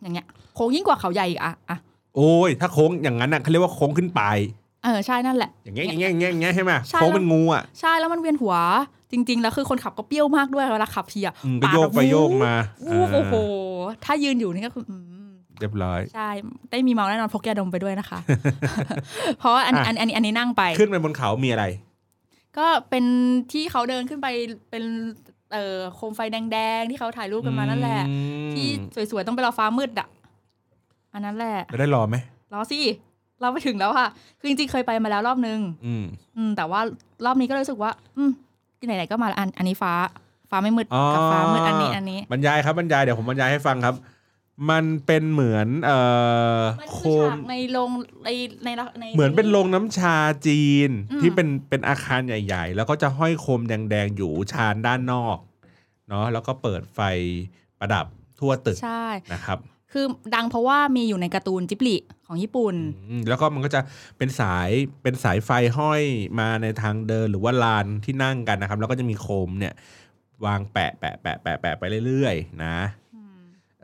[SPEAKER 3] อย่างเงี้ย โค้งยิ่งกว่าเขาใหญ่อีกอะอะ
[SPEAKER 2] โอ้ย ถ้าโค้งอย่างนั้นน่ะเขาเรียกว่าโค้งขึ้นไป
[SPEAKER 3] เออใช่นั่นแหละ
[SPEAKER 2] อย่างเงี้ย อย่างเงี้ย อย่างเงี้ยอย่างเงี้ยใช่ไหม
[SPEAKER 3] ใช่
[SPEAKER 2] โค้งเป็นงูอ่ะ
[SPEAKER 3] ใช่แล้วมันเวียนหัวจริง ๆ แล้วคือคนขับก็เปรี้ยวมากด้วยเวลาขับทีอะ
[SPEAKER 2] อืมก็โยกไปโยกมา
[SPEAKER 3] วูบ
[SPEAKER 2] อ่า
[SPEAKER 3] โอ้โหถ้ายืนอยู่นี่ก็คืออืม
[SPEAKER 2] เรียบร้อย
[SPEAKER 3] ใช่ได้มีเมาแน่นอนพกยาดมไปด้วย
[SPEAKER 2] *laughs*
[SPEAKER 3] นะคะ เพราะว่าอัน
[SPEAKER 2] อ่ะ
[SPEAKER 3] อันอันนี้อันนี้นั่งไป
[SPEAKER 2] ขึ้นไปบนเขามีอะไร
[SPEAKER 3] ก็เป็นที่เขาเดินขึ้นไปเป็นเอ่อโคมไฟแดงๆ ที่เขาถ่ายรูปกันมานั่นแหละ
[SPEAKER 2] อืม
[SPEAKER 3] ที่สวยๆ ต้องไปรอฟ้ามืดอ่ะ อันนั้นแหละ
[SPEAKER 2] แล้วได้รอไหม
[SPEAKER 3] รอสิเราไปถึงแล้วค่ะ คือจริงๆเคยไปมาแล้วรอบนึง
[SPEAKER 2] อืม
[SPEAKER 3] อืมแต่ว่ารอบนี้ก็รู้สึกว่า อืมไหนๆก็มาแล้วอันอันนี้ฟ้า ฟ้าไม่มืด
[SPEAKER 2] อ๋อ
[SPEAKER 3] กับฟ้ามืดอันนี้อันนี้
[SPEAKER 2] บรรยายครับบรรยายเดี๋ยวผมบรรยายให้ฟังครับ มันเป็นเหมือนเอ่อ
[SPEAKER 3] มัน
[SPEAKER 2] โค
[SPEAKER 3] คือ
[SPEAKER 2] ม
[SPEAKER 3] ฉากในโรงในในละใน
[SPEAKER 2] เหมือนเป็นโรงน้ำชาจีน
[SPEAKER 3] อืม
[SPEAKER 2] ที่เป็นเป็นอาคารใหญ่ ๆ แล้วก็จะห้อยโคมแดงๆอยู่ชานด้านนอกเนาะแล้วก็เปิดไฟประดับทั่วตึก
[SPEAKER 3] ใช่
[SPEAKER 2] นะครับ
[SPEAKER 3] คือดังเพราะว่ามีอยู่ในการ์ตูนจิบลิของญี่ปุ่น
[SPEAKER 2] อืมแล้วก็มันก็จะเป็นสายเป็นสายไฟห้อยมาในทางเดินหรือว่าลานที่นั่งกันนะครับ แล้วก็จะมีโคมเนี่ย วางแปะแปะแปะแปะแปะไปเรื่อยๆ นะ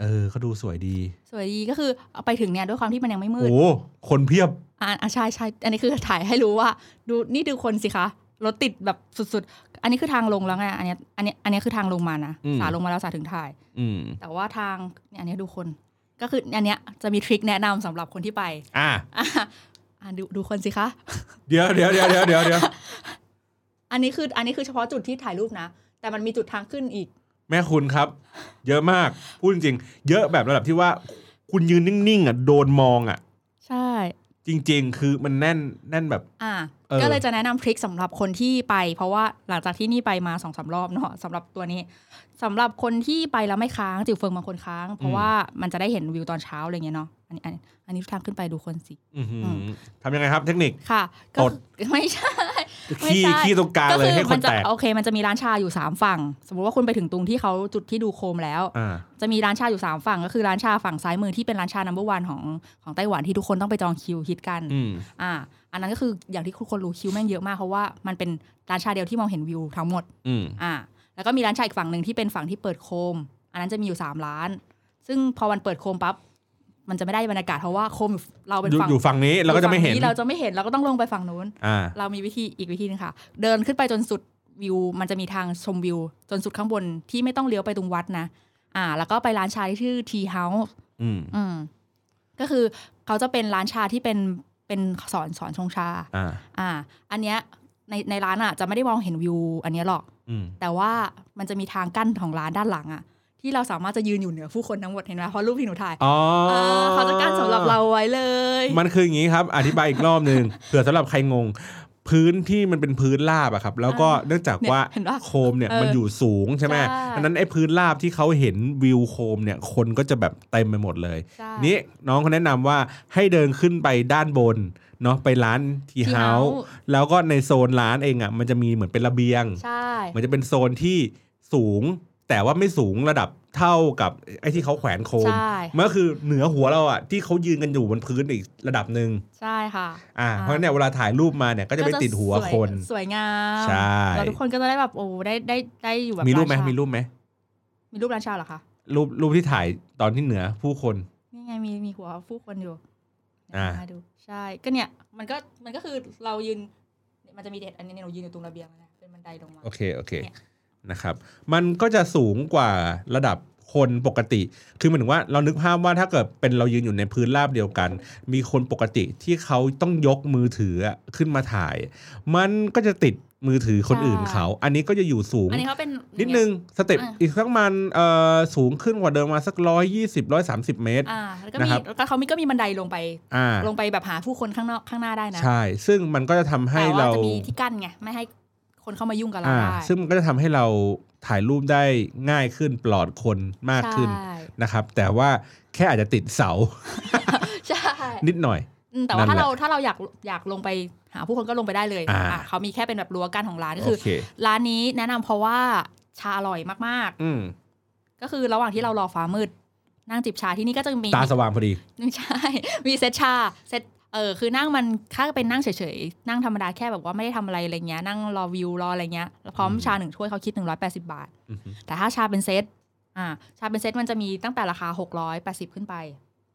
[SPEAKER 2] เออเขาดูสวยดี
[SPEAKER 3] สวยดีก็คือเอาไปถึงเนี่ยด้วยความที่มันยังไม่มืด
[SPEAKER 2] โอ้คนเพียบ
[SPEAKER 3] อ่าอ่าใช่ใช่อันนี้คือถ่ายให้รู้ว่า ดูนี่ดูคนสิคะรถติดแบบสุดๆ อันนี้คือทางลงแล้วไงอันเนี้ยอันเนี้ยอันเนี้ยคือทางลงมานะ
[SPEAKER 2] อืม
[SPEAKER 3] สาลงมาแล้วสาถึงถ่าย
[SPEAKER 2] อืม
[SPEAKER 3] แต่ว่าทางเนี่ยอันเนี้ยดูคน ก็คืออันเนี้ยจะมีทริคแนะนำสำหรับคนที่ไป
[SPEAKER 2] อ่ะ
[SPEAKER 3] อ่ะ *laughs* อ่าดูดูคนสิคะ
[SPEAKER 2] เดี๋ยวเดี๋ยวเดี๋ยวเดี๋ยวเดี๋ยวเดี๋ยว
[SPEAKER 3] อันนี้คืออันนี้คือเฉพาะจุดที่ถ่ายรูปนะ แต่มันมีจุดทางขึ้นอีก
[SPEAKER 2] แม่คุณครับ เยอะมาก พูดจริงๆ เยอะแบบระดับที่ว่า คุณยืนนิ่งๆอ่ะโดนมองอ่ะ
[SPEAKER 3] ใช่
[SPEAKER 2] จริง ๆ คือมันแน่นแน่นแบบ
[SPEAKER 3] อ่า
[SPEAKER 2] เออ
[SPEAKER 3] ก็เลยจะแนะนำทริคสำหรับคนที่ไป เพราะว่าหลังจากที่นี่ไปมาสองสารอบเนาะสำหรับตัวนี้สำหรับคนที่ไปแล้วไม่ค้างจิ๋วเฟิงบางคนค้าง เพราะว่ามันจะได้เห็นวิวตอนเช้าอะไรเงี้ยเนาะอันนี้อันนี้อันนี้ทางขึ้นไปดูคนสิ
[SPEAKER 2] อื้อหือทำยังไงครับ เทคนิค
[SPEAKER 3] ค่ะ ก็
[SPEAKER 2] อด
[SPEAKER 3] ไม่ *laughs* ใช่ ไม่
[SPEAKER 2] ขี้
[SPEAKER 3] ใช่
[SPEAKER 2] ขี้ตรงกลางเลยให้ค
[SPEAKER 3] มันจะ
[SPEAKER 2] แตก
[SPEAKER 3] โอเค มันจะมีร้านชาอยู่สามฝั่ง สมมติว่าคุณไปถึงตรงที่เขาจุดที่ดูโคมแล้ว
[SPEAKER 2] อ่า
[SPEAKER 3] จะมีร้านชาอยู่สามฝั่งก็คือร้านชาฝั่งซ้ายมือที่เป็นร้านชา number one ของของไต้หวันที่ทุกคนต้องไปจองคิวฮิตกัน
[SPEAKER 2] อืม
[SPEAKER 3] อ่า อันนั้นก็คืออย่างที่ทุกคนรู้คิวแม่งเยอะมากเพราะว่ามันเป็นร้านชาเดียวที่มองเห็นวิวทั้งหมด
[SPEAKER 2] อืม
[SPEAKER 3] อ่า แล้วก็มีร้านชาอีกฝั่งหนึ่งที่เป็นฝั่งที่เปิดโคม อันนั้นจะมีอยู่สามร้าน ซึ่งพอวันเปิดโคมปั๊บ มันจะไม่ได้บรรยากาศเพราะว่าโคมเราเป็น
[SPEAKER 2] อยู่
[SPEAKER 3] ฝั่ง
[SPEAKER 2] อยู่ฝั่งนี้เราก็จะไม่เห็น
[SPEAKER 3] อยู่ฝั่งเราจะไม่เห็นเราก็ต้องลงไปฝั่งนู้น
[SPEAKER 2] อ่า
[SPEAKER 3] เรามีวิธีอีกวิธีหนึงค่ะ เดินขึ้นไปจนสุดวิว มันจะมีทางชมวิว จนสุดข้างบนที่ไม่ต้องเลี้ยวไปตรงวัดนะ อ่า แล้วก็ไปร้านชาที่ชื่อ Tea House
[SPEAKER 2] อืม
[SPEAKER 3] อืมก็คือเขาจะเป็นร้านชาที่เป็นเป็นสอนสอนชงชา
[SPEAKER 2] อ่า
[SPEAKER 3] อ่า อันเนี้ยในในร้านอ่ะจะไม่ได้มองเห็นวิว อันเนี้ยหรอก
[SPEAKER 2] อืม
[SPEAKER 3] แต่ว่ามันจะมีทางกั้นของร้านด้านหลังอ่ะ ที่เราสามารถจะยืนอยู่เหนือผู้คนทั้งหมดเห็นไหมเพราะรูปที่หนูถ่าย
[SPEAKER 2] อ๋ออา
[SPEAKER 3] เขาจะกั้นสำหรับเราไว้เลย *laughs*
[SPEAKER 2] มันคืออย่างนี้ครับ อธิบายอีกรอบหนึ่ง เผื่อสำหรับใครงง พื้นที่มันเป็นพื้นราบอะครับ แล้วก็เนื่องจากว่า
[SPEAKER 3] เนี่ยเห็นปะ
[SPEAKER 2] โคมเนี่ย
[SPEAKER 3] เออ
[SPEAKER 2] มันอยู่สูงใช่ไหม
[SPEAKER 3] ใช่
[SPEAKER 2] ดังนั้นไอ้พื้นราบที่เขาเห็นวิวโคมเนี่ย คนก็จะแบบเต็มไปหมดเลย
[SPEAKER 3] ใช่
[SPEAKER 2] นี่น้องเขาแนะนำว่าให้เดินขึ้นไปด้านบนเนาะไปร้านที
[SPEAKER 3] ที่
[SPEAKER 2] เฮาส์แล้วก็ในโซนร้านเองอะมันจะมีเหมือนเป็นระเบียง
[SPEAKER 3] ใช่
[SPEAKER 2] มันจะเป็นโซนที่สูง แต่ว่าไม่สูงระดับเท่ากับไอ้ที่เขาแขวนโคม
[SPEAKER 3] ใช่
[SPEAKER 2] มันก็คือเหนือหัวเราอะที่เขายืนกันอยู่บนพื้นอีกระดับหนึ่ง
[SPEAKER 3] ใช่ค่ะ
[SPEAKER 2] อ่า
[SPEAKER 3] อ่า
[SPEAKER 2] เพราะฉะนั้นเนี่ยเวลาถ่ายรูปมาเนี่ยก็จะไปติดหัว
[SPEAKER 3] ก็จะสย
[SPEAKER 2] คน
[SPEAKER 3] สวยงาม
[SPEAKER 2] ใช่
[SPEAKER 3] เราทุกคนก็จะได้แบบโอ้ได้ได้ได้อยู่แบบ
[SPEAKER 2] มีรูปไหม
[SPEAKER 3] านชา
[SPEAKER 2] มีรูปไหม
[SPEAKER 3] มีรูปร้านชาเหรอคะ
[SPEAKER 2] รูปรูปที่ถ่ายตอนที่เหนือผู้คน
[SPEAKER 3] นี่ไงมีมีหัวผู้คนอยู่
[SPEAKER 2] อ่า
[SPEAKER 3] เดี๋ยวมาดูใช่ก็เนี่ยมันก็มันก็คือเรายืนมันจะมีเด็ดอันนี้เนี่ยหนูยืนอยู่ตรงระเบียงนะเป็นบันไดลงมา
[SPEAKER 2] โอเคโอเค
[SPEAKER 3] เนี่ย
[SPEAKER 2] นะครับ มันก็จะสูงกว่าระดับคนปกติ คือหมายถึงว่าเรานึกภาพว่าถ้าเกิดเป็นเรายืนอยู่ในพื้นราบเดียวกัน มีคนปกติที่เขาต้องยกมือถืออะขึ้นมาถ่าย มันก็จะติดมือถือคนอื่นเขา อันนี้ก็จะอยู่สูง
[SPEAKER 3] อันนี้เขาเป็น
[SPEAKER 2] นิดนึงสเต็ป
[SPEAKER 3] อ่ะ
[SPEAKER 2] อีกสักประมันเอ่อสูงขึ้นกว่าเดิมมาสักร้อยยี่สิบร้อยสามสิบเมตร
[SPEAKER 3] อ่าแล้วก็
[SPEAKER 2] นะ
[SPEAKER 3] มี
[SPEAKER 2] ครับ
[SPEAKER 3] แล้วก็เขามีก็มีบันไดลงไป
[SPEAKER 2] อ่า
[SPEAKER 3] ลงไปแบบหาผู้คนข้างนอกข้างหน้าได้นะ
[SPEAKER 2] ใช่ ซึ่งมันก็จะทำให้
[SPEAKER 3] แต่ว่า
[SPEAKER 2] เรา
[SPEAKER 3] จะมีที่กั้นไงไม่ให้คนเข้ามายุ่งกับเรา
[SPEAKER 2] อ่า
[SPEAKER 3] ได้
[SPEAKER 2] ซึ่งมันก็จะทำให้เราถ่ายรูปได้ง่ายขึ้นปลอดคนมากขึ้น
[SPEAKER 3] ใช่
[SPEAKER 2] นะครับ แต่ว่าแค่อาจจะติดเสา
[SPEAKER 3] ใช่
[SPEAKER 2] นิดหน่อย
[SPEAKER 3] อืมแต่ว่า
[SPEAKER 2] นั่นแห
[SPEAKER 3] ถ้า
[SPEAKER 2] ละ
[SPEAKER 3] เราถ้าเราอยากอยากลงไปหาผู้คนก็ลงไปได้เลย
[SPEAKER 2] อ่า
[SPEAKER 3] อ่ะเขามีแค่เป็นแบบรั้วกั้นของร้านก็
[SPEAKER 2] โอ
[SPEAKER 3] คือ
[SPEAKER 2] เค
[SPEAKER 3] ร้านนี้แนะนำเพราะว่าชาอร่อยมาก
[SPEAKER 2] อืม
[SPEAKER 3] ๆ ก็คือระหว่างที่เรารอฟ้ามืดนั่งจิบชาที่นี่ก็จะมี
[SPEAKER 2] ตาสว่างพอดี
[SPEAKER 3] ไม่ใช่ *laughs* มีเซตชาเซตเออคือนั่งมันถ้าเป็นนั่งเฉยๆ นั่งธรรมดาแค่แบบว่าไม่ได้ทำอะไรอะไรเงี้ยนั่งรอวิวรออะไรเงี้ยแล้วพร้อม
[SPEAKER 2] อืม
[SPEAKER 3] ชาหนึ่งถ้วยเขาคิด 180 บาท
[SPEAKER 2] อือหือ
[SPEAKER 3] แต่ถ้าชาเป็นเซตอ่าชาเป็นเซตมันจะมีตั้งแต่ราคา 680 ขึ้นไป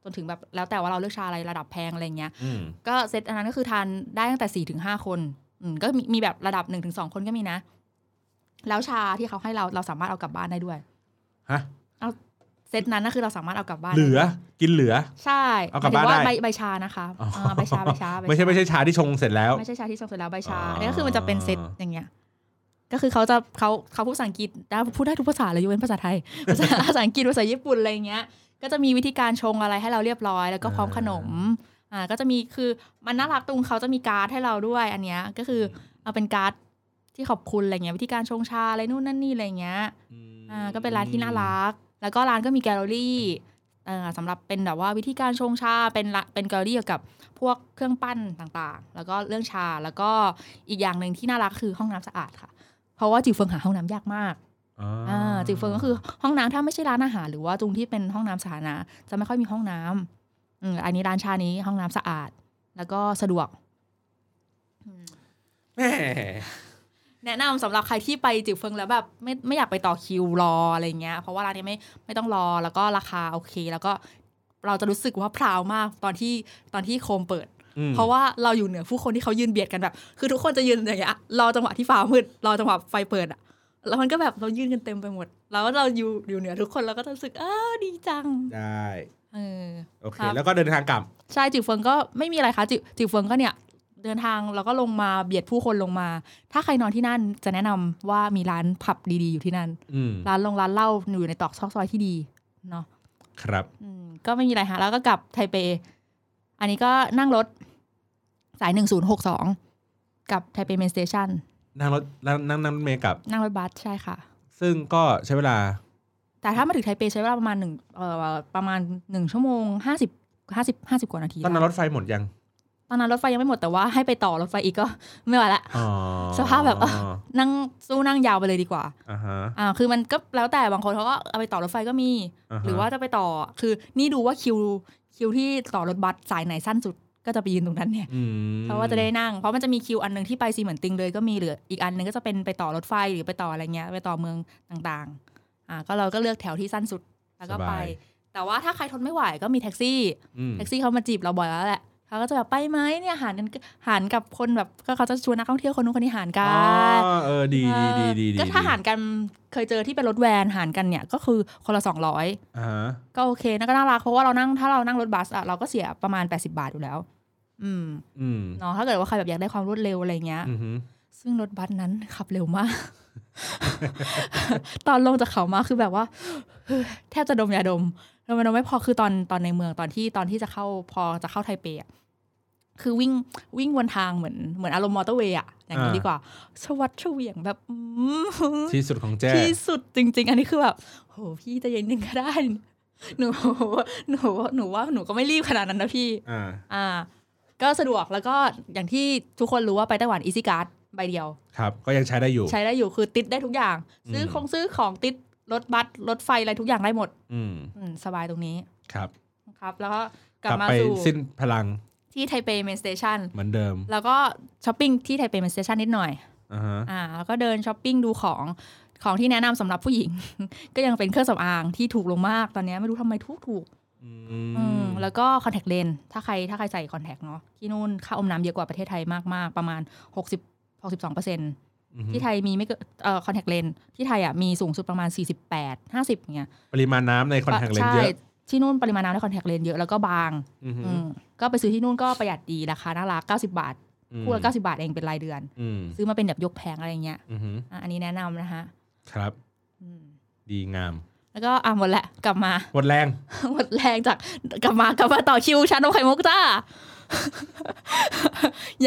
[SPEAKER 3] จนถึงแบบแล้วแต่ว่าเราเลือกชาอะไรระดับแพงอะไรเงี้ย
[SPEAKER 2] อืม
[SPEAKER 3] ก็เซตอันนั้นก็คือทานได้ตั้งแต่สี่ถึงห้าคนอืมก็มีมีแบบระดับหนึ่งถึงสองคนก็มีนะ แล้วชาที่เขาให้เราเราสามารถเอากลับบ้านได้ด้วย
[SPEAKER 2] ฮะ
[SPEAKER 3] เซตนั้นก็คือเราสามารถเอากลับบ้าน
[SPEAKER 2] เหลือ
[SPEAKER 3] ได้ด้วย
[SPEAKER 2] กินเหลือ
[SPEAKER 3] ใช่
[SPEAKER 2] เอากลับบ้านได้
[SPEAKER 3] หมยถึงว่ใบใบชานะคะ
[SPEAKER 2] อ๋อา
[SPEAKER 3] ใบชาใบชาใบชา
[SPEAKER 2] ไม่ใช่ไม่ใช่ชาที่ชงเสร็จแล้ว
[SPEAKER 3] ไม่ใช่ชาที่ชงเสร็จแล้วใบชา
[SPEAKER 2] อ๋ออั
[SPEAKER 3] เนี่ยก็คือมันจะเป็นเซตอย่างเงี้ย ก็คือเขาจะเขาเขาพูดภาษาอังกฤษได้พูดได้ทุกภาษาเลยยกเว้นภาษาไทย *laughs* ภาษาภาษาอังกฤษภาษาญี่ปุ่นอะไรอย่างเงี้ย ก็จะมีวิธีการชงอะไรให้เราเรียบร้อย แล้วก็พร้อมขนมอ่าก็จะมีคือมันน่ารักตรงเขาจะมีการ์ดให้เราด้วย อันเนี้ยก็คือ เอาเป็นการ์ดที่ขอบคุณอะไรเงี้ยวิธีการชงชาอะไรนู่นนั่นนี่อะไรเงี้ยอ่าก็เป็นร้านที่น่ารัก แล้วก็ร้านก็มีแกลเลอรี่เอ่อสำหรับเป็นแบบว่าวิธีการชงชาเป็นละเป็นแกลเลอรี่เกี่ยวกับพวกเครื่องปั้นต่างๆ แล้วก็เรื่องชาแล้วก็อีกอย่างหนึ่งที่น่ารักคือห้องน้ำสะอาดค่ะ เพราะว่าจิวเฟิงหาห้องน้ำยากมาก อ่าจิวเฟิงก็คือห้องน้ำถ้าไม่ใช่ร้านอาหารหรือว่าตรงที่เป็นห้องน้ำสาธารณะจะไม่ค่อยมีห้องน้ำอืมอันนี้ร้านชานี้ห้องน้ำสะอาด แล้วก็สะดวก
[SPEAKER 2] แม่
[SPEAKER 3] แนะนำสำหรับใครที่ไปจิวเฟิงแล้วแบบไม่ไม่อยากไปต่อคิวรออะไรเงี้ย เพราะว่าร้านนี้ไม่ไม่ต้องรอแล้วก็ราคาโอเค แล้วก็เราจะรู้สึกว่าพราวมากตอนที่ตอนที่โคมเปิด
[SPEAKER 2] อืม
[SPEAKER 3] เพราะว่าเราอยู่เหนือผู้คนที่เขายืนเบียดกันแบบ คือทุกคนจะยืนอย่างเงี้ยรอจังหวะที่ฟ้ามืดรอจังหวะไฟเปิดอะแล้วมันก็แบบเรายืนกันเต็มไปหมด แล้วเราอยู่อยู่เหนือทุกคนเราก็จะรู้สึกเออดีจัง
[SPEAKER 2] ได้
[SPEAKER 3] เออ
[SPEAKER 2] โอเค
[SPEAKER 3] ครับ
[SPEAKER 2] แล้วก็เดินทางกลับ
[SPEAKER 3] ใช่จิวเฟิงก็ไม่มีอะไรคะจิวจิวเฟิงก็เนี่ย เดินทางแล้วก็ลงมาเบียดผู้คนลงมา ถ้าใครนอนที่นั่นจะแนะนำว่ามีร้านผับดีๆอยู่ที่นั่น
[SPEAKER 2] อืม
[SPEAKER 3] ร้านลงร้านเหล้าอยู่ในตอกซอกซอยที่ดีเนาะ
[SPEAKER 2] ครับ
[SPEAKER 3] อืมก็ไม่มีอะไรฮะแล้วก็กลับไทเป อันนี้ก็นั่งรถสายหนึ่งศูนย์หกสองกลับไทเปเมนสเตชัน
[SPEAKER 2] นั่งรถนั่งนั่งรถเมล์กลับ
[SPEAKER 3] นั่งรถบัสใช่ค่ะ
[SPEAKER 2] ซึ่งก็ใช้เวลา
[SPEAKER 3] แต่ถ้ามาถึงไทเปใช้เวลาประมาณหนึ่งเอ่อประมาณหนึ่งชั่วโมงห้าสิบห้าสิบห้าสิบกว่านาที
[SPEAKER 2] ตอนนั้นรถไฟหมดยัง
[SPEAKER 3] ตอนนั้นรถไฟยังไม่หมดแต่ว่าให้ไปต่อรถไฟอีกก็ ไม่ไหวละ
[SPEAKER 2] อ๋อ
[SPEAKER 3] สภาพแบบเอ *laughs* อ นั่งสู้นั่งยาวไปเลยดีกว่า
[SPEAKER 2] อ่าฮะ
[SPEAKER 3] อ่า คือมันก็แล้วแต่บางคนเขาก็เอาไปต่อรถไฟก็มี
[SPEAKER 2] ฮะ
[SPEAKER 3] หรือว่าจะไปต่อ คือนี่ดูว่าคิวคิวที่ต่อรถบัสสายไหนสั้นสุด ก็จะไปยืนตรงนั้นเนี่ย
[SPEAKER 2] อืม
[SPEAKER 3] เพราะว่าจะได้นั่ง เพราะมันจะมีคิวอันหนึงที่ไปซีเหมือนติงเลยก็มีหรืออีกอันหนึงก็จะเป็นไปต่อรถไฟหรือไปต่ออะไรเงี้ย ไปต่อเมืองต่างๆ อ่า ก็เราก็เลือกแถวที่สั้นสุด แล้วก็ไป แต่ว่าถ้าใครทนไม่ไหวก็มีแท็กซี่
[SPEAKER 2] อืม
[SPEAKER 3] แท็กซี่เขามาจีบเราบ่อยแล้วแหละเขาก็จะแบบไปไหมเนี่ยหารกันหารกับคนแบบก็เขาจะชวนนักท่องเที่ยวคนนู้นคนนี้หารกั
[SPEAKER 2] อ๋อน เออดีดีดีดี
[SPEAKER 3] ก็ถ้าหารกันเคยเจอที่เป็นรถแวนหารกันเนี่ยก็คือคนละสองร้อย
[SPEAKER 2] อ่าฮะ
[SPEAKER 3] ก็โอเคนะก็น่ารักเพราะว่าเรานั่งถ้าเรานั่งรถบัสอะเราก็เสียประมาณ 80 บาทอยู่แล้ว อืม
[SPEAKER 2] อืม
[SPEAKER 3] เนาะถ้าเกิดว่าใครแบบอยากได้ความรวดเร็วอะไรเงี้ย
[SPEAKER 2] อือฮึ
[SPEAKER 3] ซึ่งรถบัสนั้นขับเร็วมาก *laughs* ตอนลงจากเขามาคือแบบว่า แทบจะดมยาดมดมยาดมไม่พอคือตอนตอนในเมืองตอนที่ตอนที่จะเข้าพอจะเข้าไทเปอะคือวิ่งวิ่งบนทางเหมือนเหมือนอารมณ์มอเตอร์เวย์อะอย่างนี้
[SPEAKER 2] อ่า
[SPEAKER 3] ดีกว่า ชวัดเฉวียงแบบอืม
[SPEAKER 2] ที่สุดของแจ้
[SPEAKER 3] ที่สุดจริง ๆ อันนี้คือแบบโหพี่ใจะเย็นหนึ่งก็ได้ *laughs* หนูหนูหนูว่าหนูก็ไม่รีบขนาดนั้นนะพี่
[SPEAKER 2] อ่า
[SPEAKER 3] อ่า ก็สะดวกแล้วก็อย่างที่ทุกคนรู้ว่าไปไต้หวันอีซิการ์ดใบเดียว
[SPEAKER 2] ครับก็ยังใช้ได้อยู่
[SPEAKER 3] ใช้ได้อยู่คือติดได้ทุกอย่าง
[SPEAKER 2] อืม
[SPEAKER 3] ซื้อของซื้อของติดรถบัสรถไฟอะไรทุกอย่างได้หมด
[SPEAKER 2] อืม
[SPEAKER 3] อืม สบายตรงนี้
[SPEAKER 2] ครับ
[SPEAKER 3] นะครับ แล้วก็ก
[SPEAKER 2] ก
[SPEAKER 3] ลับ
[SPEAKER 2] ลับ
[SPEAKER 3] มา
[SPEAKER 2] ไป
[SPEAKER 3] สู่
[SPEAKER 2] สิ้นพลัง
[SPEAKER 3] ที่ไทเปเมนสเตชัน
[SPEAKER 2] เหมือนเดิม
[SPEAKER 3] แล้วก็ช้อปปิ้งที่ไทเปเมนสเตชันนิดหน่อย
[SPEAKER 2] อ่าฮะ
[SPEAKER 3] อ่าแล้วก็เดินช้อปปิ้งดูของของที่แนะนำสำหรับผู้หญิง *laughs* ก็ยังเป็นเครื่องสำอางที่ถูกลงมากตอนนี้ไม่รู้ทำไมถูกถูก
[SPEAKER 2] อืม
[SPEAKER 3] ๆอืมแล้วก็คอนแทคเลนส์ถ้าใครถ้าใครใส่คอนแทคเนาะที่นู่นค่าอมน้ำเยอะกว่าประเทศไทยมาก ๆ ประมาณ 60 62เปอร์เซ็น
[SPEAKER 2] อือฮึ
[SPEAKER 3] ที่ไทยมีไม่เกินเอ่อคอนแทคเลนส์ที่ไทยอ่ะมีสูงสุดประมาณ 48 50อย่างเงี้ย
[SPEAKER 2] ปริมาณน้ำในคอนแทคเลนส์เยอะ
[SPEAKER 3] ใช่ที่นู่นปริมาณน้ำในคอนแทคเลนส์เยอะแล้วก็บาง
[SPEAKER 2] อือฮึ
[SPEAKER 3] อืมก็ไปซื้อที่นู่นก็ประหยัดดีราคาน่ารัก90 บาทคู่ละ
[SPEAKER 2] อืม
[SPEAKER 3] 90 บาทเองเป็นรายเดือน
[SPEAKER 2] อืม
[SPEAKER 3] ซื้อมาเป็นแบบยกแผงอะไรเงี้ย
[SPEAKER 2] อือฮึ
[SPEAKER 3] อ่ะอันนี้แนะนำนะคะ
[SPEAKER 2] ครับ
[SPEAKER 3] อืม
[SPEAKER 2] ดีงาม
[SPEAKER 3] แล้วก็อ่ะหมดละกลับมา
[SPEAKER 2] หมดแรง
[SPEAKER 3] *laughs* หมดแรงจากกลับมากลับมาต่อคิวชานมไข่มุกจ้า *laughs*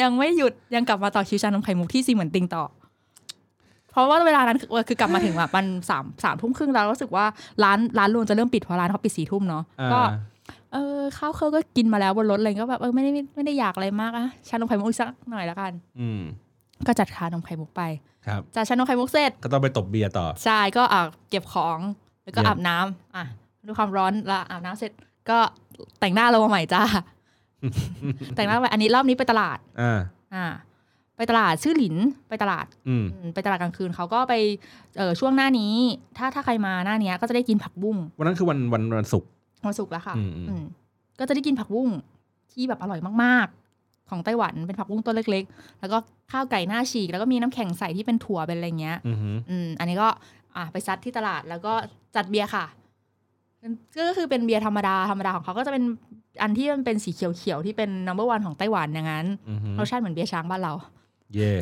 [SPEAKER 3] ยังไม่หยุดยังกลับมาต่อคิวชานมไข่มุกที่ซีเหมือนติงต่อ เพราะว่าเวลานั้นคือคือกลับมาถึงแบบมันสามสามทุ่มครึ่งแล้วรู้สึกว่าร้านร้านรวมจะเริ่มปิดเพราะร้านเขาปิดสี่ทุ่มเนาะ
[SPEAKER 2] อ่า
[SPEAKER 3] ก็เออข้าวเครื่องก็กินมาแล้วบนรถเลยก็แบบเออไม่ได้ไม่ไม่ได้อยากอะไรมากอะชานมไข่มุกอีกสักหน่อยละกัน
[SPEAKER 2] อืม
[SPEAKER 3] ก็จัดชานมไข่มุกไป
[SPEAKER 2] ครับ
[SPEAKER 3] จัดชานมไข่มุกเสร็จ
[SPEAKER 2] ก็ต้องไปตบเบียร์ต่อ
[SPEAKER 3] ใช่ก็อ่ะเก็บของแล้วก็
[SPEAKER 2] เยี่ยม
[SPEAKER 3] อาบน้ำอ่ะด้วยความร้อนและอาบน้ำเสร็จก็แต่งหน้าเรามาใหม่
[SPEAKER 2] *laughs*
[SPEAKER 3] จ้า แต่งหน้าไปอันนี้รอบนี้ไปตลาด
[SPEAKER 2] อ่า
[SPEAKER 3] อ่า ไปตลาดชื่อหลินไปตลาด
[SPEAKER 2] อืม
[SPEAKER 3] อืมไปตลาดกลางคืนเขาก็ไปเออช่วงหน้านี้ ถ้าถ้าใครมาหน้าเนี้ยก็จะได้กินผักบุ้ง
[SPEAKER 2] วันนั้นคือวันวันวันศุกร์
[SPEAKER 3] วันศุกร์แล้วค่ะ
[SPEAKER 2] อืมอืม
[SPEAKER 3] อืมก็จะได้กินผักบุ้งที่แบบอร่อยมากๆ ของไต้หวันเป็นผักบุ้งต้นเล็ก ๆ แล้วก็ข้าวไก่หน้าฉีก แล้วก็มีน้ำแข็งใสที่เป็นถั่วเป็นอะไรเงี้ย
[SPEAKER 2] อือฮึ
[SPEAKER 3] อืมอันนี้ก็อ่ะไปซัดที่ตลาดแล้วก็จัดเบียร์ค่ะเป็นก็คือเป็นเบียร์ธรรมดาธรรมดาของเขาก็จะเป็นอันที่มันเป็นสีเขียวๆที่เป็น number one ของไต้หวันอย่างนั้น
[SPEAKER 2] อือฮึ
[SPEAKER 3] รสชาติเหมือนเบียร์ช้างบ้านเรา
[SPEAKER 2] เย่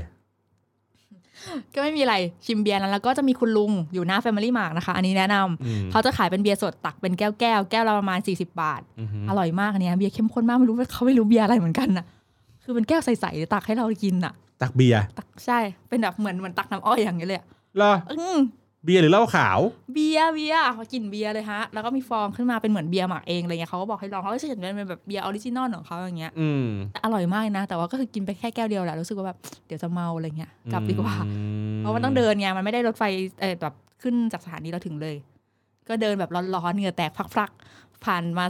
[SPEAKER 3] ก็ไม่มีอะไรชิมเบียร์นั้น แล้วก็จะมีคุณลุงอยู่หน้า Family Mart นะคะ อันนี้แนะนำ
[SPEAKER 2] อืม
[SPEAKER 3] เขาจะขายเป็นเบียร์สดตักเป็นแก้วแก้วๆแก้วละประมาณ 40 บาท
[SPEAKER 2] อือฮึ
[SPEAKER 3] อร่อยมากอันเนี้ยเบียร์เข้มข้นมากไม่รู้ว่าเขาไม่รู้เบียร์อะไรเหมือนกันน่ะคือเป็นแก้วใสๆตักให้เรากินน่ะ
[SPEAKER 2] ตักเบียร์
[SPEAKER 3] ตักใช่เป็นแบบเหมือนเหมือนตักน้ำอ้อยอย่างเงี้ยเลยอะ
[SPEAKER 2] เหรอ
[SPEAKER 3] อืม
[SPEAKER 2] เบียร์หรือเหล้าขาว
[SPEAKER 3] เบียร์เบียร์เขากินเบียร์เลยฮะ แล้วก็มีฟองขึ้นมาเป็นเหมือนเบียร์หมักเองอะไรเงี้ยเขาก็บอกให้ลองเขาก็จะเห็นเป็นแบบเบียร์ออริจินอลของเขาอย่างเงี้ย
[SPEAKER 2] อืม
[SPEAKER 3] แต่อร่อยมากนะ แต่ว่าก็คือกินไปแค่แก้วเดียวแหละรู้สึกว่าแบบเดี๋ยวจะเมาอะไรเงี้ยกลับดีกว่า
[SPEAKER 2] อื
[SPEAKER 3] เพราะมันต้องเดินไงมันไม่ได้รถไฟเออแบบ ขึ้นจากสถานีเราถึงเลย ก็เดินแบบร้อนๆเหงื่อแตกพลักๆ ผ่านมา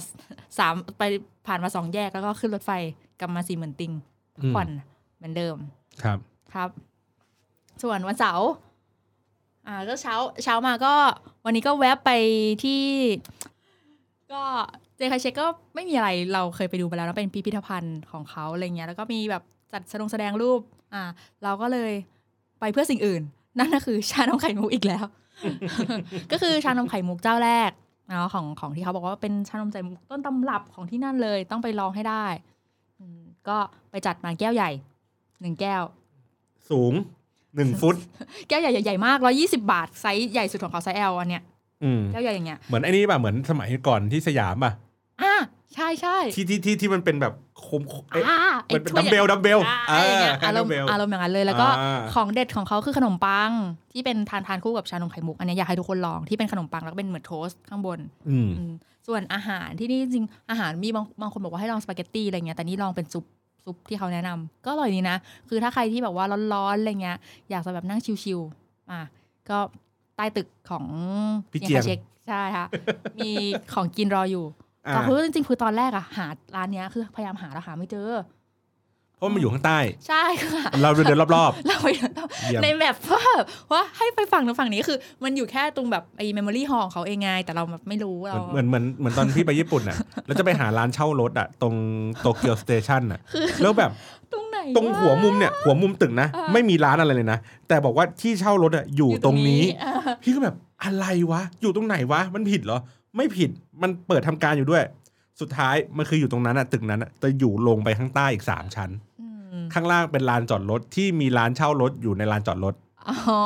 [SPEAKER 3] สามไปผ่านมาสองแยกแล้วก็ขึ้นรถไฟกลับมาสี่หมื่นติงพักผ่อนเหมือนเดิม
[SPEAKER 2] ครับ
[SPEAKER 3] ครับ ส่วนวันเสาร์อ่าก็เช้าเช้ามาก็วันนี้ก็แวะไปที่ ก็เจคาเชก็ไม่มีอะไรเราเคยไปดูไปแล้วนะเป็นพิพิธภัณฑ์ของเขาอะไรเงี้ยแล้วก็มีแบบจัดแสดงแสดงรูป อ่า เราก็เลยไปเพื่อสิ่งอื่น นั่นก็คือชานมไข่มุกอีกแล้ว *laughs* ก็คือชานมไข่มุกเจ้าแรกเนาะของของที่เขาบอกว่าเป็นชานมไข่มุกต้นตำรับของที่นั่นเลยต้องไปลองให้ได้อืมก็ไปจัดมาแก้วใหญ่หนึ่งแก้ว
[SPEAKER 2] สูงหนึ่งฟุต
[SPEAKER 3] แก้วใหญ่ใหญ่ๆมาก 120 บาท ไซส์ใหญ่สุดของเขาไซส์ L อันเนี้ย
[SPEAKER 2] อืม
[SPEAKER 3] แก้วใหญ่อย่างเงี้ย
[SPEAKER 2] เหมือนไอ้นี่ป่ะ เหมือนสมัยก่อนที่สยามป่ะ
[SPEAKER 3] อ่ะใช่ใช่
[SPEAKER 2] ที่ที่ที่ที่มันเป็นแบบโคมเอ๊ะ
[SPEAKER 3] อ่า
[SPEAKER 2] มั
[SPEAKER 3] ไอ้
[SPEAKER 2] นเป็น
[SPEAKER 3] ถ้ว
[SPEAKER 2] ดั
[SPEAKER 3] ย
[SPEAKER 2] มเบลดัมเบล
[SPEAKER 3] อ่ะอะไรอย่างเงี้ย
[SPEAKER 2] ให้
[SPEAKER 3] อาร
[SPEAKER 2] ดั
[SPEAKER 3] ม
[SPEAKER 2] ม
[SPEAKER 3] ณ์
[SPEAKER 2] เบล
[SPEAKER 3] อารมณ์อย่างนั้นเลยแล้วก็
[SPEAKER 2] อ่า
[SPEAKER 3] ของเด็ดของเขาคือขนมปังที่เป็นทานทานคู่กับชานมไข่มุก อันเนี้ยอยากให้ทุกคนลองที่เป็นขนมปังแล้วก็เป็นเหมือนโทสต์ข้างบน
[SPEAKER 2] อืม
[SPEAKER 3] อืมส่วนอาหารที่นี่จริงอาหารมีบางบางคนบอกว่าให้ลองสปาเกตตี้อะไรเงี้ยแต่นี่ลองเป็นซุปซุปที่เขาแนะนำก็อร่อยดีนะ คือถ้าใครที่แบบว่าร้อนๆอะไรเงี้ยอยากจะแบบนั่งชิวๆอ่ะก็ใต้ตึกของ
[SPEAKER 2] พี่เจียง
[SPEAKER 3] คาคใช่ค่ะ มีของกินรออยู่
[SPEAKER 2] อ่า
[SPEAKER 3] แต่คือจริงๆคือตอนแรกอะหาร้านเนี้ยคือพยายามหาแล้วหาไม่เจอ
[SPEAKER 2] เพราะมันอยู่ข้างใต้
[SPEAKER 3] ใช่ค่ะ
[SPEAKER 2] เราเดินรอบ
[SPEAKER 3] เราไป *laughs*
[SPEAKER 2] ๆเยี่ยม
[SPEAKER 3] ในแบบว่าว่าให้ไปฝั่งนู้นฝั่งนี้คือ มันอยู่แค่ตรงแบบไอ้เมมโมรี่ฮอลเขาเองไง แต่เราแบบไม่รู้เรา
[SPEAKER 2] เหมือนเหมือนเหมือนเหมือนตอนพี่ไปญี่
[SPEAKER 3] *laughs*
[SPEAKER 2] ปุ่นอ่ะ แล้วจะไปหาร้านเช่ารถอ่ะ ตรงโตเกียวสเตชันอ่ะ แล้วแบบ
[SPEAKER 3] ตรงไหน
[SPEAKER 2] ตรง
[SPEAKER 3] ะ
[SPEAKER 2] หัวมุมเนี่ย หัวมุมตึกนะ
[SPEAKER 3] อ่า
[SPEAKER 2] ไม่มีร้านอะไรเลยนะ แต่บอกว่าที่เช่ารถอ่ะอยู่ตรงนี้
[SPEAKER 3] อ่ะ
[SPEAKER 2] พี่ก็แบบอะไรวะ อยู่ตรงไหนวะ มันผิดเหรอ ไม่ผิดมันเปิดทำการอยู่ด้วย สุดท้ายมันคืออยู่ตรงนั้นอะตึกนั้นอะแต่อยู่ลงไปข้างใต้อีกสามชั้น
[SPEAKER 3] อืม
[SPEAKER 2] ข้างล่างเป็นลานจอดรถที่มีร้านเช่ารถอยู่ในลานจอดรถ
[SPEAKER 3] อ๋อ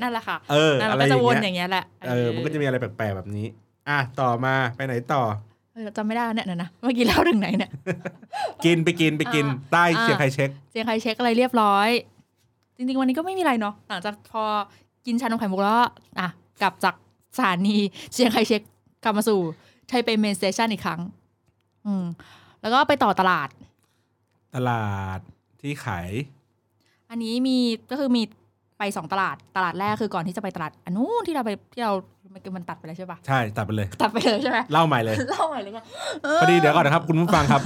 [SPEAKER 3] นั่นแหละค่ะ
[SPEAKER 2] เออ
[SPEAKER 3] นั่น
[SPEAKER 2] อะ
[SPEAKER 3] เรา
[SPEAKER 2] ไรอ
[SPEAKER 3] ก็จะ
[SPEAKER 2] ย่าง
[SPEAKER 3] วนอ
[SPEAKER 2] เงี้ย
[SPEAKER 3] ย่างเงี้ยแหละ
[SPEAKER 2] เออ มันก็จะมีอะไรแปลกๆแบบนี้ อ่ะต่อมาไปไหนต่อ
[SPEAKER 3] เออจำไม่ได้แล้วเนี่ยเดี๋ยวนะเมื่อกี้เล่าถึงไหนเนี่ย
[SPEAKER 2] กินไปกินไปกิน
[SPEAKER 3] อ่า
[SPEAKER 2] ใต้
[SPEAKER 3] อ่า
[SPEAKER 2] เชียงไคเช็ค
[SPEAKER 3] เจงใครเช็คอะไรเรียบร้อย จริงๆ วันนี้ก็ไม่มีอะไรเนาะหลังจากพอกินชานมไข่มุกแล้วอ่ะกลับจากสถานีเชียงไคเช็คกลับมาสู่ไทเปเมนสเตชันอีกครั้ง อืม แล้วก็ไปต่อตลาด
[SPEAKER 2] ตลาดที่ขาย
[SPEAKER 3] อันนี้มีก็คือมีไปสองตลาดตลาดแรกคือก่อนที่จะไปตลาดอันนู้นที่เราไปที่เรามันมันตัดไปแล้วใช่ปะ
[SPEAKER 2] ใช่ตัดไปเลย
[SPEAKER 3] ตัดไปเลยใช่ไหม
[SPEAKER 2] เล่าใหม่เลย
[SPEAKER 3] เล่าใหม่เลยค่ะ
[SPEAKER 2] พอดีเดี๋ยวก่อนนะครับ คุณผู้ฟังครับ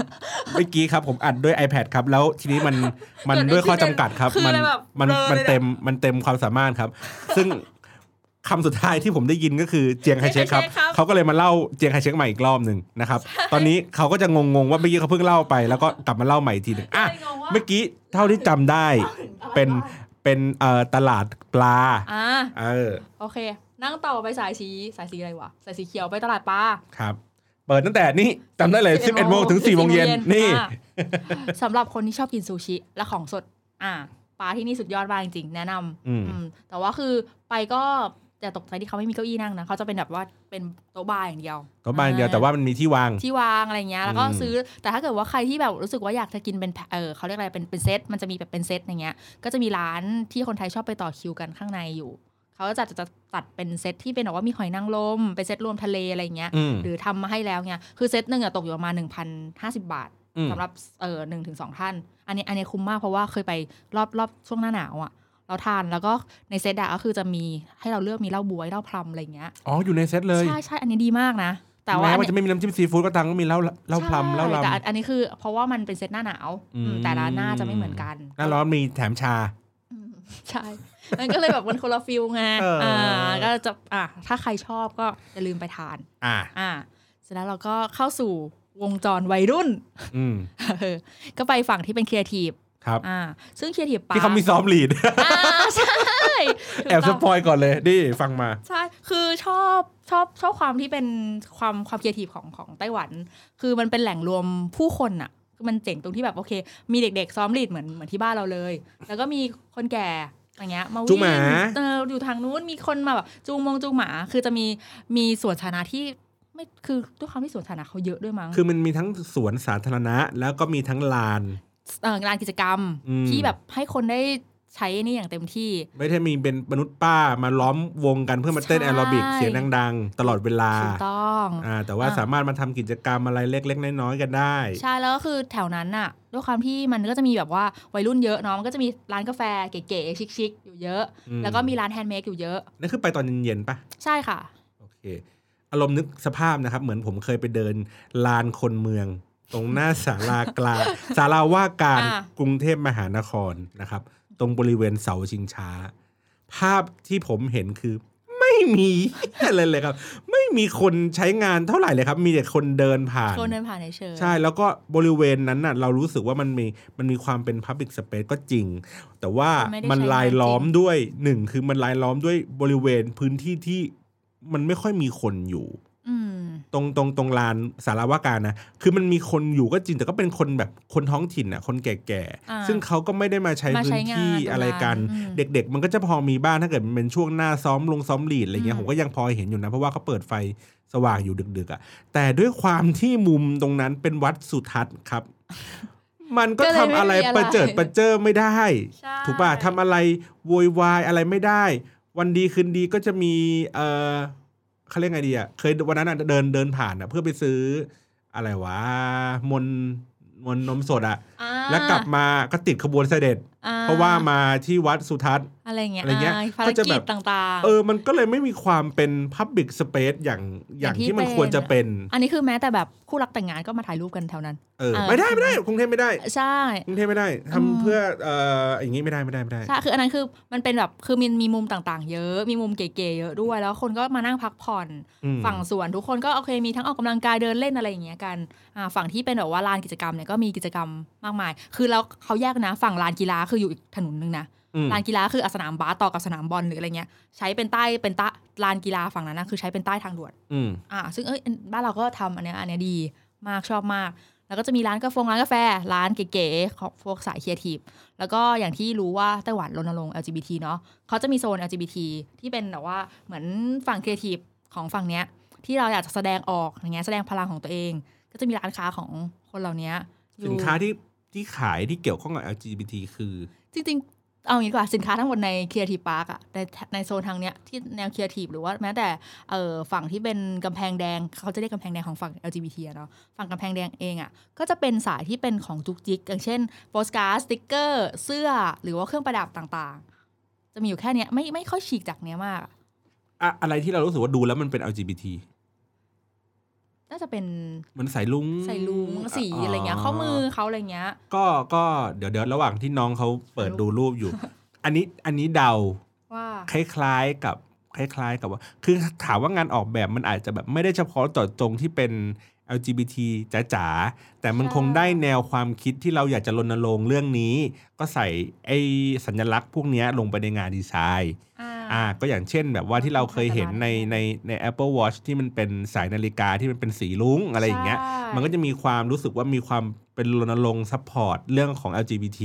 [SPEAKER 2] เมื่อกี้ครับผมอัดด้วย iPad ครับ แล้วทีนี้ *laughs* มันมันด้วยข้อจำกัดครับ มัมันมันเต็มมันเต็มความสามารถครับ ซึ่งคำสุดท้ายที่ผมได้ยินก็คือเจียงไคเชคครับเขาก็เลยมาเล่าเจียงไคเชคใหม่อีกรอบหนึ่งนะครับ ตอนนี้เขาก็จะงงๆว่าเมื่อกี้เขาเพิ่งเล่าไปแล้วก็กลับมาเล่าใหม่อีกทีหนึงอ่ะ
[SPEAKER 3] เลยงงว่า
[SPEAKER 2] เมื่อกี้เท่าที่จำได้เป็นเป็นเอ่อตลาดปลา
[SPEAKER 3] อ่า
[SPEAKER 2] เออ
[SPEAKER 3] โอเค นั่งต่อไปสายสีสายสีอะไรวะสายสีเขียวไปตลาดปลา
[SPEAKER 2] ครับ เปิดตั้งแต่นี่จำได้เลย 11โมงถึง4โมงเย็นนี่
[SPEAKER 3] อ่ะสำหรับคนที่ชอบกินซูชิและของสด อ่าปลาที่นี่สุดยอดมากจริงๆแนะนำ
[SPEAKER 2] อืม
[SPEAKER 3] อืมแต่ว่าคือไปก็แต่าตกใจที่เขาไม่มีเก้าอี้นั่งนะเขาจะเป็นแบบว่าเป็นโต๊ะบาร์อย่างเดียว
[SPEAKER 2] ก็บานเดียวแต่ว่ามันมีที่วาง
[SPEAKER 3] ที่วางอะไรเงี้ยแล้วก็
[SPEAKER 2] อืม
[SPEAKER 3] ซื้อแต่ถ้าเกิดว่าใครที่แบบรู้สึกว่าอยากจะกินเป็นแพเออเขาเรียกอะไรเป็นเป็นเซตมันจะมีแบบเป็นเซตอย่างเงี้ย ก็จะมีร้านที่คนไทยชอบไปต่อคิวกันข้างในอยู่เขาก็จะจะตัดเป็นเซตที่เป็นแบบว่ามีหอยนางรมเป็นเซตรวมทะเลอะไรเงี้ย
[SPEAKER 2] อืม
[SPEAKER 3] หรือทำมาให้แล้วเนี่ยคือเซตหนึ่งอะตกอยู่ประมาณ1,050 บาท
[SPEAKER 2] อืม
[SPEAKER 3] สำหรับเออหนึ่งถึงสองท่าน อันนี้อันนี้คุ้มมากเพราะว่าเคยไปรอบรอบช่วงหน้าหนาวอะเราทานแล้วก็ในเซตอะก็คือจะมีให้เราเลือกมีเหล้าบวยเหล้าพลัมอะไรเงี้ย
[SPEAKER 2] อ๋อ อยู่ในเซตเลย
[SPEAKER 3] ใช่ใช่อันนี้ดีมากนะ แต่ว่า
[SPEAKER 2] แม้
[SPEAKER 3] อัน
[SPEAKER 2] ว่า
[SPEAKER 3] เนี้
[SPEAKER 2] จะ
[SPEAKER 3] ย
[SPEAKER 2] ไม่มีน้ำจิ้มซีฟู้ดก็ตังก็มีเหล้าเหล้าพลัมเหล้าลำ
[SPEAKER 3] ใช่แต่อันอันนี้คือ เพราะว่ามันเป็นเซตหน้าหนาวอืม
[SPEAKER 2] อืม
[SPEAKER 3] แต่ละหน้าจะไม่เหมือนกัน
[SPEAKER 2] หน้าร้อนมีแถมชา
[SPEAKER 3] อืมใช่มันก็เลยแบบมันคนละฟิลไง
[SPEAKER 2] เอออ่
[SPEAKER 3] อ่าก็จะอ่ะถ้าใครชอบก็อย่าลืมไปทาน
[SPEAKER 2] อ่า
[SPEAKER 3] อ่าเสร็จแล้วเราก็เข้าสู่วงจรวัยรุ่น *laughs*
[SPEAKER 2] อืม
[SPEAKER 3] เออก็ไปฝั่งที่เป็นครีเอทีฟ
[SPEAKER 2] ครับ
[SPEAKER 3] อ่า ซึ่งครีเอทีฟปา
[SPEAKER 2] ที่เขามีซ้อมลีด *laughs*
[SPEAKER 3] อ่าใช่ถูก
[SPEAKER 2] แอบส
[SPEAKER 3] ต้อง
[SPEAKER 2] ปอยก่อนเลยนี่ฟังมา
[SPEAKER 3] ใช่ คือชอบชอบชอบความที่เป็นความความครีเอทีฟของของไต้หวัน คือมันเป็นแหล่งรวมผู้คนอะคือมันเจ๋งตรงที่แบบโอเค มีเด็กๆซ้อมลีดเหมือนเหมือนที่บ้านเราเลย แล้วก็มีคนแก่อย่างเงี้ยมา
[SPEAKER 2] จู
[SPEAKER 3] วิ่
[SPEAKER 2] งหมา
[SPEAKER 3] งเอออยู่ทางนู้นมีคนมาแบบจูงมงจูงหมา คือจะมีมีสวนสาธารณะที่ไม่คือด้วยความที่สวนสาธารณะเขาเยอะด้วยมั้ง
[SPEAKER 2] คือมันมีทั้งสวนสาธารณะ แล้วก็มีทั้งลาน
[SPEAKER 3] เอ่องานกิจกรรม
[SPEAKER 2] อืม
[SPEAKER 3] ที่แบบให้คนได้ ใช้นี่อย่างเต็มที่
[SPEAKER 2] ไม่ใช่มีเป็นมนุษย์ป้ามาล้อมวงกันเพื่อมาเต้น
[SPEAKER 3] ใช่
[SPEAKER 2] แอโรบิกเสียงดังๆ ตลอดเวลา
[SPEAKER 3] ถูกต้อง
[SPEAKER 2] อ่าแต่ว่า
[SPEAKER 3] อ่า
[SPEAKER 2] สามารถมาทำกิจกรรมอะไรเล็กๆ น้อยๆ กันได้
[SPEAKER 3] ใช่แล้วก็คือแถวนั้นน่ะ ด้วยความที่มันก็จะมีแบบว่าวัยรุ่นเยอะเนาะมันก็จะมีร้านกาแฟเก๋ๆชิคๆอยู่เยอะ
[SPEAKER 2] อืม
[SPEAKER 3] แล้วก็มีร้านแฮนด์เมดอยู่เยอะ
[SPEAKER 2] นั่นคือไปตอนเย็นๆปะ
[SPEAKER 3] ใช่ค่ะ
[SPEAKER 2] โอเค อารมณ์นึกสภาพนะครับ เหมือนผมเคยไปเดินลานคนเมือง ตรงหน้าศาลาก
[SPEAKER 3] *laughs*
[SPEAKER 2] ลาง ศาลาว่าการ
[SPEAKER 3] อ่าก
[SPEAKER 2] รุงเทพมหานครนะครับ ตรงบริเวณเสาชิงช้า ภาพที่ผมเห็นคือ ไม่มี *laughs* อะไรเลยครับ ไม่มีคนใช้งานเท่าไหร่เลยครับ มีแต่คนเดินผ่าน
[SPEAKER 3] คนเดินผ่านเฉยๆ
[SPEAKER 2] ใช่แล้วก็บริเวณนั้นน่ะเรารู้สึกว่ามันมีมันมีความเป็น Public Space ก็จริง แต่ว่า
[SPEAKER 3] ไม่ได้
[SPEAKER 2] มัน
[SPEAKER 3] ใช้งาน
[SPEAKER 2] ลายล้อม
[SPEAKER 3] จริง
[SPEAKER 2] ด้วยหนึ่งคือมันลายล้อมด้วยบริเวณพื้นที่ที่มันไม่ค่อยมีคนอยู่
[SPEAKER 3] อืม
[SPEAKER 2] ตรงตรงตรงลานสารวาการนะคือมันมีคนอยู่ก็จริงแต่ก็เป็นคนแบบคนท้องถิ่นอ่ะคนแก่
[SPEAKER 3] อ่า
[SPEAKER 2] ๆ ซึ่งเขาก็ไม่ได้มาใช้
[SPEAKER 3] มา
[SPEAKER 2] พื้
[SPEAKER 3] ใช้
[SPEAKER 2] น
[SPEAKER 3] งาน
[SPEAKER 2] ที่
[SPEAKER 3] ตรง
[SPEAKER 2] อะไรกัน
[SPEAKER 3] นั้นอืม
[SPEAKER 2] เด็ก ๆ มันก็จะพอมีบ้างถ้าเกิดมันเป็นช่วงหน้าซ้อมลงซ้อมลีดอะไรเงี้ย
[SPEAKER 3] อื
[SPEAKER 2] ผม มก็ยังพอเห็นอยู่นะ เพราะว่าเขาเปิดไฟสว่างอยู่ดึกๆอ่ะแต่ด้วยความที่มุมตรงนั้นเป็นวัดสุทัศน์ *laughs* ครับ มันก็ทำอะไรประเจิดประเจิอไม่ได้
[SPEAKER 3] ใช่
[SPEAKER 2] ถูกป่ะทำอะไรโวยวายอะไรไม่ได้ วันดีคืนดีก็จะมีเออเขาเรียกไงดีอ่ะเคยวันนั้นอะเดินเดินผ่านอ่ะ เพื่อไปซื้ออะไรวะมนมนนมสดอ่ะ
[SPEAKER 3] อ่า
[SPEAKER 2] แล้วกลับมาก็ติดขบวนเสด็จ
[SPEAKER 3] อ่
[SPEAKER 2] เพราะว่ามาที่วัดสุทัศน์
[SPEAKER 3] อะไรเงี้ย
[SPEAKER 2] อะไรเงี้ย
[SPEAKER 3] าภาร
[SPEAKER 2] ก็จะ
[SPEAKER 3] กิ
[SPEAKER 2] แบ
[SPEAKER 3] จ
[SPEAKER 2] บ
[SPEAKER 3] ต่างๆ
[SPEAKER 2] เออ มันก็เลยไม่มีความเป็นพับบิ c สเปซอย่างอย่าง
[SPEAKER 3] อย่างที่
[SPEAKER 2] ที่มันควรจะ
[SPEAKER 3] เป็
[SPEAKER 2] เป็น น
[SPEAKER 3] อันนี้คือแม้แต่แบบคู่รักแต่งงานก็มาถ่ายรูปกันแถวนั้น
[SPEAKER 2] เออ
[SPEAKER 3] เออ
[SPEAKER 2] ไม่ได้ไม่ได้กรุงเทพไม่ได้
[SPEAKER 3] ใช่
[SPEAKER 2] กรุงเทพไม่ได้ทำ
[SPEAKER 3] อืม
[SPEAKER 2] เพื่อเอ่ออย่างงี้ไม่ได้ไม่ได้ไม่ได้
[SPEAKER 3] ใช่คืออันนั้นคือมันเป็นแบบคือมันมีมุมต่างๆ เยอะ มีมุมเก๋ๆเยอะด้วย แล้วคนก็มานั่งพักผ่อน
[SPEAKER 2] อืม
[SPEAKER 3] ฝั่งสวนทุกคนก็โอเคมีทั้งออกกำลังกายเดินเล่นอะไรอย่างเงี้ยกันอ่าฝั่งที่เป็นแบบว่าลานกิจกรรมเนี่ยก็มีกิจกรรมมากมาย คือแล้วเขาแยกนะ ฝั่งลานกีฬาคืออยู่อีกถนนหนึงนะ
[SPEAKER 2] อืม
[SPEAKER 3] ลานกีฬาคืออ่ะสนามบาสต่อกับสนามบอลหรืออะไรเงี้ยใช้เป็นใต้เป็นใตะลานกีฬาฝั่งนั้นนะคือใช้เป็นใต้ทางด่วน
[SPEAKER 2] อืม
[SPEAKER 3] อ่าซึ่งเอ้ยบ้านเราก็ทำอันเนี้ยอันเนี้ยดีมากชอบมาก แล้วก็จะมีร้านกาแฟร้านกาแฟ ร้านเก๋ๆของพวกสายเคียทีฟแล้วก็อย่างที่รู้ว่าไต้หวันรณรงค์ LGBT เนาะเขาจะมีโซน LGBT ที่เป็นแบบว่าเหมือนฝั่งเคียทีฟของฝั่งเนี้ย ที่เราอยากจะแสดงออกอย่างเงี้ยแสดงพลังของตัวเอง ก็จะมีร้านค้าของคนเหล่านี้อยู่
[SPEAKER 2] สินค้าที่ที่ขายที่เกี่ยวข้องกับ LGBT คือ
[SPEAKER 3] จริงๆ เอาอย่างนี้ดีกว่าสินค้าทั้งหมดใน Creative Park อะในในโซนทางเนี้ยที่แนว Creative หรือว่าแม้แต่เอ่อฝั่งที่เป็นกำแพงแดงเขาจะเรียกกำแพงแดงของฝั่ง LGBT อะเนาะฝั่งกำแพงแดงเองอะก็จะเป็นสายที่เป็นของจุกจิก อย่างเช่นโปสการ์ดสติกเกอร์เสื้อหรือว่าเครื่องประดับต่างๆ จะมีอยู่แค่เนี้ยไม่ไม่ค่อยฉีกจากเนี้ยมากอะ
[SPEAKER 2] อะอะไรที่เรารู้สึกว่าดูแล้วมันเป็น LGBT
[SPEAKER 3] น่าจะเป็น
[SPEAKER 2] เหมือนสายลุง
[SPEAKER 3] ใส่ลุงสีอะไรเงี้ยข้อมือเขาอะไรเงี้ย
[SPEAKER 2] ก็ก็เดี๋ยวเดี๋ยวระหว่างที่น้องเขาเปิด
[SPEAKER 3] สายลุง
[SPEAKER 2] ดูรูปอยู่ อันนี้อันนี้เดา
[SPEAKER 3] ว่า
[SPEAKER 2] คล้ายๆกับคล้าย ๆ กับว่า คือถามว่างานออกแบบมันอาจจะแบบไม่ได้เฉพาะเจาะจงที่เป็น LGBT จ๋าๆแต่มัน
[SPEAKER 3] ใช่
[SPEAKER 2] คงได้แนวความคิดที่เราอยากจะรณรงค์เรื่องนี้ ก็ใส่ไอ้สัญลักษณ์พวกเนี้ยลงไปในงานดีไซน์
[SPEAKER 3] อ่า
[SPEAKER 2] อ่าก็อย่างเช่นแบบว่าที่เราเคยเห็นในในใน Apple Watch ที่มันเป็นสายนาฬิกาที่มันเป็นสีลุ้งอะไรอย่างเงี้ย
[SPEAKER 3] ใช่
[SPEAKER 2] มันก็จะมีความรู้สึกว่ามีความเป็นรณรงค์ซัพพอร์ตเรื่องของ LGBT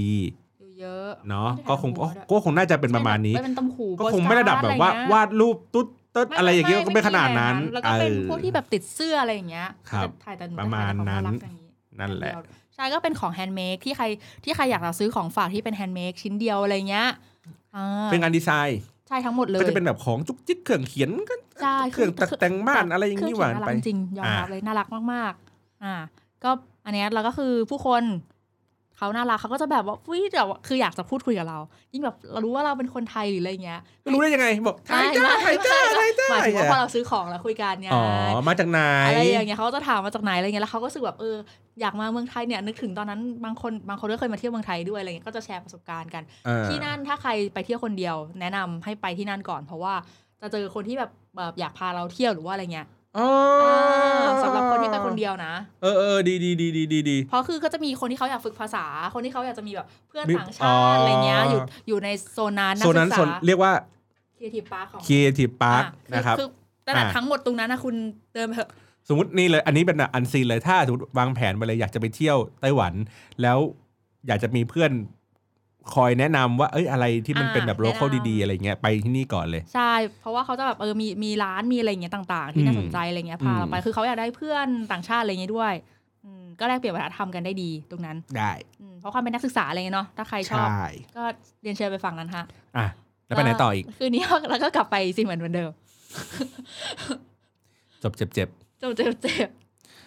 [SPEAKER 3] อยู่เยอะ
[SPEAKER 2] เนาะ
[SPEAKER 3] ไม่ได้
[SPEAKER 2] ก็คง
[SPEAKER 3] ถ่ายรูป
[SPEAKER 2] ก็คงน่าจะเป็นประมาณนี้
[SPEAKER 3] ไม่เป็นตำหู
[SPEAKER 2] ก็คงไม่ระดับแบบว่า
[SPEAKER 3] postcard อะไรเงี้ย
[SPEAKER 2] วาดรูปตุ๊ดเติดอะไรอย่างเงี้ยก็ไม่ขนาดนั้น
[SPEAKER 3] แล้วก็เป็น
[SPEAKER 2] ออ
[SPEAKER 3] พวกที่แบบติดเสื้ออะไรอย่างเงี้ย
[SPEAKER 2] ครับ
[SPEAKER 3] จะถ่ายแต่หนู
[SPEAKER 2] ประมาณนั้น
[SPEAKER 3] ถ่ายแต่ของรักอย่างงี้
[SPEAKER 2] นั่นแหละ
[SPEAKER 3] ใช่ก็เป็นของแฮนด์เมดที่ใครที่ใครอยากจะซื้อของฝากที่เป็นแฮนด์เมดชิ้นเดียวอะไรเงี้ยอ่า
[SPEAKER 2] เป็นงานดีไซน์
[SPEAKER 3] ใช่ทั้งหมดเลย
[SPEAKER 2] ก็จะเป็นแบบของจุกจิกเครื่องเขียนก็
[SPEAKER 3] ใช่
[SPEAKER 2] เครื่องตกแต่งบ้านอะไรอย่างนี้หวาน
[SPEAKER 3] เค
[SPEAKER 2] ไป
[SPEAKER 3] รื่องเขียน่ารักจริงยอมรับ
[SPEAKER 2] อ่า
[SPEAKER 3] เลยน่ารักมากๆ อ่า ก็อันเนี้ยเราก็คือผู้คน เขาน่ารักเขาก็จะแบบว่าอุ้ยแต่ว่าคืออยากจะพูดคุยกับเรา ยิ่งแบบเรารู้ว่าเราเป็นคนไทยหรืออะไรเงี้ย
[SPEAKER 2] ไม่รู้ได้ยังไงบอกถ่ายจ้าถ่ายจ้าถ่ายจ้า
[SPEAKER 3] หมายถึงว่าพอเราซื้อของแล้วคุยกันไง
[SPEAKER 2] อ๋อมาจากไหน
[SPEAKER 3] อะไรอย่างเงี้ยเขาก็จะถามมาจากไหนอะไรเงี้ยแล้วเขาก็รู้สึกแบบเอออยากมาเมืองไทยเนี่ยนึกถึงตอนนั้นบางคนบางคนก็เคยมาเที่ยวเมืองไทยด้วยอะไรเงี้ยก็จะแชร์ประสบการณ์กัน
[SPEAKER 2] เออ
[SPEAKER 3] ที่นั่นถ้าใครไปเที่ยวคนเดียว แนะนำให้ไปที่นั่นก่อน เพราะว่าจะเจอคนที่แบบแบบอยากพาเราเที่ยวหรือว่าอะไรเงี้ย
[SPEAKER 2] อ๋ออ
[SPEAKER 3] สำหรับคนที่ไปคนเดียวนะ
[SPEAKER 2] เออเออดีดีดีดีดีดี
[SPEAKER 3] เพราะคือก็จะมีคนที่เขาอยากฝึกภาษา คนที่เขาอยากจะมีแบบเพื่อน
[SPEAKER 2] มี
[SPEAKER 3] ต่างชาติอะไรเงี้ย
[SPEAKER 2] อ๋ออ
[SPEAKER 3] อยู่อยู่ในโซนนั้น
[SPEAKER 2] โซนนั้นโซนเรียกว่า
[SPEAKER 3] ครีเอทีฟปาร์คของ
[SPEAKER 2] Creative Park
[SPEAKER 3] อ่อ
[SPEAKER 2] นะครับ
[SPEAKER 3] อตลาด
[SPEAKER 2] อ่า
[SPEAKER 3] ทั้งหมดตรงนั้นนะคุณเดินไปเถอะ
[SPEAKER 2] สมมตินี่เลย อันนี้เป็นอันซีนเลยถ้าสมมติวางแผนไปเลยอยากจะไปเที่ยวไต้หวัน แล้วอยากจะมีเพื่อนคอยแนะนำว่า เอ้ยอะไรที่มัน
[SPEAKER 3] อ่า
[SPEAKER 2] เป็นแบบโลเคอล
[SPEAKER 3] แนะนำ
[SPEAKER 2] ดี ๆ อะไรเงี้ยไปที่นี่ก่อนเลย
[SPEAKER 3] ใช่ เพราะว่าเขาจะแบบเออมีมีร้านมีอะไรอย่างเงี้ยต่าง ๆ ที่น่าสนใจอะไรเงี้ยพาเราไป คือเขาอยากได้เพื่อนต่างชาติอะไรเงี้ยด้วย อืมก็แลกเปลี่ยนวัฒนธรรมกันได้ดีตรงนั้น
[SPEAKER 4] ได้
[SPEAKER 3] อืมเพราะความเป็นนักศึกษาอะไรเงี้ยเนาะถ้าใครช
[SPEAKER 4] ใช
[SPEAKER 3] อบ
[SPEAKER 4] ่
[SPEAKER 3] ก็เรียนเชิญไปฝั่งนั้นค่ะ
[SPEAKER 2] อ่ะแล้วไปไหนต่ออีก
[SPEAKER 3] คืนนี้เราก็กลับไปซิเหมือนเหมือนเดิม
[SPEAKER 2] จบเจ็บ
[SPEAKER 3] เจ็บเจ็บเจ็บ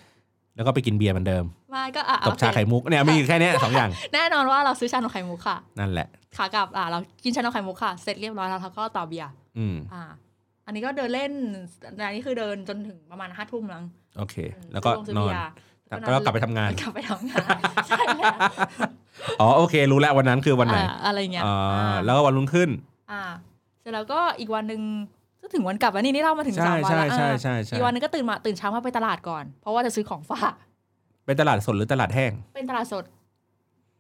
[SPEAKER 2] ๆแล้วก็ไปกินเบียร์เหมือนเดิม
[SPEAKER 3] มาก็อ่ะ
[SPEAKER 2] ตบชาไข่มุกเนี่ยมีอยู่แค่เนี้ย
[SPEAKER 3] *laughs*
[SPEAKER 2] สองอย่าง
[SPEAKER 3] แน่นอนว่าเราซื้อชานมไข่มุกค่ะ
[SPEAKER 2] นั่นแหละ
[SPEAKER 3] ขากลับอ่ะเรากินชานมไข่มุกค่ะ เสร็จเรียบร้อยแล้วเราก็ต่อเบียร์
[SPEAKER 2] อืม
[SPEAKER 3] อ่า อันนี้ก็เดินเล่นอันนี้คือเดินจนถึงประมาณห้าทุ่มแล้ว
[SPEAKER 2] โอเค แล้วก็
[SPEAKER 3] ซื้
[SPEAKER 2] นอ
[SPEAKER 3] เบี
[SPEAKER 2] น
[SPEAKER 3] ยร์
[SPEAKER 2] แล้วก็กลับไปทำงาน
[SPEAKER 3] กลับไปทำงาน *laughs* ใช่แล้ว
[SPEAKER 2] อ๋อโอเครู้แล้ววันนั้นคือวันไหน
[SPEAKER 3] อ่า *laughs* อะไรเงี้ย
[SPEAKER 2] อ่า
[SPEAKER 3] อ่า
[SPEAKER 2] แล้วก็วันรุ่งขึ้น
[SPEAKER 3] อ่าเสร็จแล้วก็อีกวันหนึ่งก็ถึงวันกลับแล้วนี่นี่เล่ามาถึง
[SPEAKER 2] ใช่
[SPEAKER 3] สามวัน
[SPEAKER 2] ใช่
[SPEAKER 3] แล้ว
[SPEAKER 2] ใช่
[SPEAKER 3] อ่า
[SPEAKER 2] ใช่ใช่
[SPEAKER 3] อีกวันหนึงก็ตื่นมาตื่นเช้ามาไปตลาดก่อน เพราะว่าจะซื้อของฝาก
[SPEAKER 2] เป็นตลาดสดหรือตลาดแห้ง
[SPEAKER 3] เป็นตลาดสด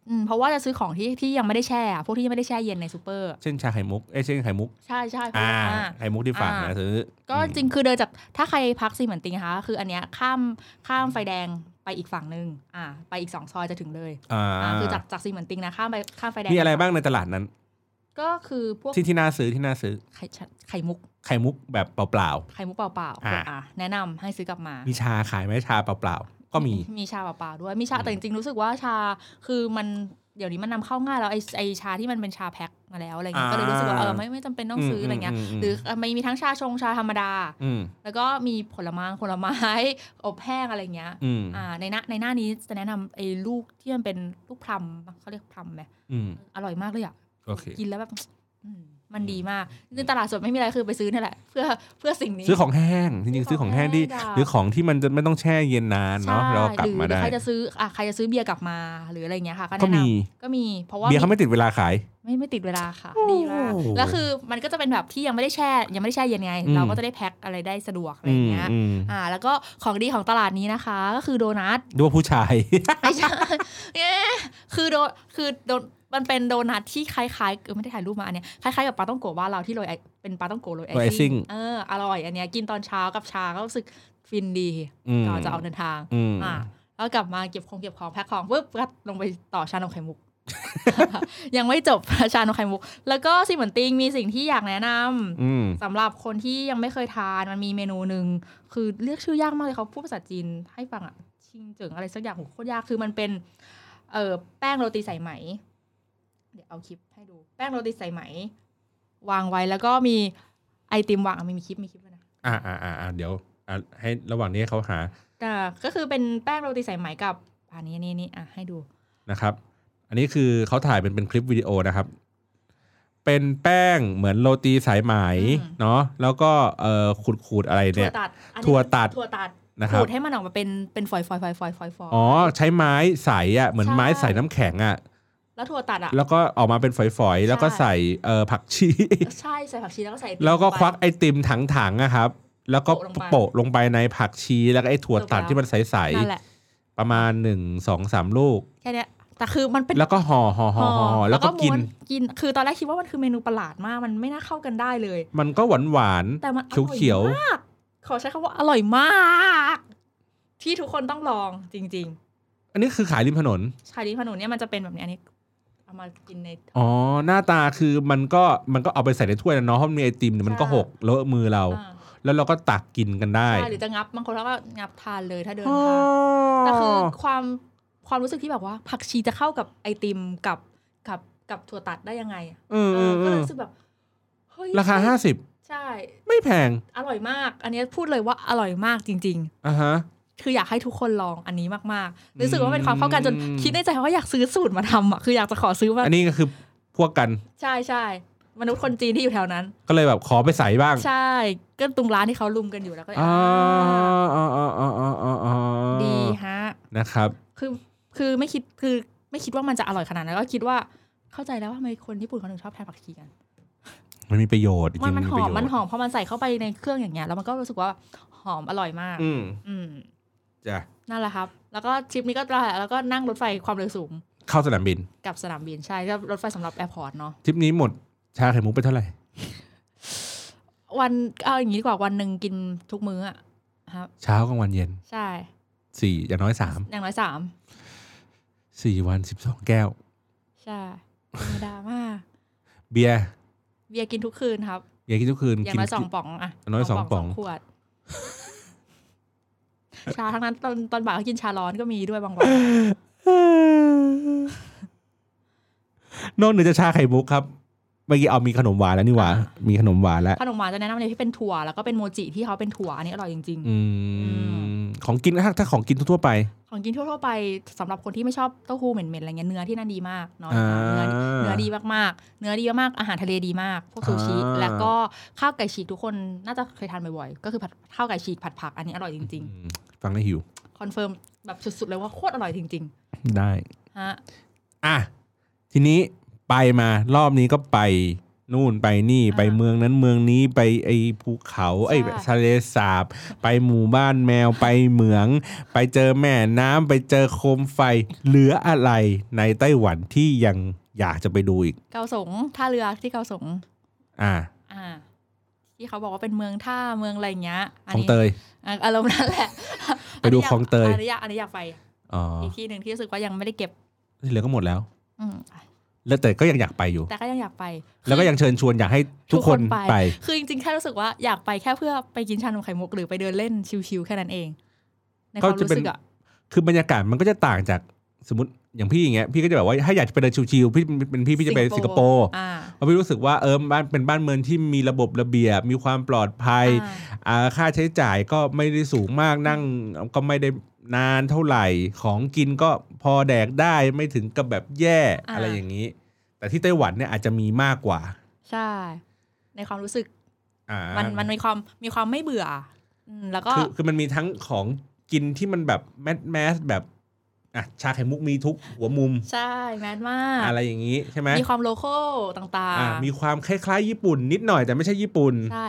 [SPEAKER 3] อืมเพราะว่าจะซื้อของที่ที่ยังไม่ได้แช่อะพวกที่ยังไม่ได้แช่เย็นในซูเปอร์
[SPEAKER 2] เช่นชาไข่มุก เอ้ยเช่นไข่มุก
[SPEAKER 3] ใช่ใช่เพราะ
[SPEAKER 2] อ่า
[SPEAKER 3] ว่าอ่า
[SPEAKER 2] ไข่มุกที่ฝาก
[SPEAKER 3] อ่า
[SPEAKER 2] นะซื้อ
[SPEAKER 3] ก็จริงคือเดินจากถ้าใครพักซีเหมือนติงนะคะ คืออันเนี้ยข้ามข้ามไฟแดงไปอีกฝั่งหนึ่งอ่า ไปอีกสองซอยจะถึงเลย
[SPEAKER 2] อ่า
[SPEAKER 3] อ่าคือจากจากซีเหมือนติงนะข้ามไปข้ามไฟแดง
[SPEAKER 2] มีอะไรบ้างในตลาดนั้น
[SPEAKER 3] ก็คือพวก
[SPEAKER 2] ที่ที่น่าซื้อที่น่าซื้อ
[SPEAKER 3] ไข่ไข่มุก
[SPEAKER 2] ไข่มุกแบบเปล่า
[SPEAKER 3] ไข่มุกเปล่า
[SPEAKER 2] อ่า
[SPEAKER 3] ๆอ่าแนะนำให้ซื้อกลับมา
[SPEAKER 2] ๆ มีชาขายไหมชาเปล่าๆ ก็มี
[SPEAKER 3] มีชาเปล่าๆด้วย มีชา
[SPEAKER 2] อืม
[SPEAKER 3] แต่จริงๆรู้สึกว่าชาคือมันเดี๋ยวนี้มันนำเข้าง่ายแล้วไอไอชาที่มันเป็นชาแพ็คมาแล้วอะไรเงี้ยก็เลยรู้สึกว่าเออไม่ไม่จำเป็นต้องซื้ออะไรเงี้ย
[SPEAKER 2] ม
[SPEAKER 3] หรือเอ่อมันมีทั้งชาชงชาธรรมดา
[SPEAKER 2] อืม
[SPEAKER 3] แล้วก็มีผลไม้ผลไม้ *laughs* อบแห้งอะไรเงี้ย
[SPEAKER 2] อืม
[SPEAKER 3] อ่าในหน้าในหน้านี้จะแนะนำไอ้ลูกที่มันเป็นลูกพลัมเขาเรียกพลัมไหม
[SPEAKER 2] อืม
[SPEAKER 3] อร่อยมากเลยอ่ะ
[SPEAKER 2] โอเค
[SPEAKER 3] กินแล้วแบบอืมมันดีมากจริงๆตลาดสดไม่มีอะไรคือไปซื้อนี่แหละ เพื่อเพื่อสิ่งนี้
[SPEAKER 2] ซื้อของแห้ง จริงๆ
[SPEAKER 3] ซื้
[SPEAKER 2] ซื้
[SPEAKER 3] อ
[SPEAKER 2] อ
[SPEAKER 3] ข
[SPEAKER 2] ขอ
[SPEAKER 3] อ
[SPEAKER 2] งง
[SPEAKER 3] แห้
[SPEAKER 2] แห้
[SPEAKER 3] ง
[SPEAKER 2] งที่
[SPEAKER 3] ได้
[SPEAKER 2] หรือของที่มันจะไม่ต้องแช่เย็นนานเนาะ
[SPEAKER 3] ใช่
[SPEAKER 2] แล้วกลับมา
[SPEAKER 3] หรือ
[SPEAKER 2] ได้
[SPEAKER 3] ใครจะซื้ออ่ะใครจะซื้อเบียร์กลับมาหรืออะไรเงี้ยค่ะก็
[SPEAKER 2] ก็
[SPEAKER 3] แนะนำ
[SPEAKER 2] มี
[SPEAKER 3] ก็มีเพราะว่า
[SPEAKER 2] เบียร์เขาไม่ติดเวลาขาย
[SPEAKER 3] ไม่ไม่ติดเวลาค่ะดีมากแล้วคือมันก็จะเป็นแบบที่ยังไม่ได้แช่ ยังไม่ได้แช่เย็นไง
[SPEAKER 2] อืม
[SPEAKER 3] เราก็จะได้แพ็คอะไรได้สะดวกอะไร
[SPEAKER 2] อืม
[SPEAKER 3] เงี้ย
[SPEAKER 2] อืม
[SPEAKER 3] อ่า แล้วก็ของดีของตลาดนี้นะคะ ก็คือโด
[SPEAKER 2] *laughs*
[SPEAKER 3] นัท
[SPEAKER 2] ดูว่าผู้ชาย
[SPEAKER 3] ไม่ใช่เอ๊ะคือโดคือโดมันเป็นโดนัทที่คล้ายๆเออไม่ได้ถ่ายรูปมาอันเนี้ยคล้ายๆกับปลาต้องโกะบ้านเราที่โรยไอเป็นปลาต้องโกะโรย
[SPEAKER 2] โรย
[SPEAKER 3] ไอ
[SPEAKER 2] ไอซิ่
[SPEAKER 3] ซิ่ง
[SPEAKER 2] ง
[SPEAKER 3] เอออร่อยอันเนี้ยกินตอนเช้ากับชาก็รู้สึกฟินดี
[SPEAKER 2] อืม
[SPEAKER 3] ก่อนจะออกเดินทาง
[SPEAKER 2] อืม
[SPEAKER 3] อ่ะแล้วกลับมาเก็บของเก็บของแพ็คของปุ๊บก็ลงไปต่อชานมไข่มุก *laughs* ยังไม่จบ *laughs* ชานมไข่มุก แล้วก็ซิเหมือนติงมีสิ่งที่อยากแนะนำ
[SPEAKER 2] อืม
[SPEAKER 3] สำหรับคนที่ยังไม่เคยทานมันมีเมนูหนึ่งคือเรียกชื่อยากมากเลยเขาพูดภาษาจีนให้ฟังอ่ะชิงเจิงอะไรสักอย่างโหโคตรยากคือมันเป็น เออแป้งโรตีสายไหม เดี๋ยวเอาคลิปให้ดู แป้งโรตีสายไหม วางไว้แล้วก็มีไอติมวางอ่ะมีมีคลิปมีคลิปด้วยนะ
[SPEAKER 2] อ่าอ่าอ่าอ่าเดี๋ยวอ่ะให้ระหว่างนี้ให้เขาหา
[SPEAKER 3] แต่ก็คือเป็นแป้งโรตีสายไหมกับอันนี้อันนี่นี่อ่ะให้ดู
[SPEAKER 2] นะครับ อันนี้คือเขาถ่ายเป็นเป็นคลิปวิดีโอนะครับ เป็นแป้งเหมือนโรตีสายไหม
[SPEAKER 3] อืม
[SPEAKER 2] เนาะแล้วก็เอ่อขูดขูดๆอะไร
[SPEAKER 3] ถั่
[SPEAKER 2] เนี่
[SPEAKER 3] วย ตัดอันนี้
[SPEAKER 2] ถั่วตัด
[SPEAKER 3] ถั่วตัด
[SPEAKER 2] นะครับ
[SPEAKER 3] ขูดให้มันออกมาเป็นเป็นฝอยฝอยฝอยฝอยฝอยฝอย
[SPEAKER 2] อ๋อใช้ไม้ใสอ่ะเหมือน
[SPEAKER 3] ใช่
[SPEAKER 2] ไม้ใส่น้ำแข็งอ่ะ
[SPEAKER 3] แล้วถั่วตัดอ่ะ
[SPEAKER 2] แล้วก็ออกมาเป็นฝอยๆ แล้วก็
[SPEAKER 3] ใช่
[SPEAKER 2] ใส่เอ่อผัก
[SPEAKER 3] *laughs*
[SPEAKER 2] ชี
[SPEAKER 3] ใช่ใส่ผักชีแล้วก็ใส่ติ่ม
[SPEAKER 2] แล้วก็
[SPEAKER 3] งไป
[SPEAKER 2] ควักไอติมถังๆนะครับ แล้วก็
[SPEAKER 3] โปะลงไป
[SPEAKER 2] โปะลงไปในผักชีแล้วก็ไอถั่วตัด
[SPEAKER 3] ถูกแล้ว
[SPEAKER 2] ที่มันใส
[SPEAKER 3] นั่นแหละ
[SPEAKER 2] ๆประมาณหนึ่งสองสามลูก
[SPEAKER 3] แค่เนี้ยแต่คือมันเป็น
[SPEAKER 2] แล้วก็ห่อห่อห่อห่อแล้วก็กิน
[SPEAKER 3] ม้กินคือตอนแรกคิดว่ามันคือเมนูประหลาดมากมันไม่น่าเข้ากันได้เลย
[SPEAKER 2] มันก็หวานหวาน
[SPEAKER 3] แต่มันอร่
[SPEAKER 2] เขียว
[SPEAKER 3] อ
[SPEAKER 2] เขียว
[SPEAKER 3] มากขอใช้คำว่าอร่อยมาก ที่ทุกคนต้องลองจริง
[SPEAKER 2] ๆ อันนี้คือขายริมถนน
[SPEAKER 3] ๆ ชาดีขนุนเนี่ยมันจะเป็นแบบนี้อันนี้เอามากินใน
[SPEAKER 2] อ๋อ หน้าตาคือมันก็มันก็เอาไปใส่ในถ้วยนะเนาะเพราะมันมีไอติมเนี่ยมันก็
[SPEAKER 3] ใช่
[SPEAKER 2] หกเลอะมือเรา
[SPEAKER 3] อ่า
[SPEAKER 2] แล้วเราก็ตักกินกันได้
[SPEAKER 3] ใช่หรือจะงับบางคนแล้วก็งับทานเลยถ้าเดิน
[SPEAKER 2] อ๋อ
[SPEAKER 3] ทาง แต่คือความความรู้สึกที่แบบว่า ผักชีจะเข้ากับไอติมกับกับกับถั่วตัดได้ยังไงอะ
[SPEAKER 2] เออ
[SPEAKER 3] เอ
[SPEAKER 2] เอ
[SPEAKER 3] อ
[SPEAKER 2] อเอ
[SPEAKER 3] ก็เลย
[SPEAKER 2] อ
[SPEAKER 3] รู้สึกแบบเฮ้ย
[SPEAKER 2] ราคาห้าสิบ
[SPEAKER 3] ใช่
[SPEAKER 2] ไม่แพง
[SPEAKER 3] อร่อยมาก อันนี้พูดเลยว่าอร่อยมากจริง
[SPEAKER 2] อ่ะฮะ
[SPEAKER 3] ๆ คืออยากให้ทุกคนลองอันนี้มากๆรู้สึกว่าเป็นความเข้ากันจน
[SPEAKER 2] อืม
[SPEAKER 3] คิดในใจว่าอยากซื้อสูตรมาทำอ่ะคืออยากจะขอซื้อมา
[SPEAKER 2] อันนี้ก็คือพวกกัน
[SPEAKER 3] ใช่ใช่มนุษย์คนจีนที่อยู่แถวนั้น
[SPEAKER 2] ก็เลยแบบขอไปใส่บ้าง
[SPEAKER 3] ใช่ก็ตรงร้านที่เขาลุมกันอยู่แล้วก็เลย
[SPEAKER 2] อ่า
[SPEAKER 3] อ่า
[SPEAKER 2] อ่าอ่าอ่าอ่าอ่าอ่า
[SPEAKER 3] ดีฮะ
[SPEAKER 2] นะครับ
[SPEAKER 3] คือคือไม่คิดคือไม่คิดว่ามันจะอร่อยขนาดนั้นก็คิดว่าเข้าใจแล้วว่าทำไมคนญี่ปุ่นเขาถึงชอบทานผักชีกัน
[SPEAKER 2] มันมีประโยชน์จริง
[SPEAKER 3] มันมันห
[SPEAKER 2] ป
[SPEAKER 3] อ
[SPEAKER 2] ระ
[SPEAKER 3] ม
[SPEAKER 2] โยช
[SPEAKER 3] มัน
[SPEAKER 2] น์
[SPEAKER 3] หอมเพราะมันใส่เข้าไปในเครื่องอย่างเงี้ยแล้วมันก็รู้สึกว่าหอมอร่อยมาก
[SPEAKER 2] อืม
[SPEAKER 3] อืม
[SPEAKER 2] จ้ะ
[SPEAKER 3] นั่นแหละครับ แล้วก็ทริปนี้ก็แล้วก็นั่งรถไฟความเร็วสูง
[SPEAKER 2] เข้าสนามบิน
[SPEAKER 3] กับสนามบินใช่ก็รถไฟสำหรับแอร์พอร์ตเนาะ
[SPEAKER 2] ทริปนี้หมดชาไข่มุกไปเท่าไหร่
[SPEAKER 3] วันเอาอย่างนี้ดีกว่าวันหนึ่งกินทุกมื้ออะครับ
[SPEAKER 2] เช้ากลางวันเย็น
[SPEAKER 3] ใช่
[SPEAKER 2] สี่อย่างน้อยสาม
[SPEAKER 3] อย่างน้อยสาม
[SPEAKER 2] สี่วันสิบสองแก้ว
[SPEAKER 3] ใช่ธรรมดามาก
[SPEAKER 2] เบียร์
[SPEAKER 3] เบียร์กินทุกคืนครับ
[SPEAKER 2] เบียร์กินทุกคืน
[SPEAKER 3] อย่าง
[SPEAKER 2] กิน
[SPEAKER 3] น้อยสองป๋องอะ
[SPEAKER 2] อย่างน้อยสองป๋อง
[SPEAKER 3] ขวด ชาทั้งนั้นตอนตอนบ่ายเขากินชาร้อนก็มีด้วยบางวัน
[SPEAKER 2] *laughs* นอกเหนือจากชาไข่มุกครับ เมื่อกี้เอามีขนมหวานแล้วนี่หว่า
[SPEAKER 3] อ่
[SPEAKER 2] มีขนมหวานแล้ว
[SPEAKER 3] ขนมหวานจะแนะนำเลยที่เป็นถั่วแล้วก็เป็นโมจิที่เขาเป็นถั่วอันนี้อร่อยจริง
[SPEAKER 2] อืม
[SPEAKER 3] ม
[SPEAKER 2] ของกินถ้าถ้าของกินทั่วๆไป
[SPEAKER 3] ๆ ของกินทั่วๆไปสำหรับคนที่ไม่ชอบเต้าหู้เหม็นๆอะไรเงี้ยเนื้อที่นั่นดีมากเนาะ
[SPEAKER 2] อ่า
[SPEAKER 3] เนื้อเนื้อดีมากๆ เนื้อดีมากๆอาหารทะเลดีมาก พวกซูชิ
[SPEAKER 2] อ่า
[SPEAKER 3] แล้วก็ข้าวไก่ฉีกทุกคนน่าจะเคยทานบ่อยๆก็คือผัดข้าวไก่ฉีกผัดผักอันนี้อร่อยจริง
[SPEAKER 2] อืมฟังแล้วหิว
[SPEAKER 3] ๆคอนเฟิร์มแบบสุดๆเลยว่าโคตรอร่อยจริง
[SPEAKER 2] ได้
[SPEAKER 3] ๆฮะ
[SPEAKER 2] อ่ะ ทีนี้ไปมารอบนี้ก็ไป นู่นไปนี่
[SPEAKER 3] า
[SPEAKER 2] ไปเมืองนั้นเมืองนี้ไปไอ้ภูเขาไอ้ย
[SPEAKER 3] ใช่
[SPEAKER 2] ทะเลสาบ ไปหมู่บ้านแมวไปเหมือง ไปเจอแม่น้ำไปเจอโคมไฟ เหลืออะไรในไต้หวันที่ยังอยากจะไปดูอีก
[SPEAKER 3] เกาสงท่าเรือที่เกาสง
[SPEAKER 2] อ่ะ
[SPEAKER 3] อ่า ที่เขาบอกว่าเป็นเมืองท่าเมืองอะไรอย่างเงี้ย
[SPEAKER 2] ของเตย
[SPEAKER 3] อ่ะอารมณ์นั่นแหละ
[SPEAKER 2] *laughs* ไปดูคลองเตย
[SPEAKER 3] อันนี้อยากอันนี้อยากไป
[SPEAKER 2] อ๋อ
[SPEAKER 3] อีกที่หนึ่งที่รู้สึกว่ายังไม่ได้เก็บ
[SPEAKER 2] ที่เหลือก็หมดแล้ว
[SPEAKER 3] อืม
[SPEAKER 2] แล้วแต่ก็ยังอยากไปอยู่
[SPEAKER 3] แต่ก็ยังอยากไป
[SPEAKER 2] แล้วก็ยังเชิญชวนอยากให้ทุกคนไป
[SPEAKER 3] คือจริงๆ แค่รู้สึกว่าอยากไปแค่เพื่อไปกินชานมไข่มุกหรือไปเดินเล่นชิลๆแค่นั้นเอง ในความรู้สึกอะ
[SPEAKER 2] คือบรรยากาศมันก็จะต่างจากสมมติอย่างพี่อย่างเงี้ยพี่ก็จะแบบว่าถ้าอยากจะไปเดินชิวๆพี่เป็นพี่พี่จะไปสิงคโปร์
[SPEAKER 3] อ่า
[SPEAKER 2] เพราะพี่รู้สึกว่าเออบ้านเป็นบ้านเมืองที่มีระบบระเบียบ มีความปลอดภัย
[SPEAKER 3] อ่า
[SPEAKER 2] อ่าค่าใช้จ่ายก็ไม่ได้สูงมากนั่งก็ไม่ได้นานเท่าไหร่ ของกินก็พอแดกได้ไม่ถึงกับแบบแย่อะไรอย่างนี้ แต่ที่ไต้หวันเนี่ยอาจจะมีมากกว่า
[SPEAKER 3] ใช่ ในความรู้สึก
[SPEAKER 2] อ่ามั
[SPEAKER 3] มันมันมีความมีความไม่เบื่ออืมแล้วก็
[SPEAKER 2] คือคือมันมีทั้งของกินที่มันแบบแมสแมสแบบอ่ะชาไข่มุกมีทุกหัวมุม
[SPEAKER 3] ใช่แมนมาก
[SPEAKER 2] อะไรอย่างนี้ใช่ไหม
[SPEAKER 3] มีความโลโก้ต่าง
[SPEAKER 2] อ่ะ
[SPEAKER 3] ๆ
[SPEAKER 2] มีความคล้ายๆญี่ปุ่นนิดหน่อยแต่ไม่ใช่ญี่ปุ่น
[SPEAKER 3] ใช่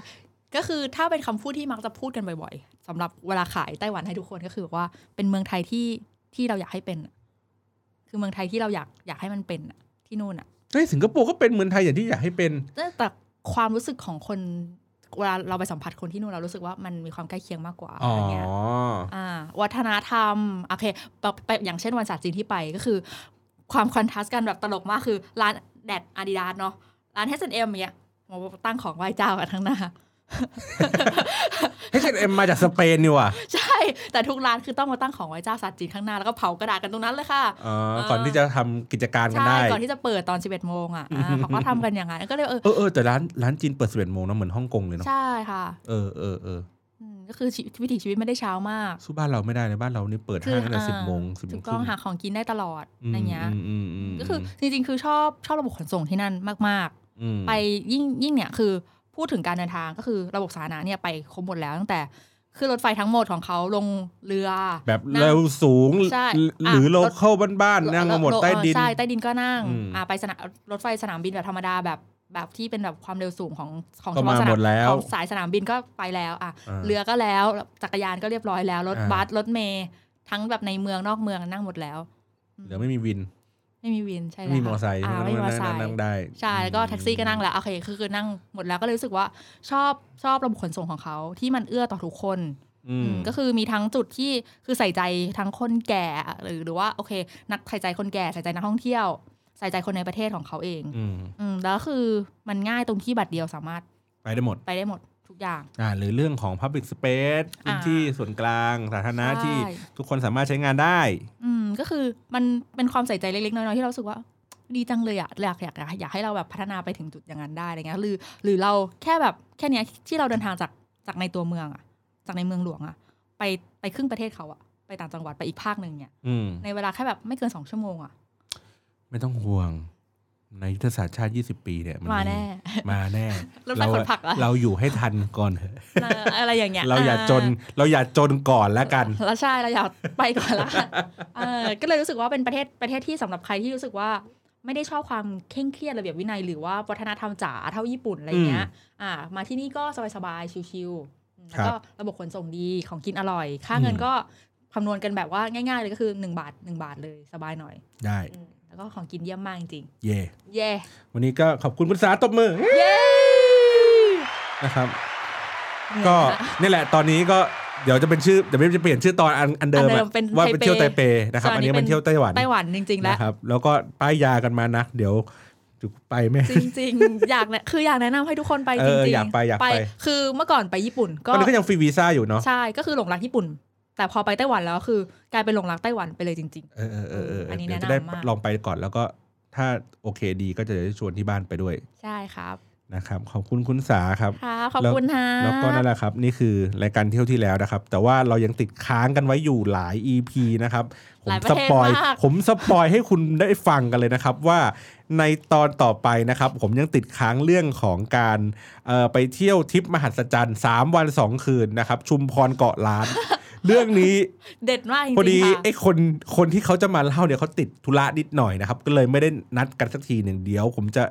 [SPEAKER 3] ก็คือถ้าเป็นคำพูดที่มักจะพูดกันบ่อยๆสำหรับเวลาขายไต้หวันให้ทุกคนก็คือว่าเป็นเมืองไทยที่ที่เราอยากให้เป็นอะคือเมืองไทยที่เราอยากอยากให้มันเป็นอะที่นู่นอ่ะ
[SPEAKER 2] เฮ้ยสิงคโปร์ก็เป็นเหมือนไทยอย่างที่อยากให้เป็น
[SPEAKER 3] แต่ความรู้สึกของคนเวลาเราไปสัมผัสคนที่นู่นเรารู้สึกว่ามันมีความใกล้เคียงมากกว่า
[SPEAKER 2] อ๋
[SPEAKER 3] อะ
[SPEAKER 2] อ
[SPEAKER 3] ไรเงี้ยอ่า วัฒนธรรมโอเคไปไปอย่างเช่นวันศาสตร์จีนที่ไปก็คือ ความคอนทราสต์กันแบบตลกมากคือร้านแดดอาดิดาสเนาะร้านเฮสเอ็มเนี่ยมาตั้งของไหว้เจ้ากันทั้งหน้า
[SPEAKER 2] เฮ้ยเอ็มมาจากสเปนนี่ว่ะ
[SPEAKER 3] ใช่ แต่ทุกร้านคือต้องมาตั้งของไว้เจ้าสัตว์จีนข้างหน้า แล้วก็เผากระดาษกันตรงนั้นเลยค่ะ
[SPEAKER 2] อ๋อ
[SPEAKER 3] เออ
[SPEAKER 2] ก่อนที่จะทำกิจการกัน
[SPEAKER 3] ใช่
[SPEAKER 2] ได้
[SPEAKER 3] ก่อนที่จะเปิดตอน 11โมงอ่ะอ่า
[SPEAKER 2] *laughs*
[SPEAKER 3] เขาก็ทำกันอย่างนั้นก็เลยเออ
[SPEAKER 2] เออเออแต่ร้านร้านจีนเปิดสิบเอ็ดโมงนะเหมือนฮ่องกงเลยเนาะ
[SPEAKER 3] ใช่ค่ะ
[SPEAKER 2] เออเออเออ
[SPEAKER 3] อืมก็คือชีวิตวิถีชีวิตไม่ได้เช้ามาก
[SPEAKER 2] สู้บ้านเราไม่ได้เลยบ้านเรานี่เปิด
[SPEAKER 3] คื
[SPEAKER 2] ห้างตั้งแต่
[SPEAKER 3] า
[SPEAKER 2] สิบโมงสิบโม
[SPEAKER 3] ถู
[SPEAKER 2] ง
[SPEAKER 3] ก
[SPEAKER 2] ค
[SPEAKER 3] ต้อ
[SPEAKER 2] รึ่
[SPEAKER 3] ง
[SPEAKER 2] ง
[SPEAKER 3] หาของกินได้ตลอด
[SPEAKER 2] อืม
[SPEAKER 3] อะไรเงี้ย
[SPEAKER 2] อืมอืมม
[SPEAKER 3] ก็คือจริงๆ คือชอบชอบระบบขนส่งที่นั่นมาก
[SPEAKER 2] ม
[SPEAKER 3] ๆ ไปยิ่งยิ่งเนี่ยคือพูดถึงการเดินทางก็คือระบบสาธารณะเนี่ยไปครบหมดแล้วตั้งแต่ขึ้นรถไฟทั้งหมดของเขาลงเรือ
[SPEAKER 2] แบบเร็วสูง
[SPEAKER 3] ใช่
[SPEAKER 2] หรือ
[SPEAKER 3] อ่ะ
[SPEAKER 2] โลเคอลบ้านๆนั่งมาหมด
[SPEAKER 3] รถ
[SPEAKER 2] ใต้ดิน
[SPEAKER 3] ใช่ใต้ดินก็นั่ง
[SPEAKER 2] อืม
[SPEAKER 3] อ่าไปสนามรถไฟสนามบินแบบธรรมดาแบบแบบที่เป็นแบบความเร็วสูงของของ
[SPEAKER 2] ก็
[SPEAKER 3] เฉพาะ
[SPEAKER 2] มา
[SPEAKER 3] ส
[SPEAKER 2] ห
[SPEAKER 3] นาม
[SPEAKER 2] ดแล้ว
[SPEAKER 3] ของสายสนามบินก็ไปแล้วอ่ะ
[SPEAKER 2] อ่า
[SPEAKER 3] เรือก็แล้วจักรยานก็เรียบร้อยแล้ว รถ
[SPEAKER 2] อ่า
[SPEAKER 3] บัสรถเมย์ทั้งแบบในเมืองนอกเมืองนั่งหมดแล้ว
[SPEAKER 2] เดี๋ยวไม่มีวิน
[SPEAKER 3] ไม่มีวินใช่
[SPEAKER 2] ไม่
[SPEAKER 3] แล้ว
[SPEAKER 2] มีมอเตอร์ไซค์
[SPEAKER 3] อ่าไม่มีมอเตอร์ไซ
[SPEAKER 2] นั่ง
[SPEAKER 3] ค์
[SPEAKER 2] นั่งได้
[SPEAKER 3] ใช่แล้วก็แท็กซี่ก็นั่งแล้วโอเคคือคือนั่งหมดแล้วก็เลยรู้สึกว่าชอบชอบระบบขนส่งของเขาที่มันเอื้อต่อทุกคน
[SPEAKER 2] อืม
[SPEAKER 3] อืมก็คือมีทั้งจุดที่คือใส่ใจทั้งคนแก่หรือหรือว่าโอเค นักใส่ใจคนแก่ใส่ใจนักท่องเที่ยว ใส่ใจคนในประเทศของเขาเอง
[SPEAKER 2] อืม
[SPEAKER 3] อืมแล้วคือมันง่ายตรงที่บัตรเดียวสามารถ
[SPEAKER 2] ไปได้หมด
[SPEAKER 3] ไปได้หมดทุกอย่าง
[SPEAKER 2] อ่าหรือเรื่องของ Public Space พื้นที่ส่วนกลางสาธารณะ
[SPEAKER 3] ใช่
[SPEAKER 2] ที่ทุกคนสามารถใช้งานได้
[SPEAKER 3] อืมก็คือมันเป็นความใส่ใจเล็กๆน้อยๆที่เรารู้สึกว่า ดีจังเลยอะอยากอยากอยากอยากให้เราแบบพัฒนาไปถึงจุดอย่างนั้นได้อะไรเงี้ยหรือหรือเราแค่แบบแค่เนี้ยที่เราเดินทางจากจากในตัวเมืองอะจากในเมืองหลวงอะไปไปครึ่งประเทศเขาอะไปต่างจังหวัดไปอีกภาคหนึ่งเนี่ย
[SPEAKER 2] อืม
[SPEAKER 3] ในเวลาแค่แบบไม่เกินสองชั่วโมงอะ
[SPEAKER 2] ไม่ต้องห่วง ในยุทธศาสตร์ชาติ 20 ปีเนี่ยน
[SPEAKER 3] มาแน่
[SPEAKER 2] มาแน่
[SPEAKER 3] รถไฟขนผักเหรอ
[SPEAKER 2] เราอยู่ให้ทันก่อนเถอะ
[SPEAKER 3] เอออะไรอย่างเงี้ย
[SPEAKER 2] เราอย่าจนเราอย่าจนก่อนแล้วกัน
[SPEAKER 3] แล้วใช่เราอยากไปก่อนละเออก็เลยรู้สึกว่าเป็นประเทศประเทศที่สำหรับใครที่รู้สึกว่า ไม่ได้ชอบความเคร่งเครียดระเบียบวินัยหรือว่าวัฒนธรรมจ๋าเท่าญี่ปุ่นอะไรเงี้ยอ่า มาที่นี่ก็สบายๆชิวๆแล้วก็ระบบขนส่งดีของกินอร่อย ค่าเงิน
[SPEAKER 2] อืม
[SPEAKER 3] ก็คำนวณกันแบบว่าง่ายๆเลยก็คือ 1 บาท 1 บาทเลยสบายหน่อย
[SPEAKER 2] ได้
[SPEAKER 3] อืมแล้วก็ของกินเยี่ยมมากจริง
[SPEAKER 2] เย่
[SPEAKER 3] ๆเย่
[SPEAKER 2] วันนี้ก็ขอบคุณพุทธศาสตร์ตบมือ
[SPEAKER 3] เย่
[SPEAKER 2] นะครับ *laughs* ก็นี่แหละตอนนี้ก็เดี๋ยวจะเป็นชื่อเดี๋ยวจะเปลี่ยนชื่อตอนอันอันเดิมอะว่าเป็นเที่ยวไตเปนะครับ อันนี้เป็นเที่ยวไต้หวัน
[SPEAKER 3] ไต้หวันจริงๆแล้ว
[SPEAKER 2] นะครับ แล้วก็ป้ายยากันมานัก เดี๋ยวจะไปไม่
[SPEAKER 3] จริงๆ อยากแนะคืออยากแนะนำให้ทุกคนไป
[SPEAKER 2] เอ
[SPEAKER 3] จ
[SPEAKER 2] อ
[SPEAKER 3] ริ
[SPEAKER 2] ง
[SPEAKER 3] ๆ
[SPEAKER 2] อยากไปอยากไป
[SPEAKER 3] คือเมื่อก่อนไปญี่ปุ่น
[SPEAKER 2] ต
[SPEAKER 3] ก็
[SPEAKER 2] อนนี้ก็ยังฟรีวีซ่าอยู่เนาะ
[SPEAKER 3] ใช่ก็คือหลงรักญี่ปุ่น แต่พอไปไต้หวันแล้วคือกลายเป็นหลงรักไต้หวันไปเลยจริง
[SPEAKER 2] เออเออเออเออ
[SPEAKER 3] อันนี้
[SPEAKER 2] เดี๋ยวจะ
[SPEAKER 3] แนะ
[SPEAKER 2] ได้
[SPEAKER 3] นำมาก
[SPEAKER 2] ลองไปก่อนแล้วก็ถ้าโอเคดีก็จะได้ชวนที่บ้านไปด้วย
[SPEAKER 3] ๆ ใช่ครับ
[SPEAKER 2] นะครับขอบคุณคุณสาครับ
[SPEAKER 3] ค่ะขอบคุณฮะ
[SPEAKER 2] แล้วก็นั่นแหละครับ นี่คือรายการเที่ยวที่แล้วนะครับ แต่ว่าเรายังติดค้างกันไว้อยู่หลาย EP นะครับผ
[SPEAKER 3] ห
[SPEAKER 2] ม
[SPEAKER 3] ลายป
[SPEAKER 2] ส
[SPEAKER 3] ระเทศ
[SPEAKER 2] ปอย
[SPEAKER 3] มาก
[SPEAKER 2] ผมสปอยให้คุณได้ฟังกันเลยนะครับ ว่าในตอนต่อไปนะครับ ผมยังติดค้างเรื่องของการเอ่อไปเที่ยวทริปมหัศจรรย์3วัน 2 คืนนะครับ ชุมพรเกาะล้าน
[SPEAKER 3] *laughs*
[SPEAKER 2] เรื่องนี้
[SPEAKER 3] เด็ดมากจริง
[SPEAKER 2] พอดี
[SPEAKER 3] ๆค่ะ
[SPEAKER 2] ไอ้คนคนที่เขาจะมาเล่าเนี่ยเขาติดธุระนิดหน่อยนะครับ ก็เลยไม่ได้นัดกันสักทีหนึ่งเดียว ผมจะ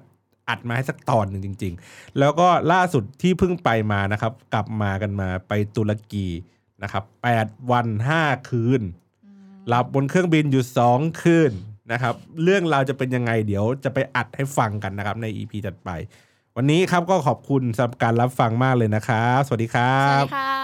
[SPEAKER 2] อัดมาให้สักตอนหนึ่งจริง ๆ แล้วก็ล่าสุดที่เพิ่งไปมานะครับ กลับมากันมาไปตุรกีนะครับ8วัน 5 คืน
[SPEAKER 3] อืม
[SPEAKER 2] หลับบนเครื่องบินอยู่ 2 คืนนะครับ เรื่องราวจะเป็นยังไงเดี๋ยวจะไปอัดให้ฟังกันนะครับใน EP จัดไป วันนี้ครับก็ขอบคุณสำหรับการรับฟังมากเลยนะครับ สวัสดีครั
[SPEAKER 3] สวัส
[SPEAKER 2] บ
[SPEAKER 3] ดีค่ะ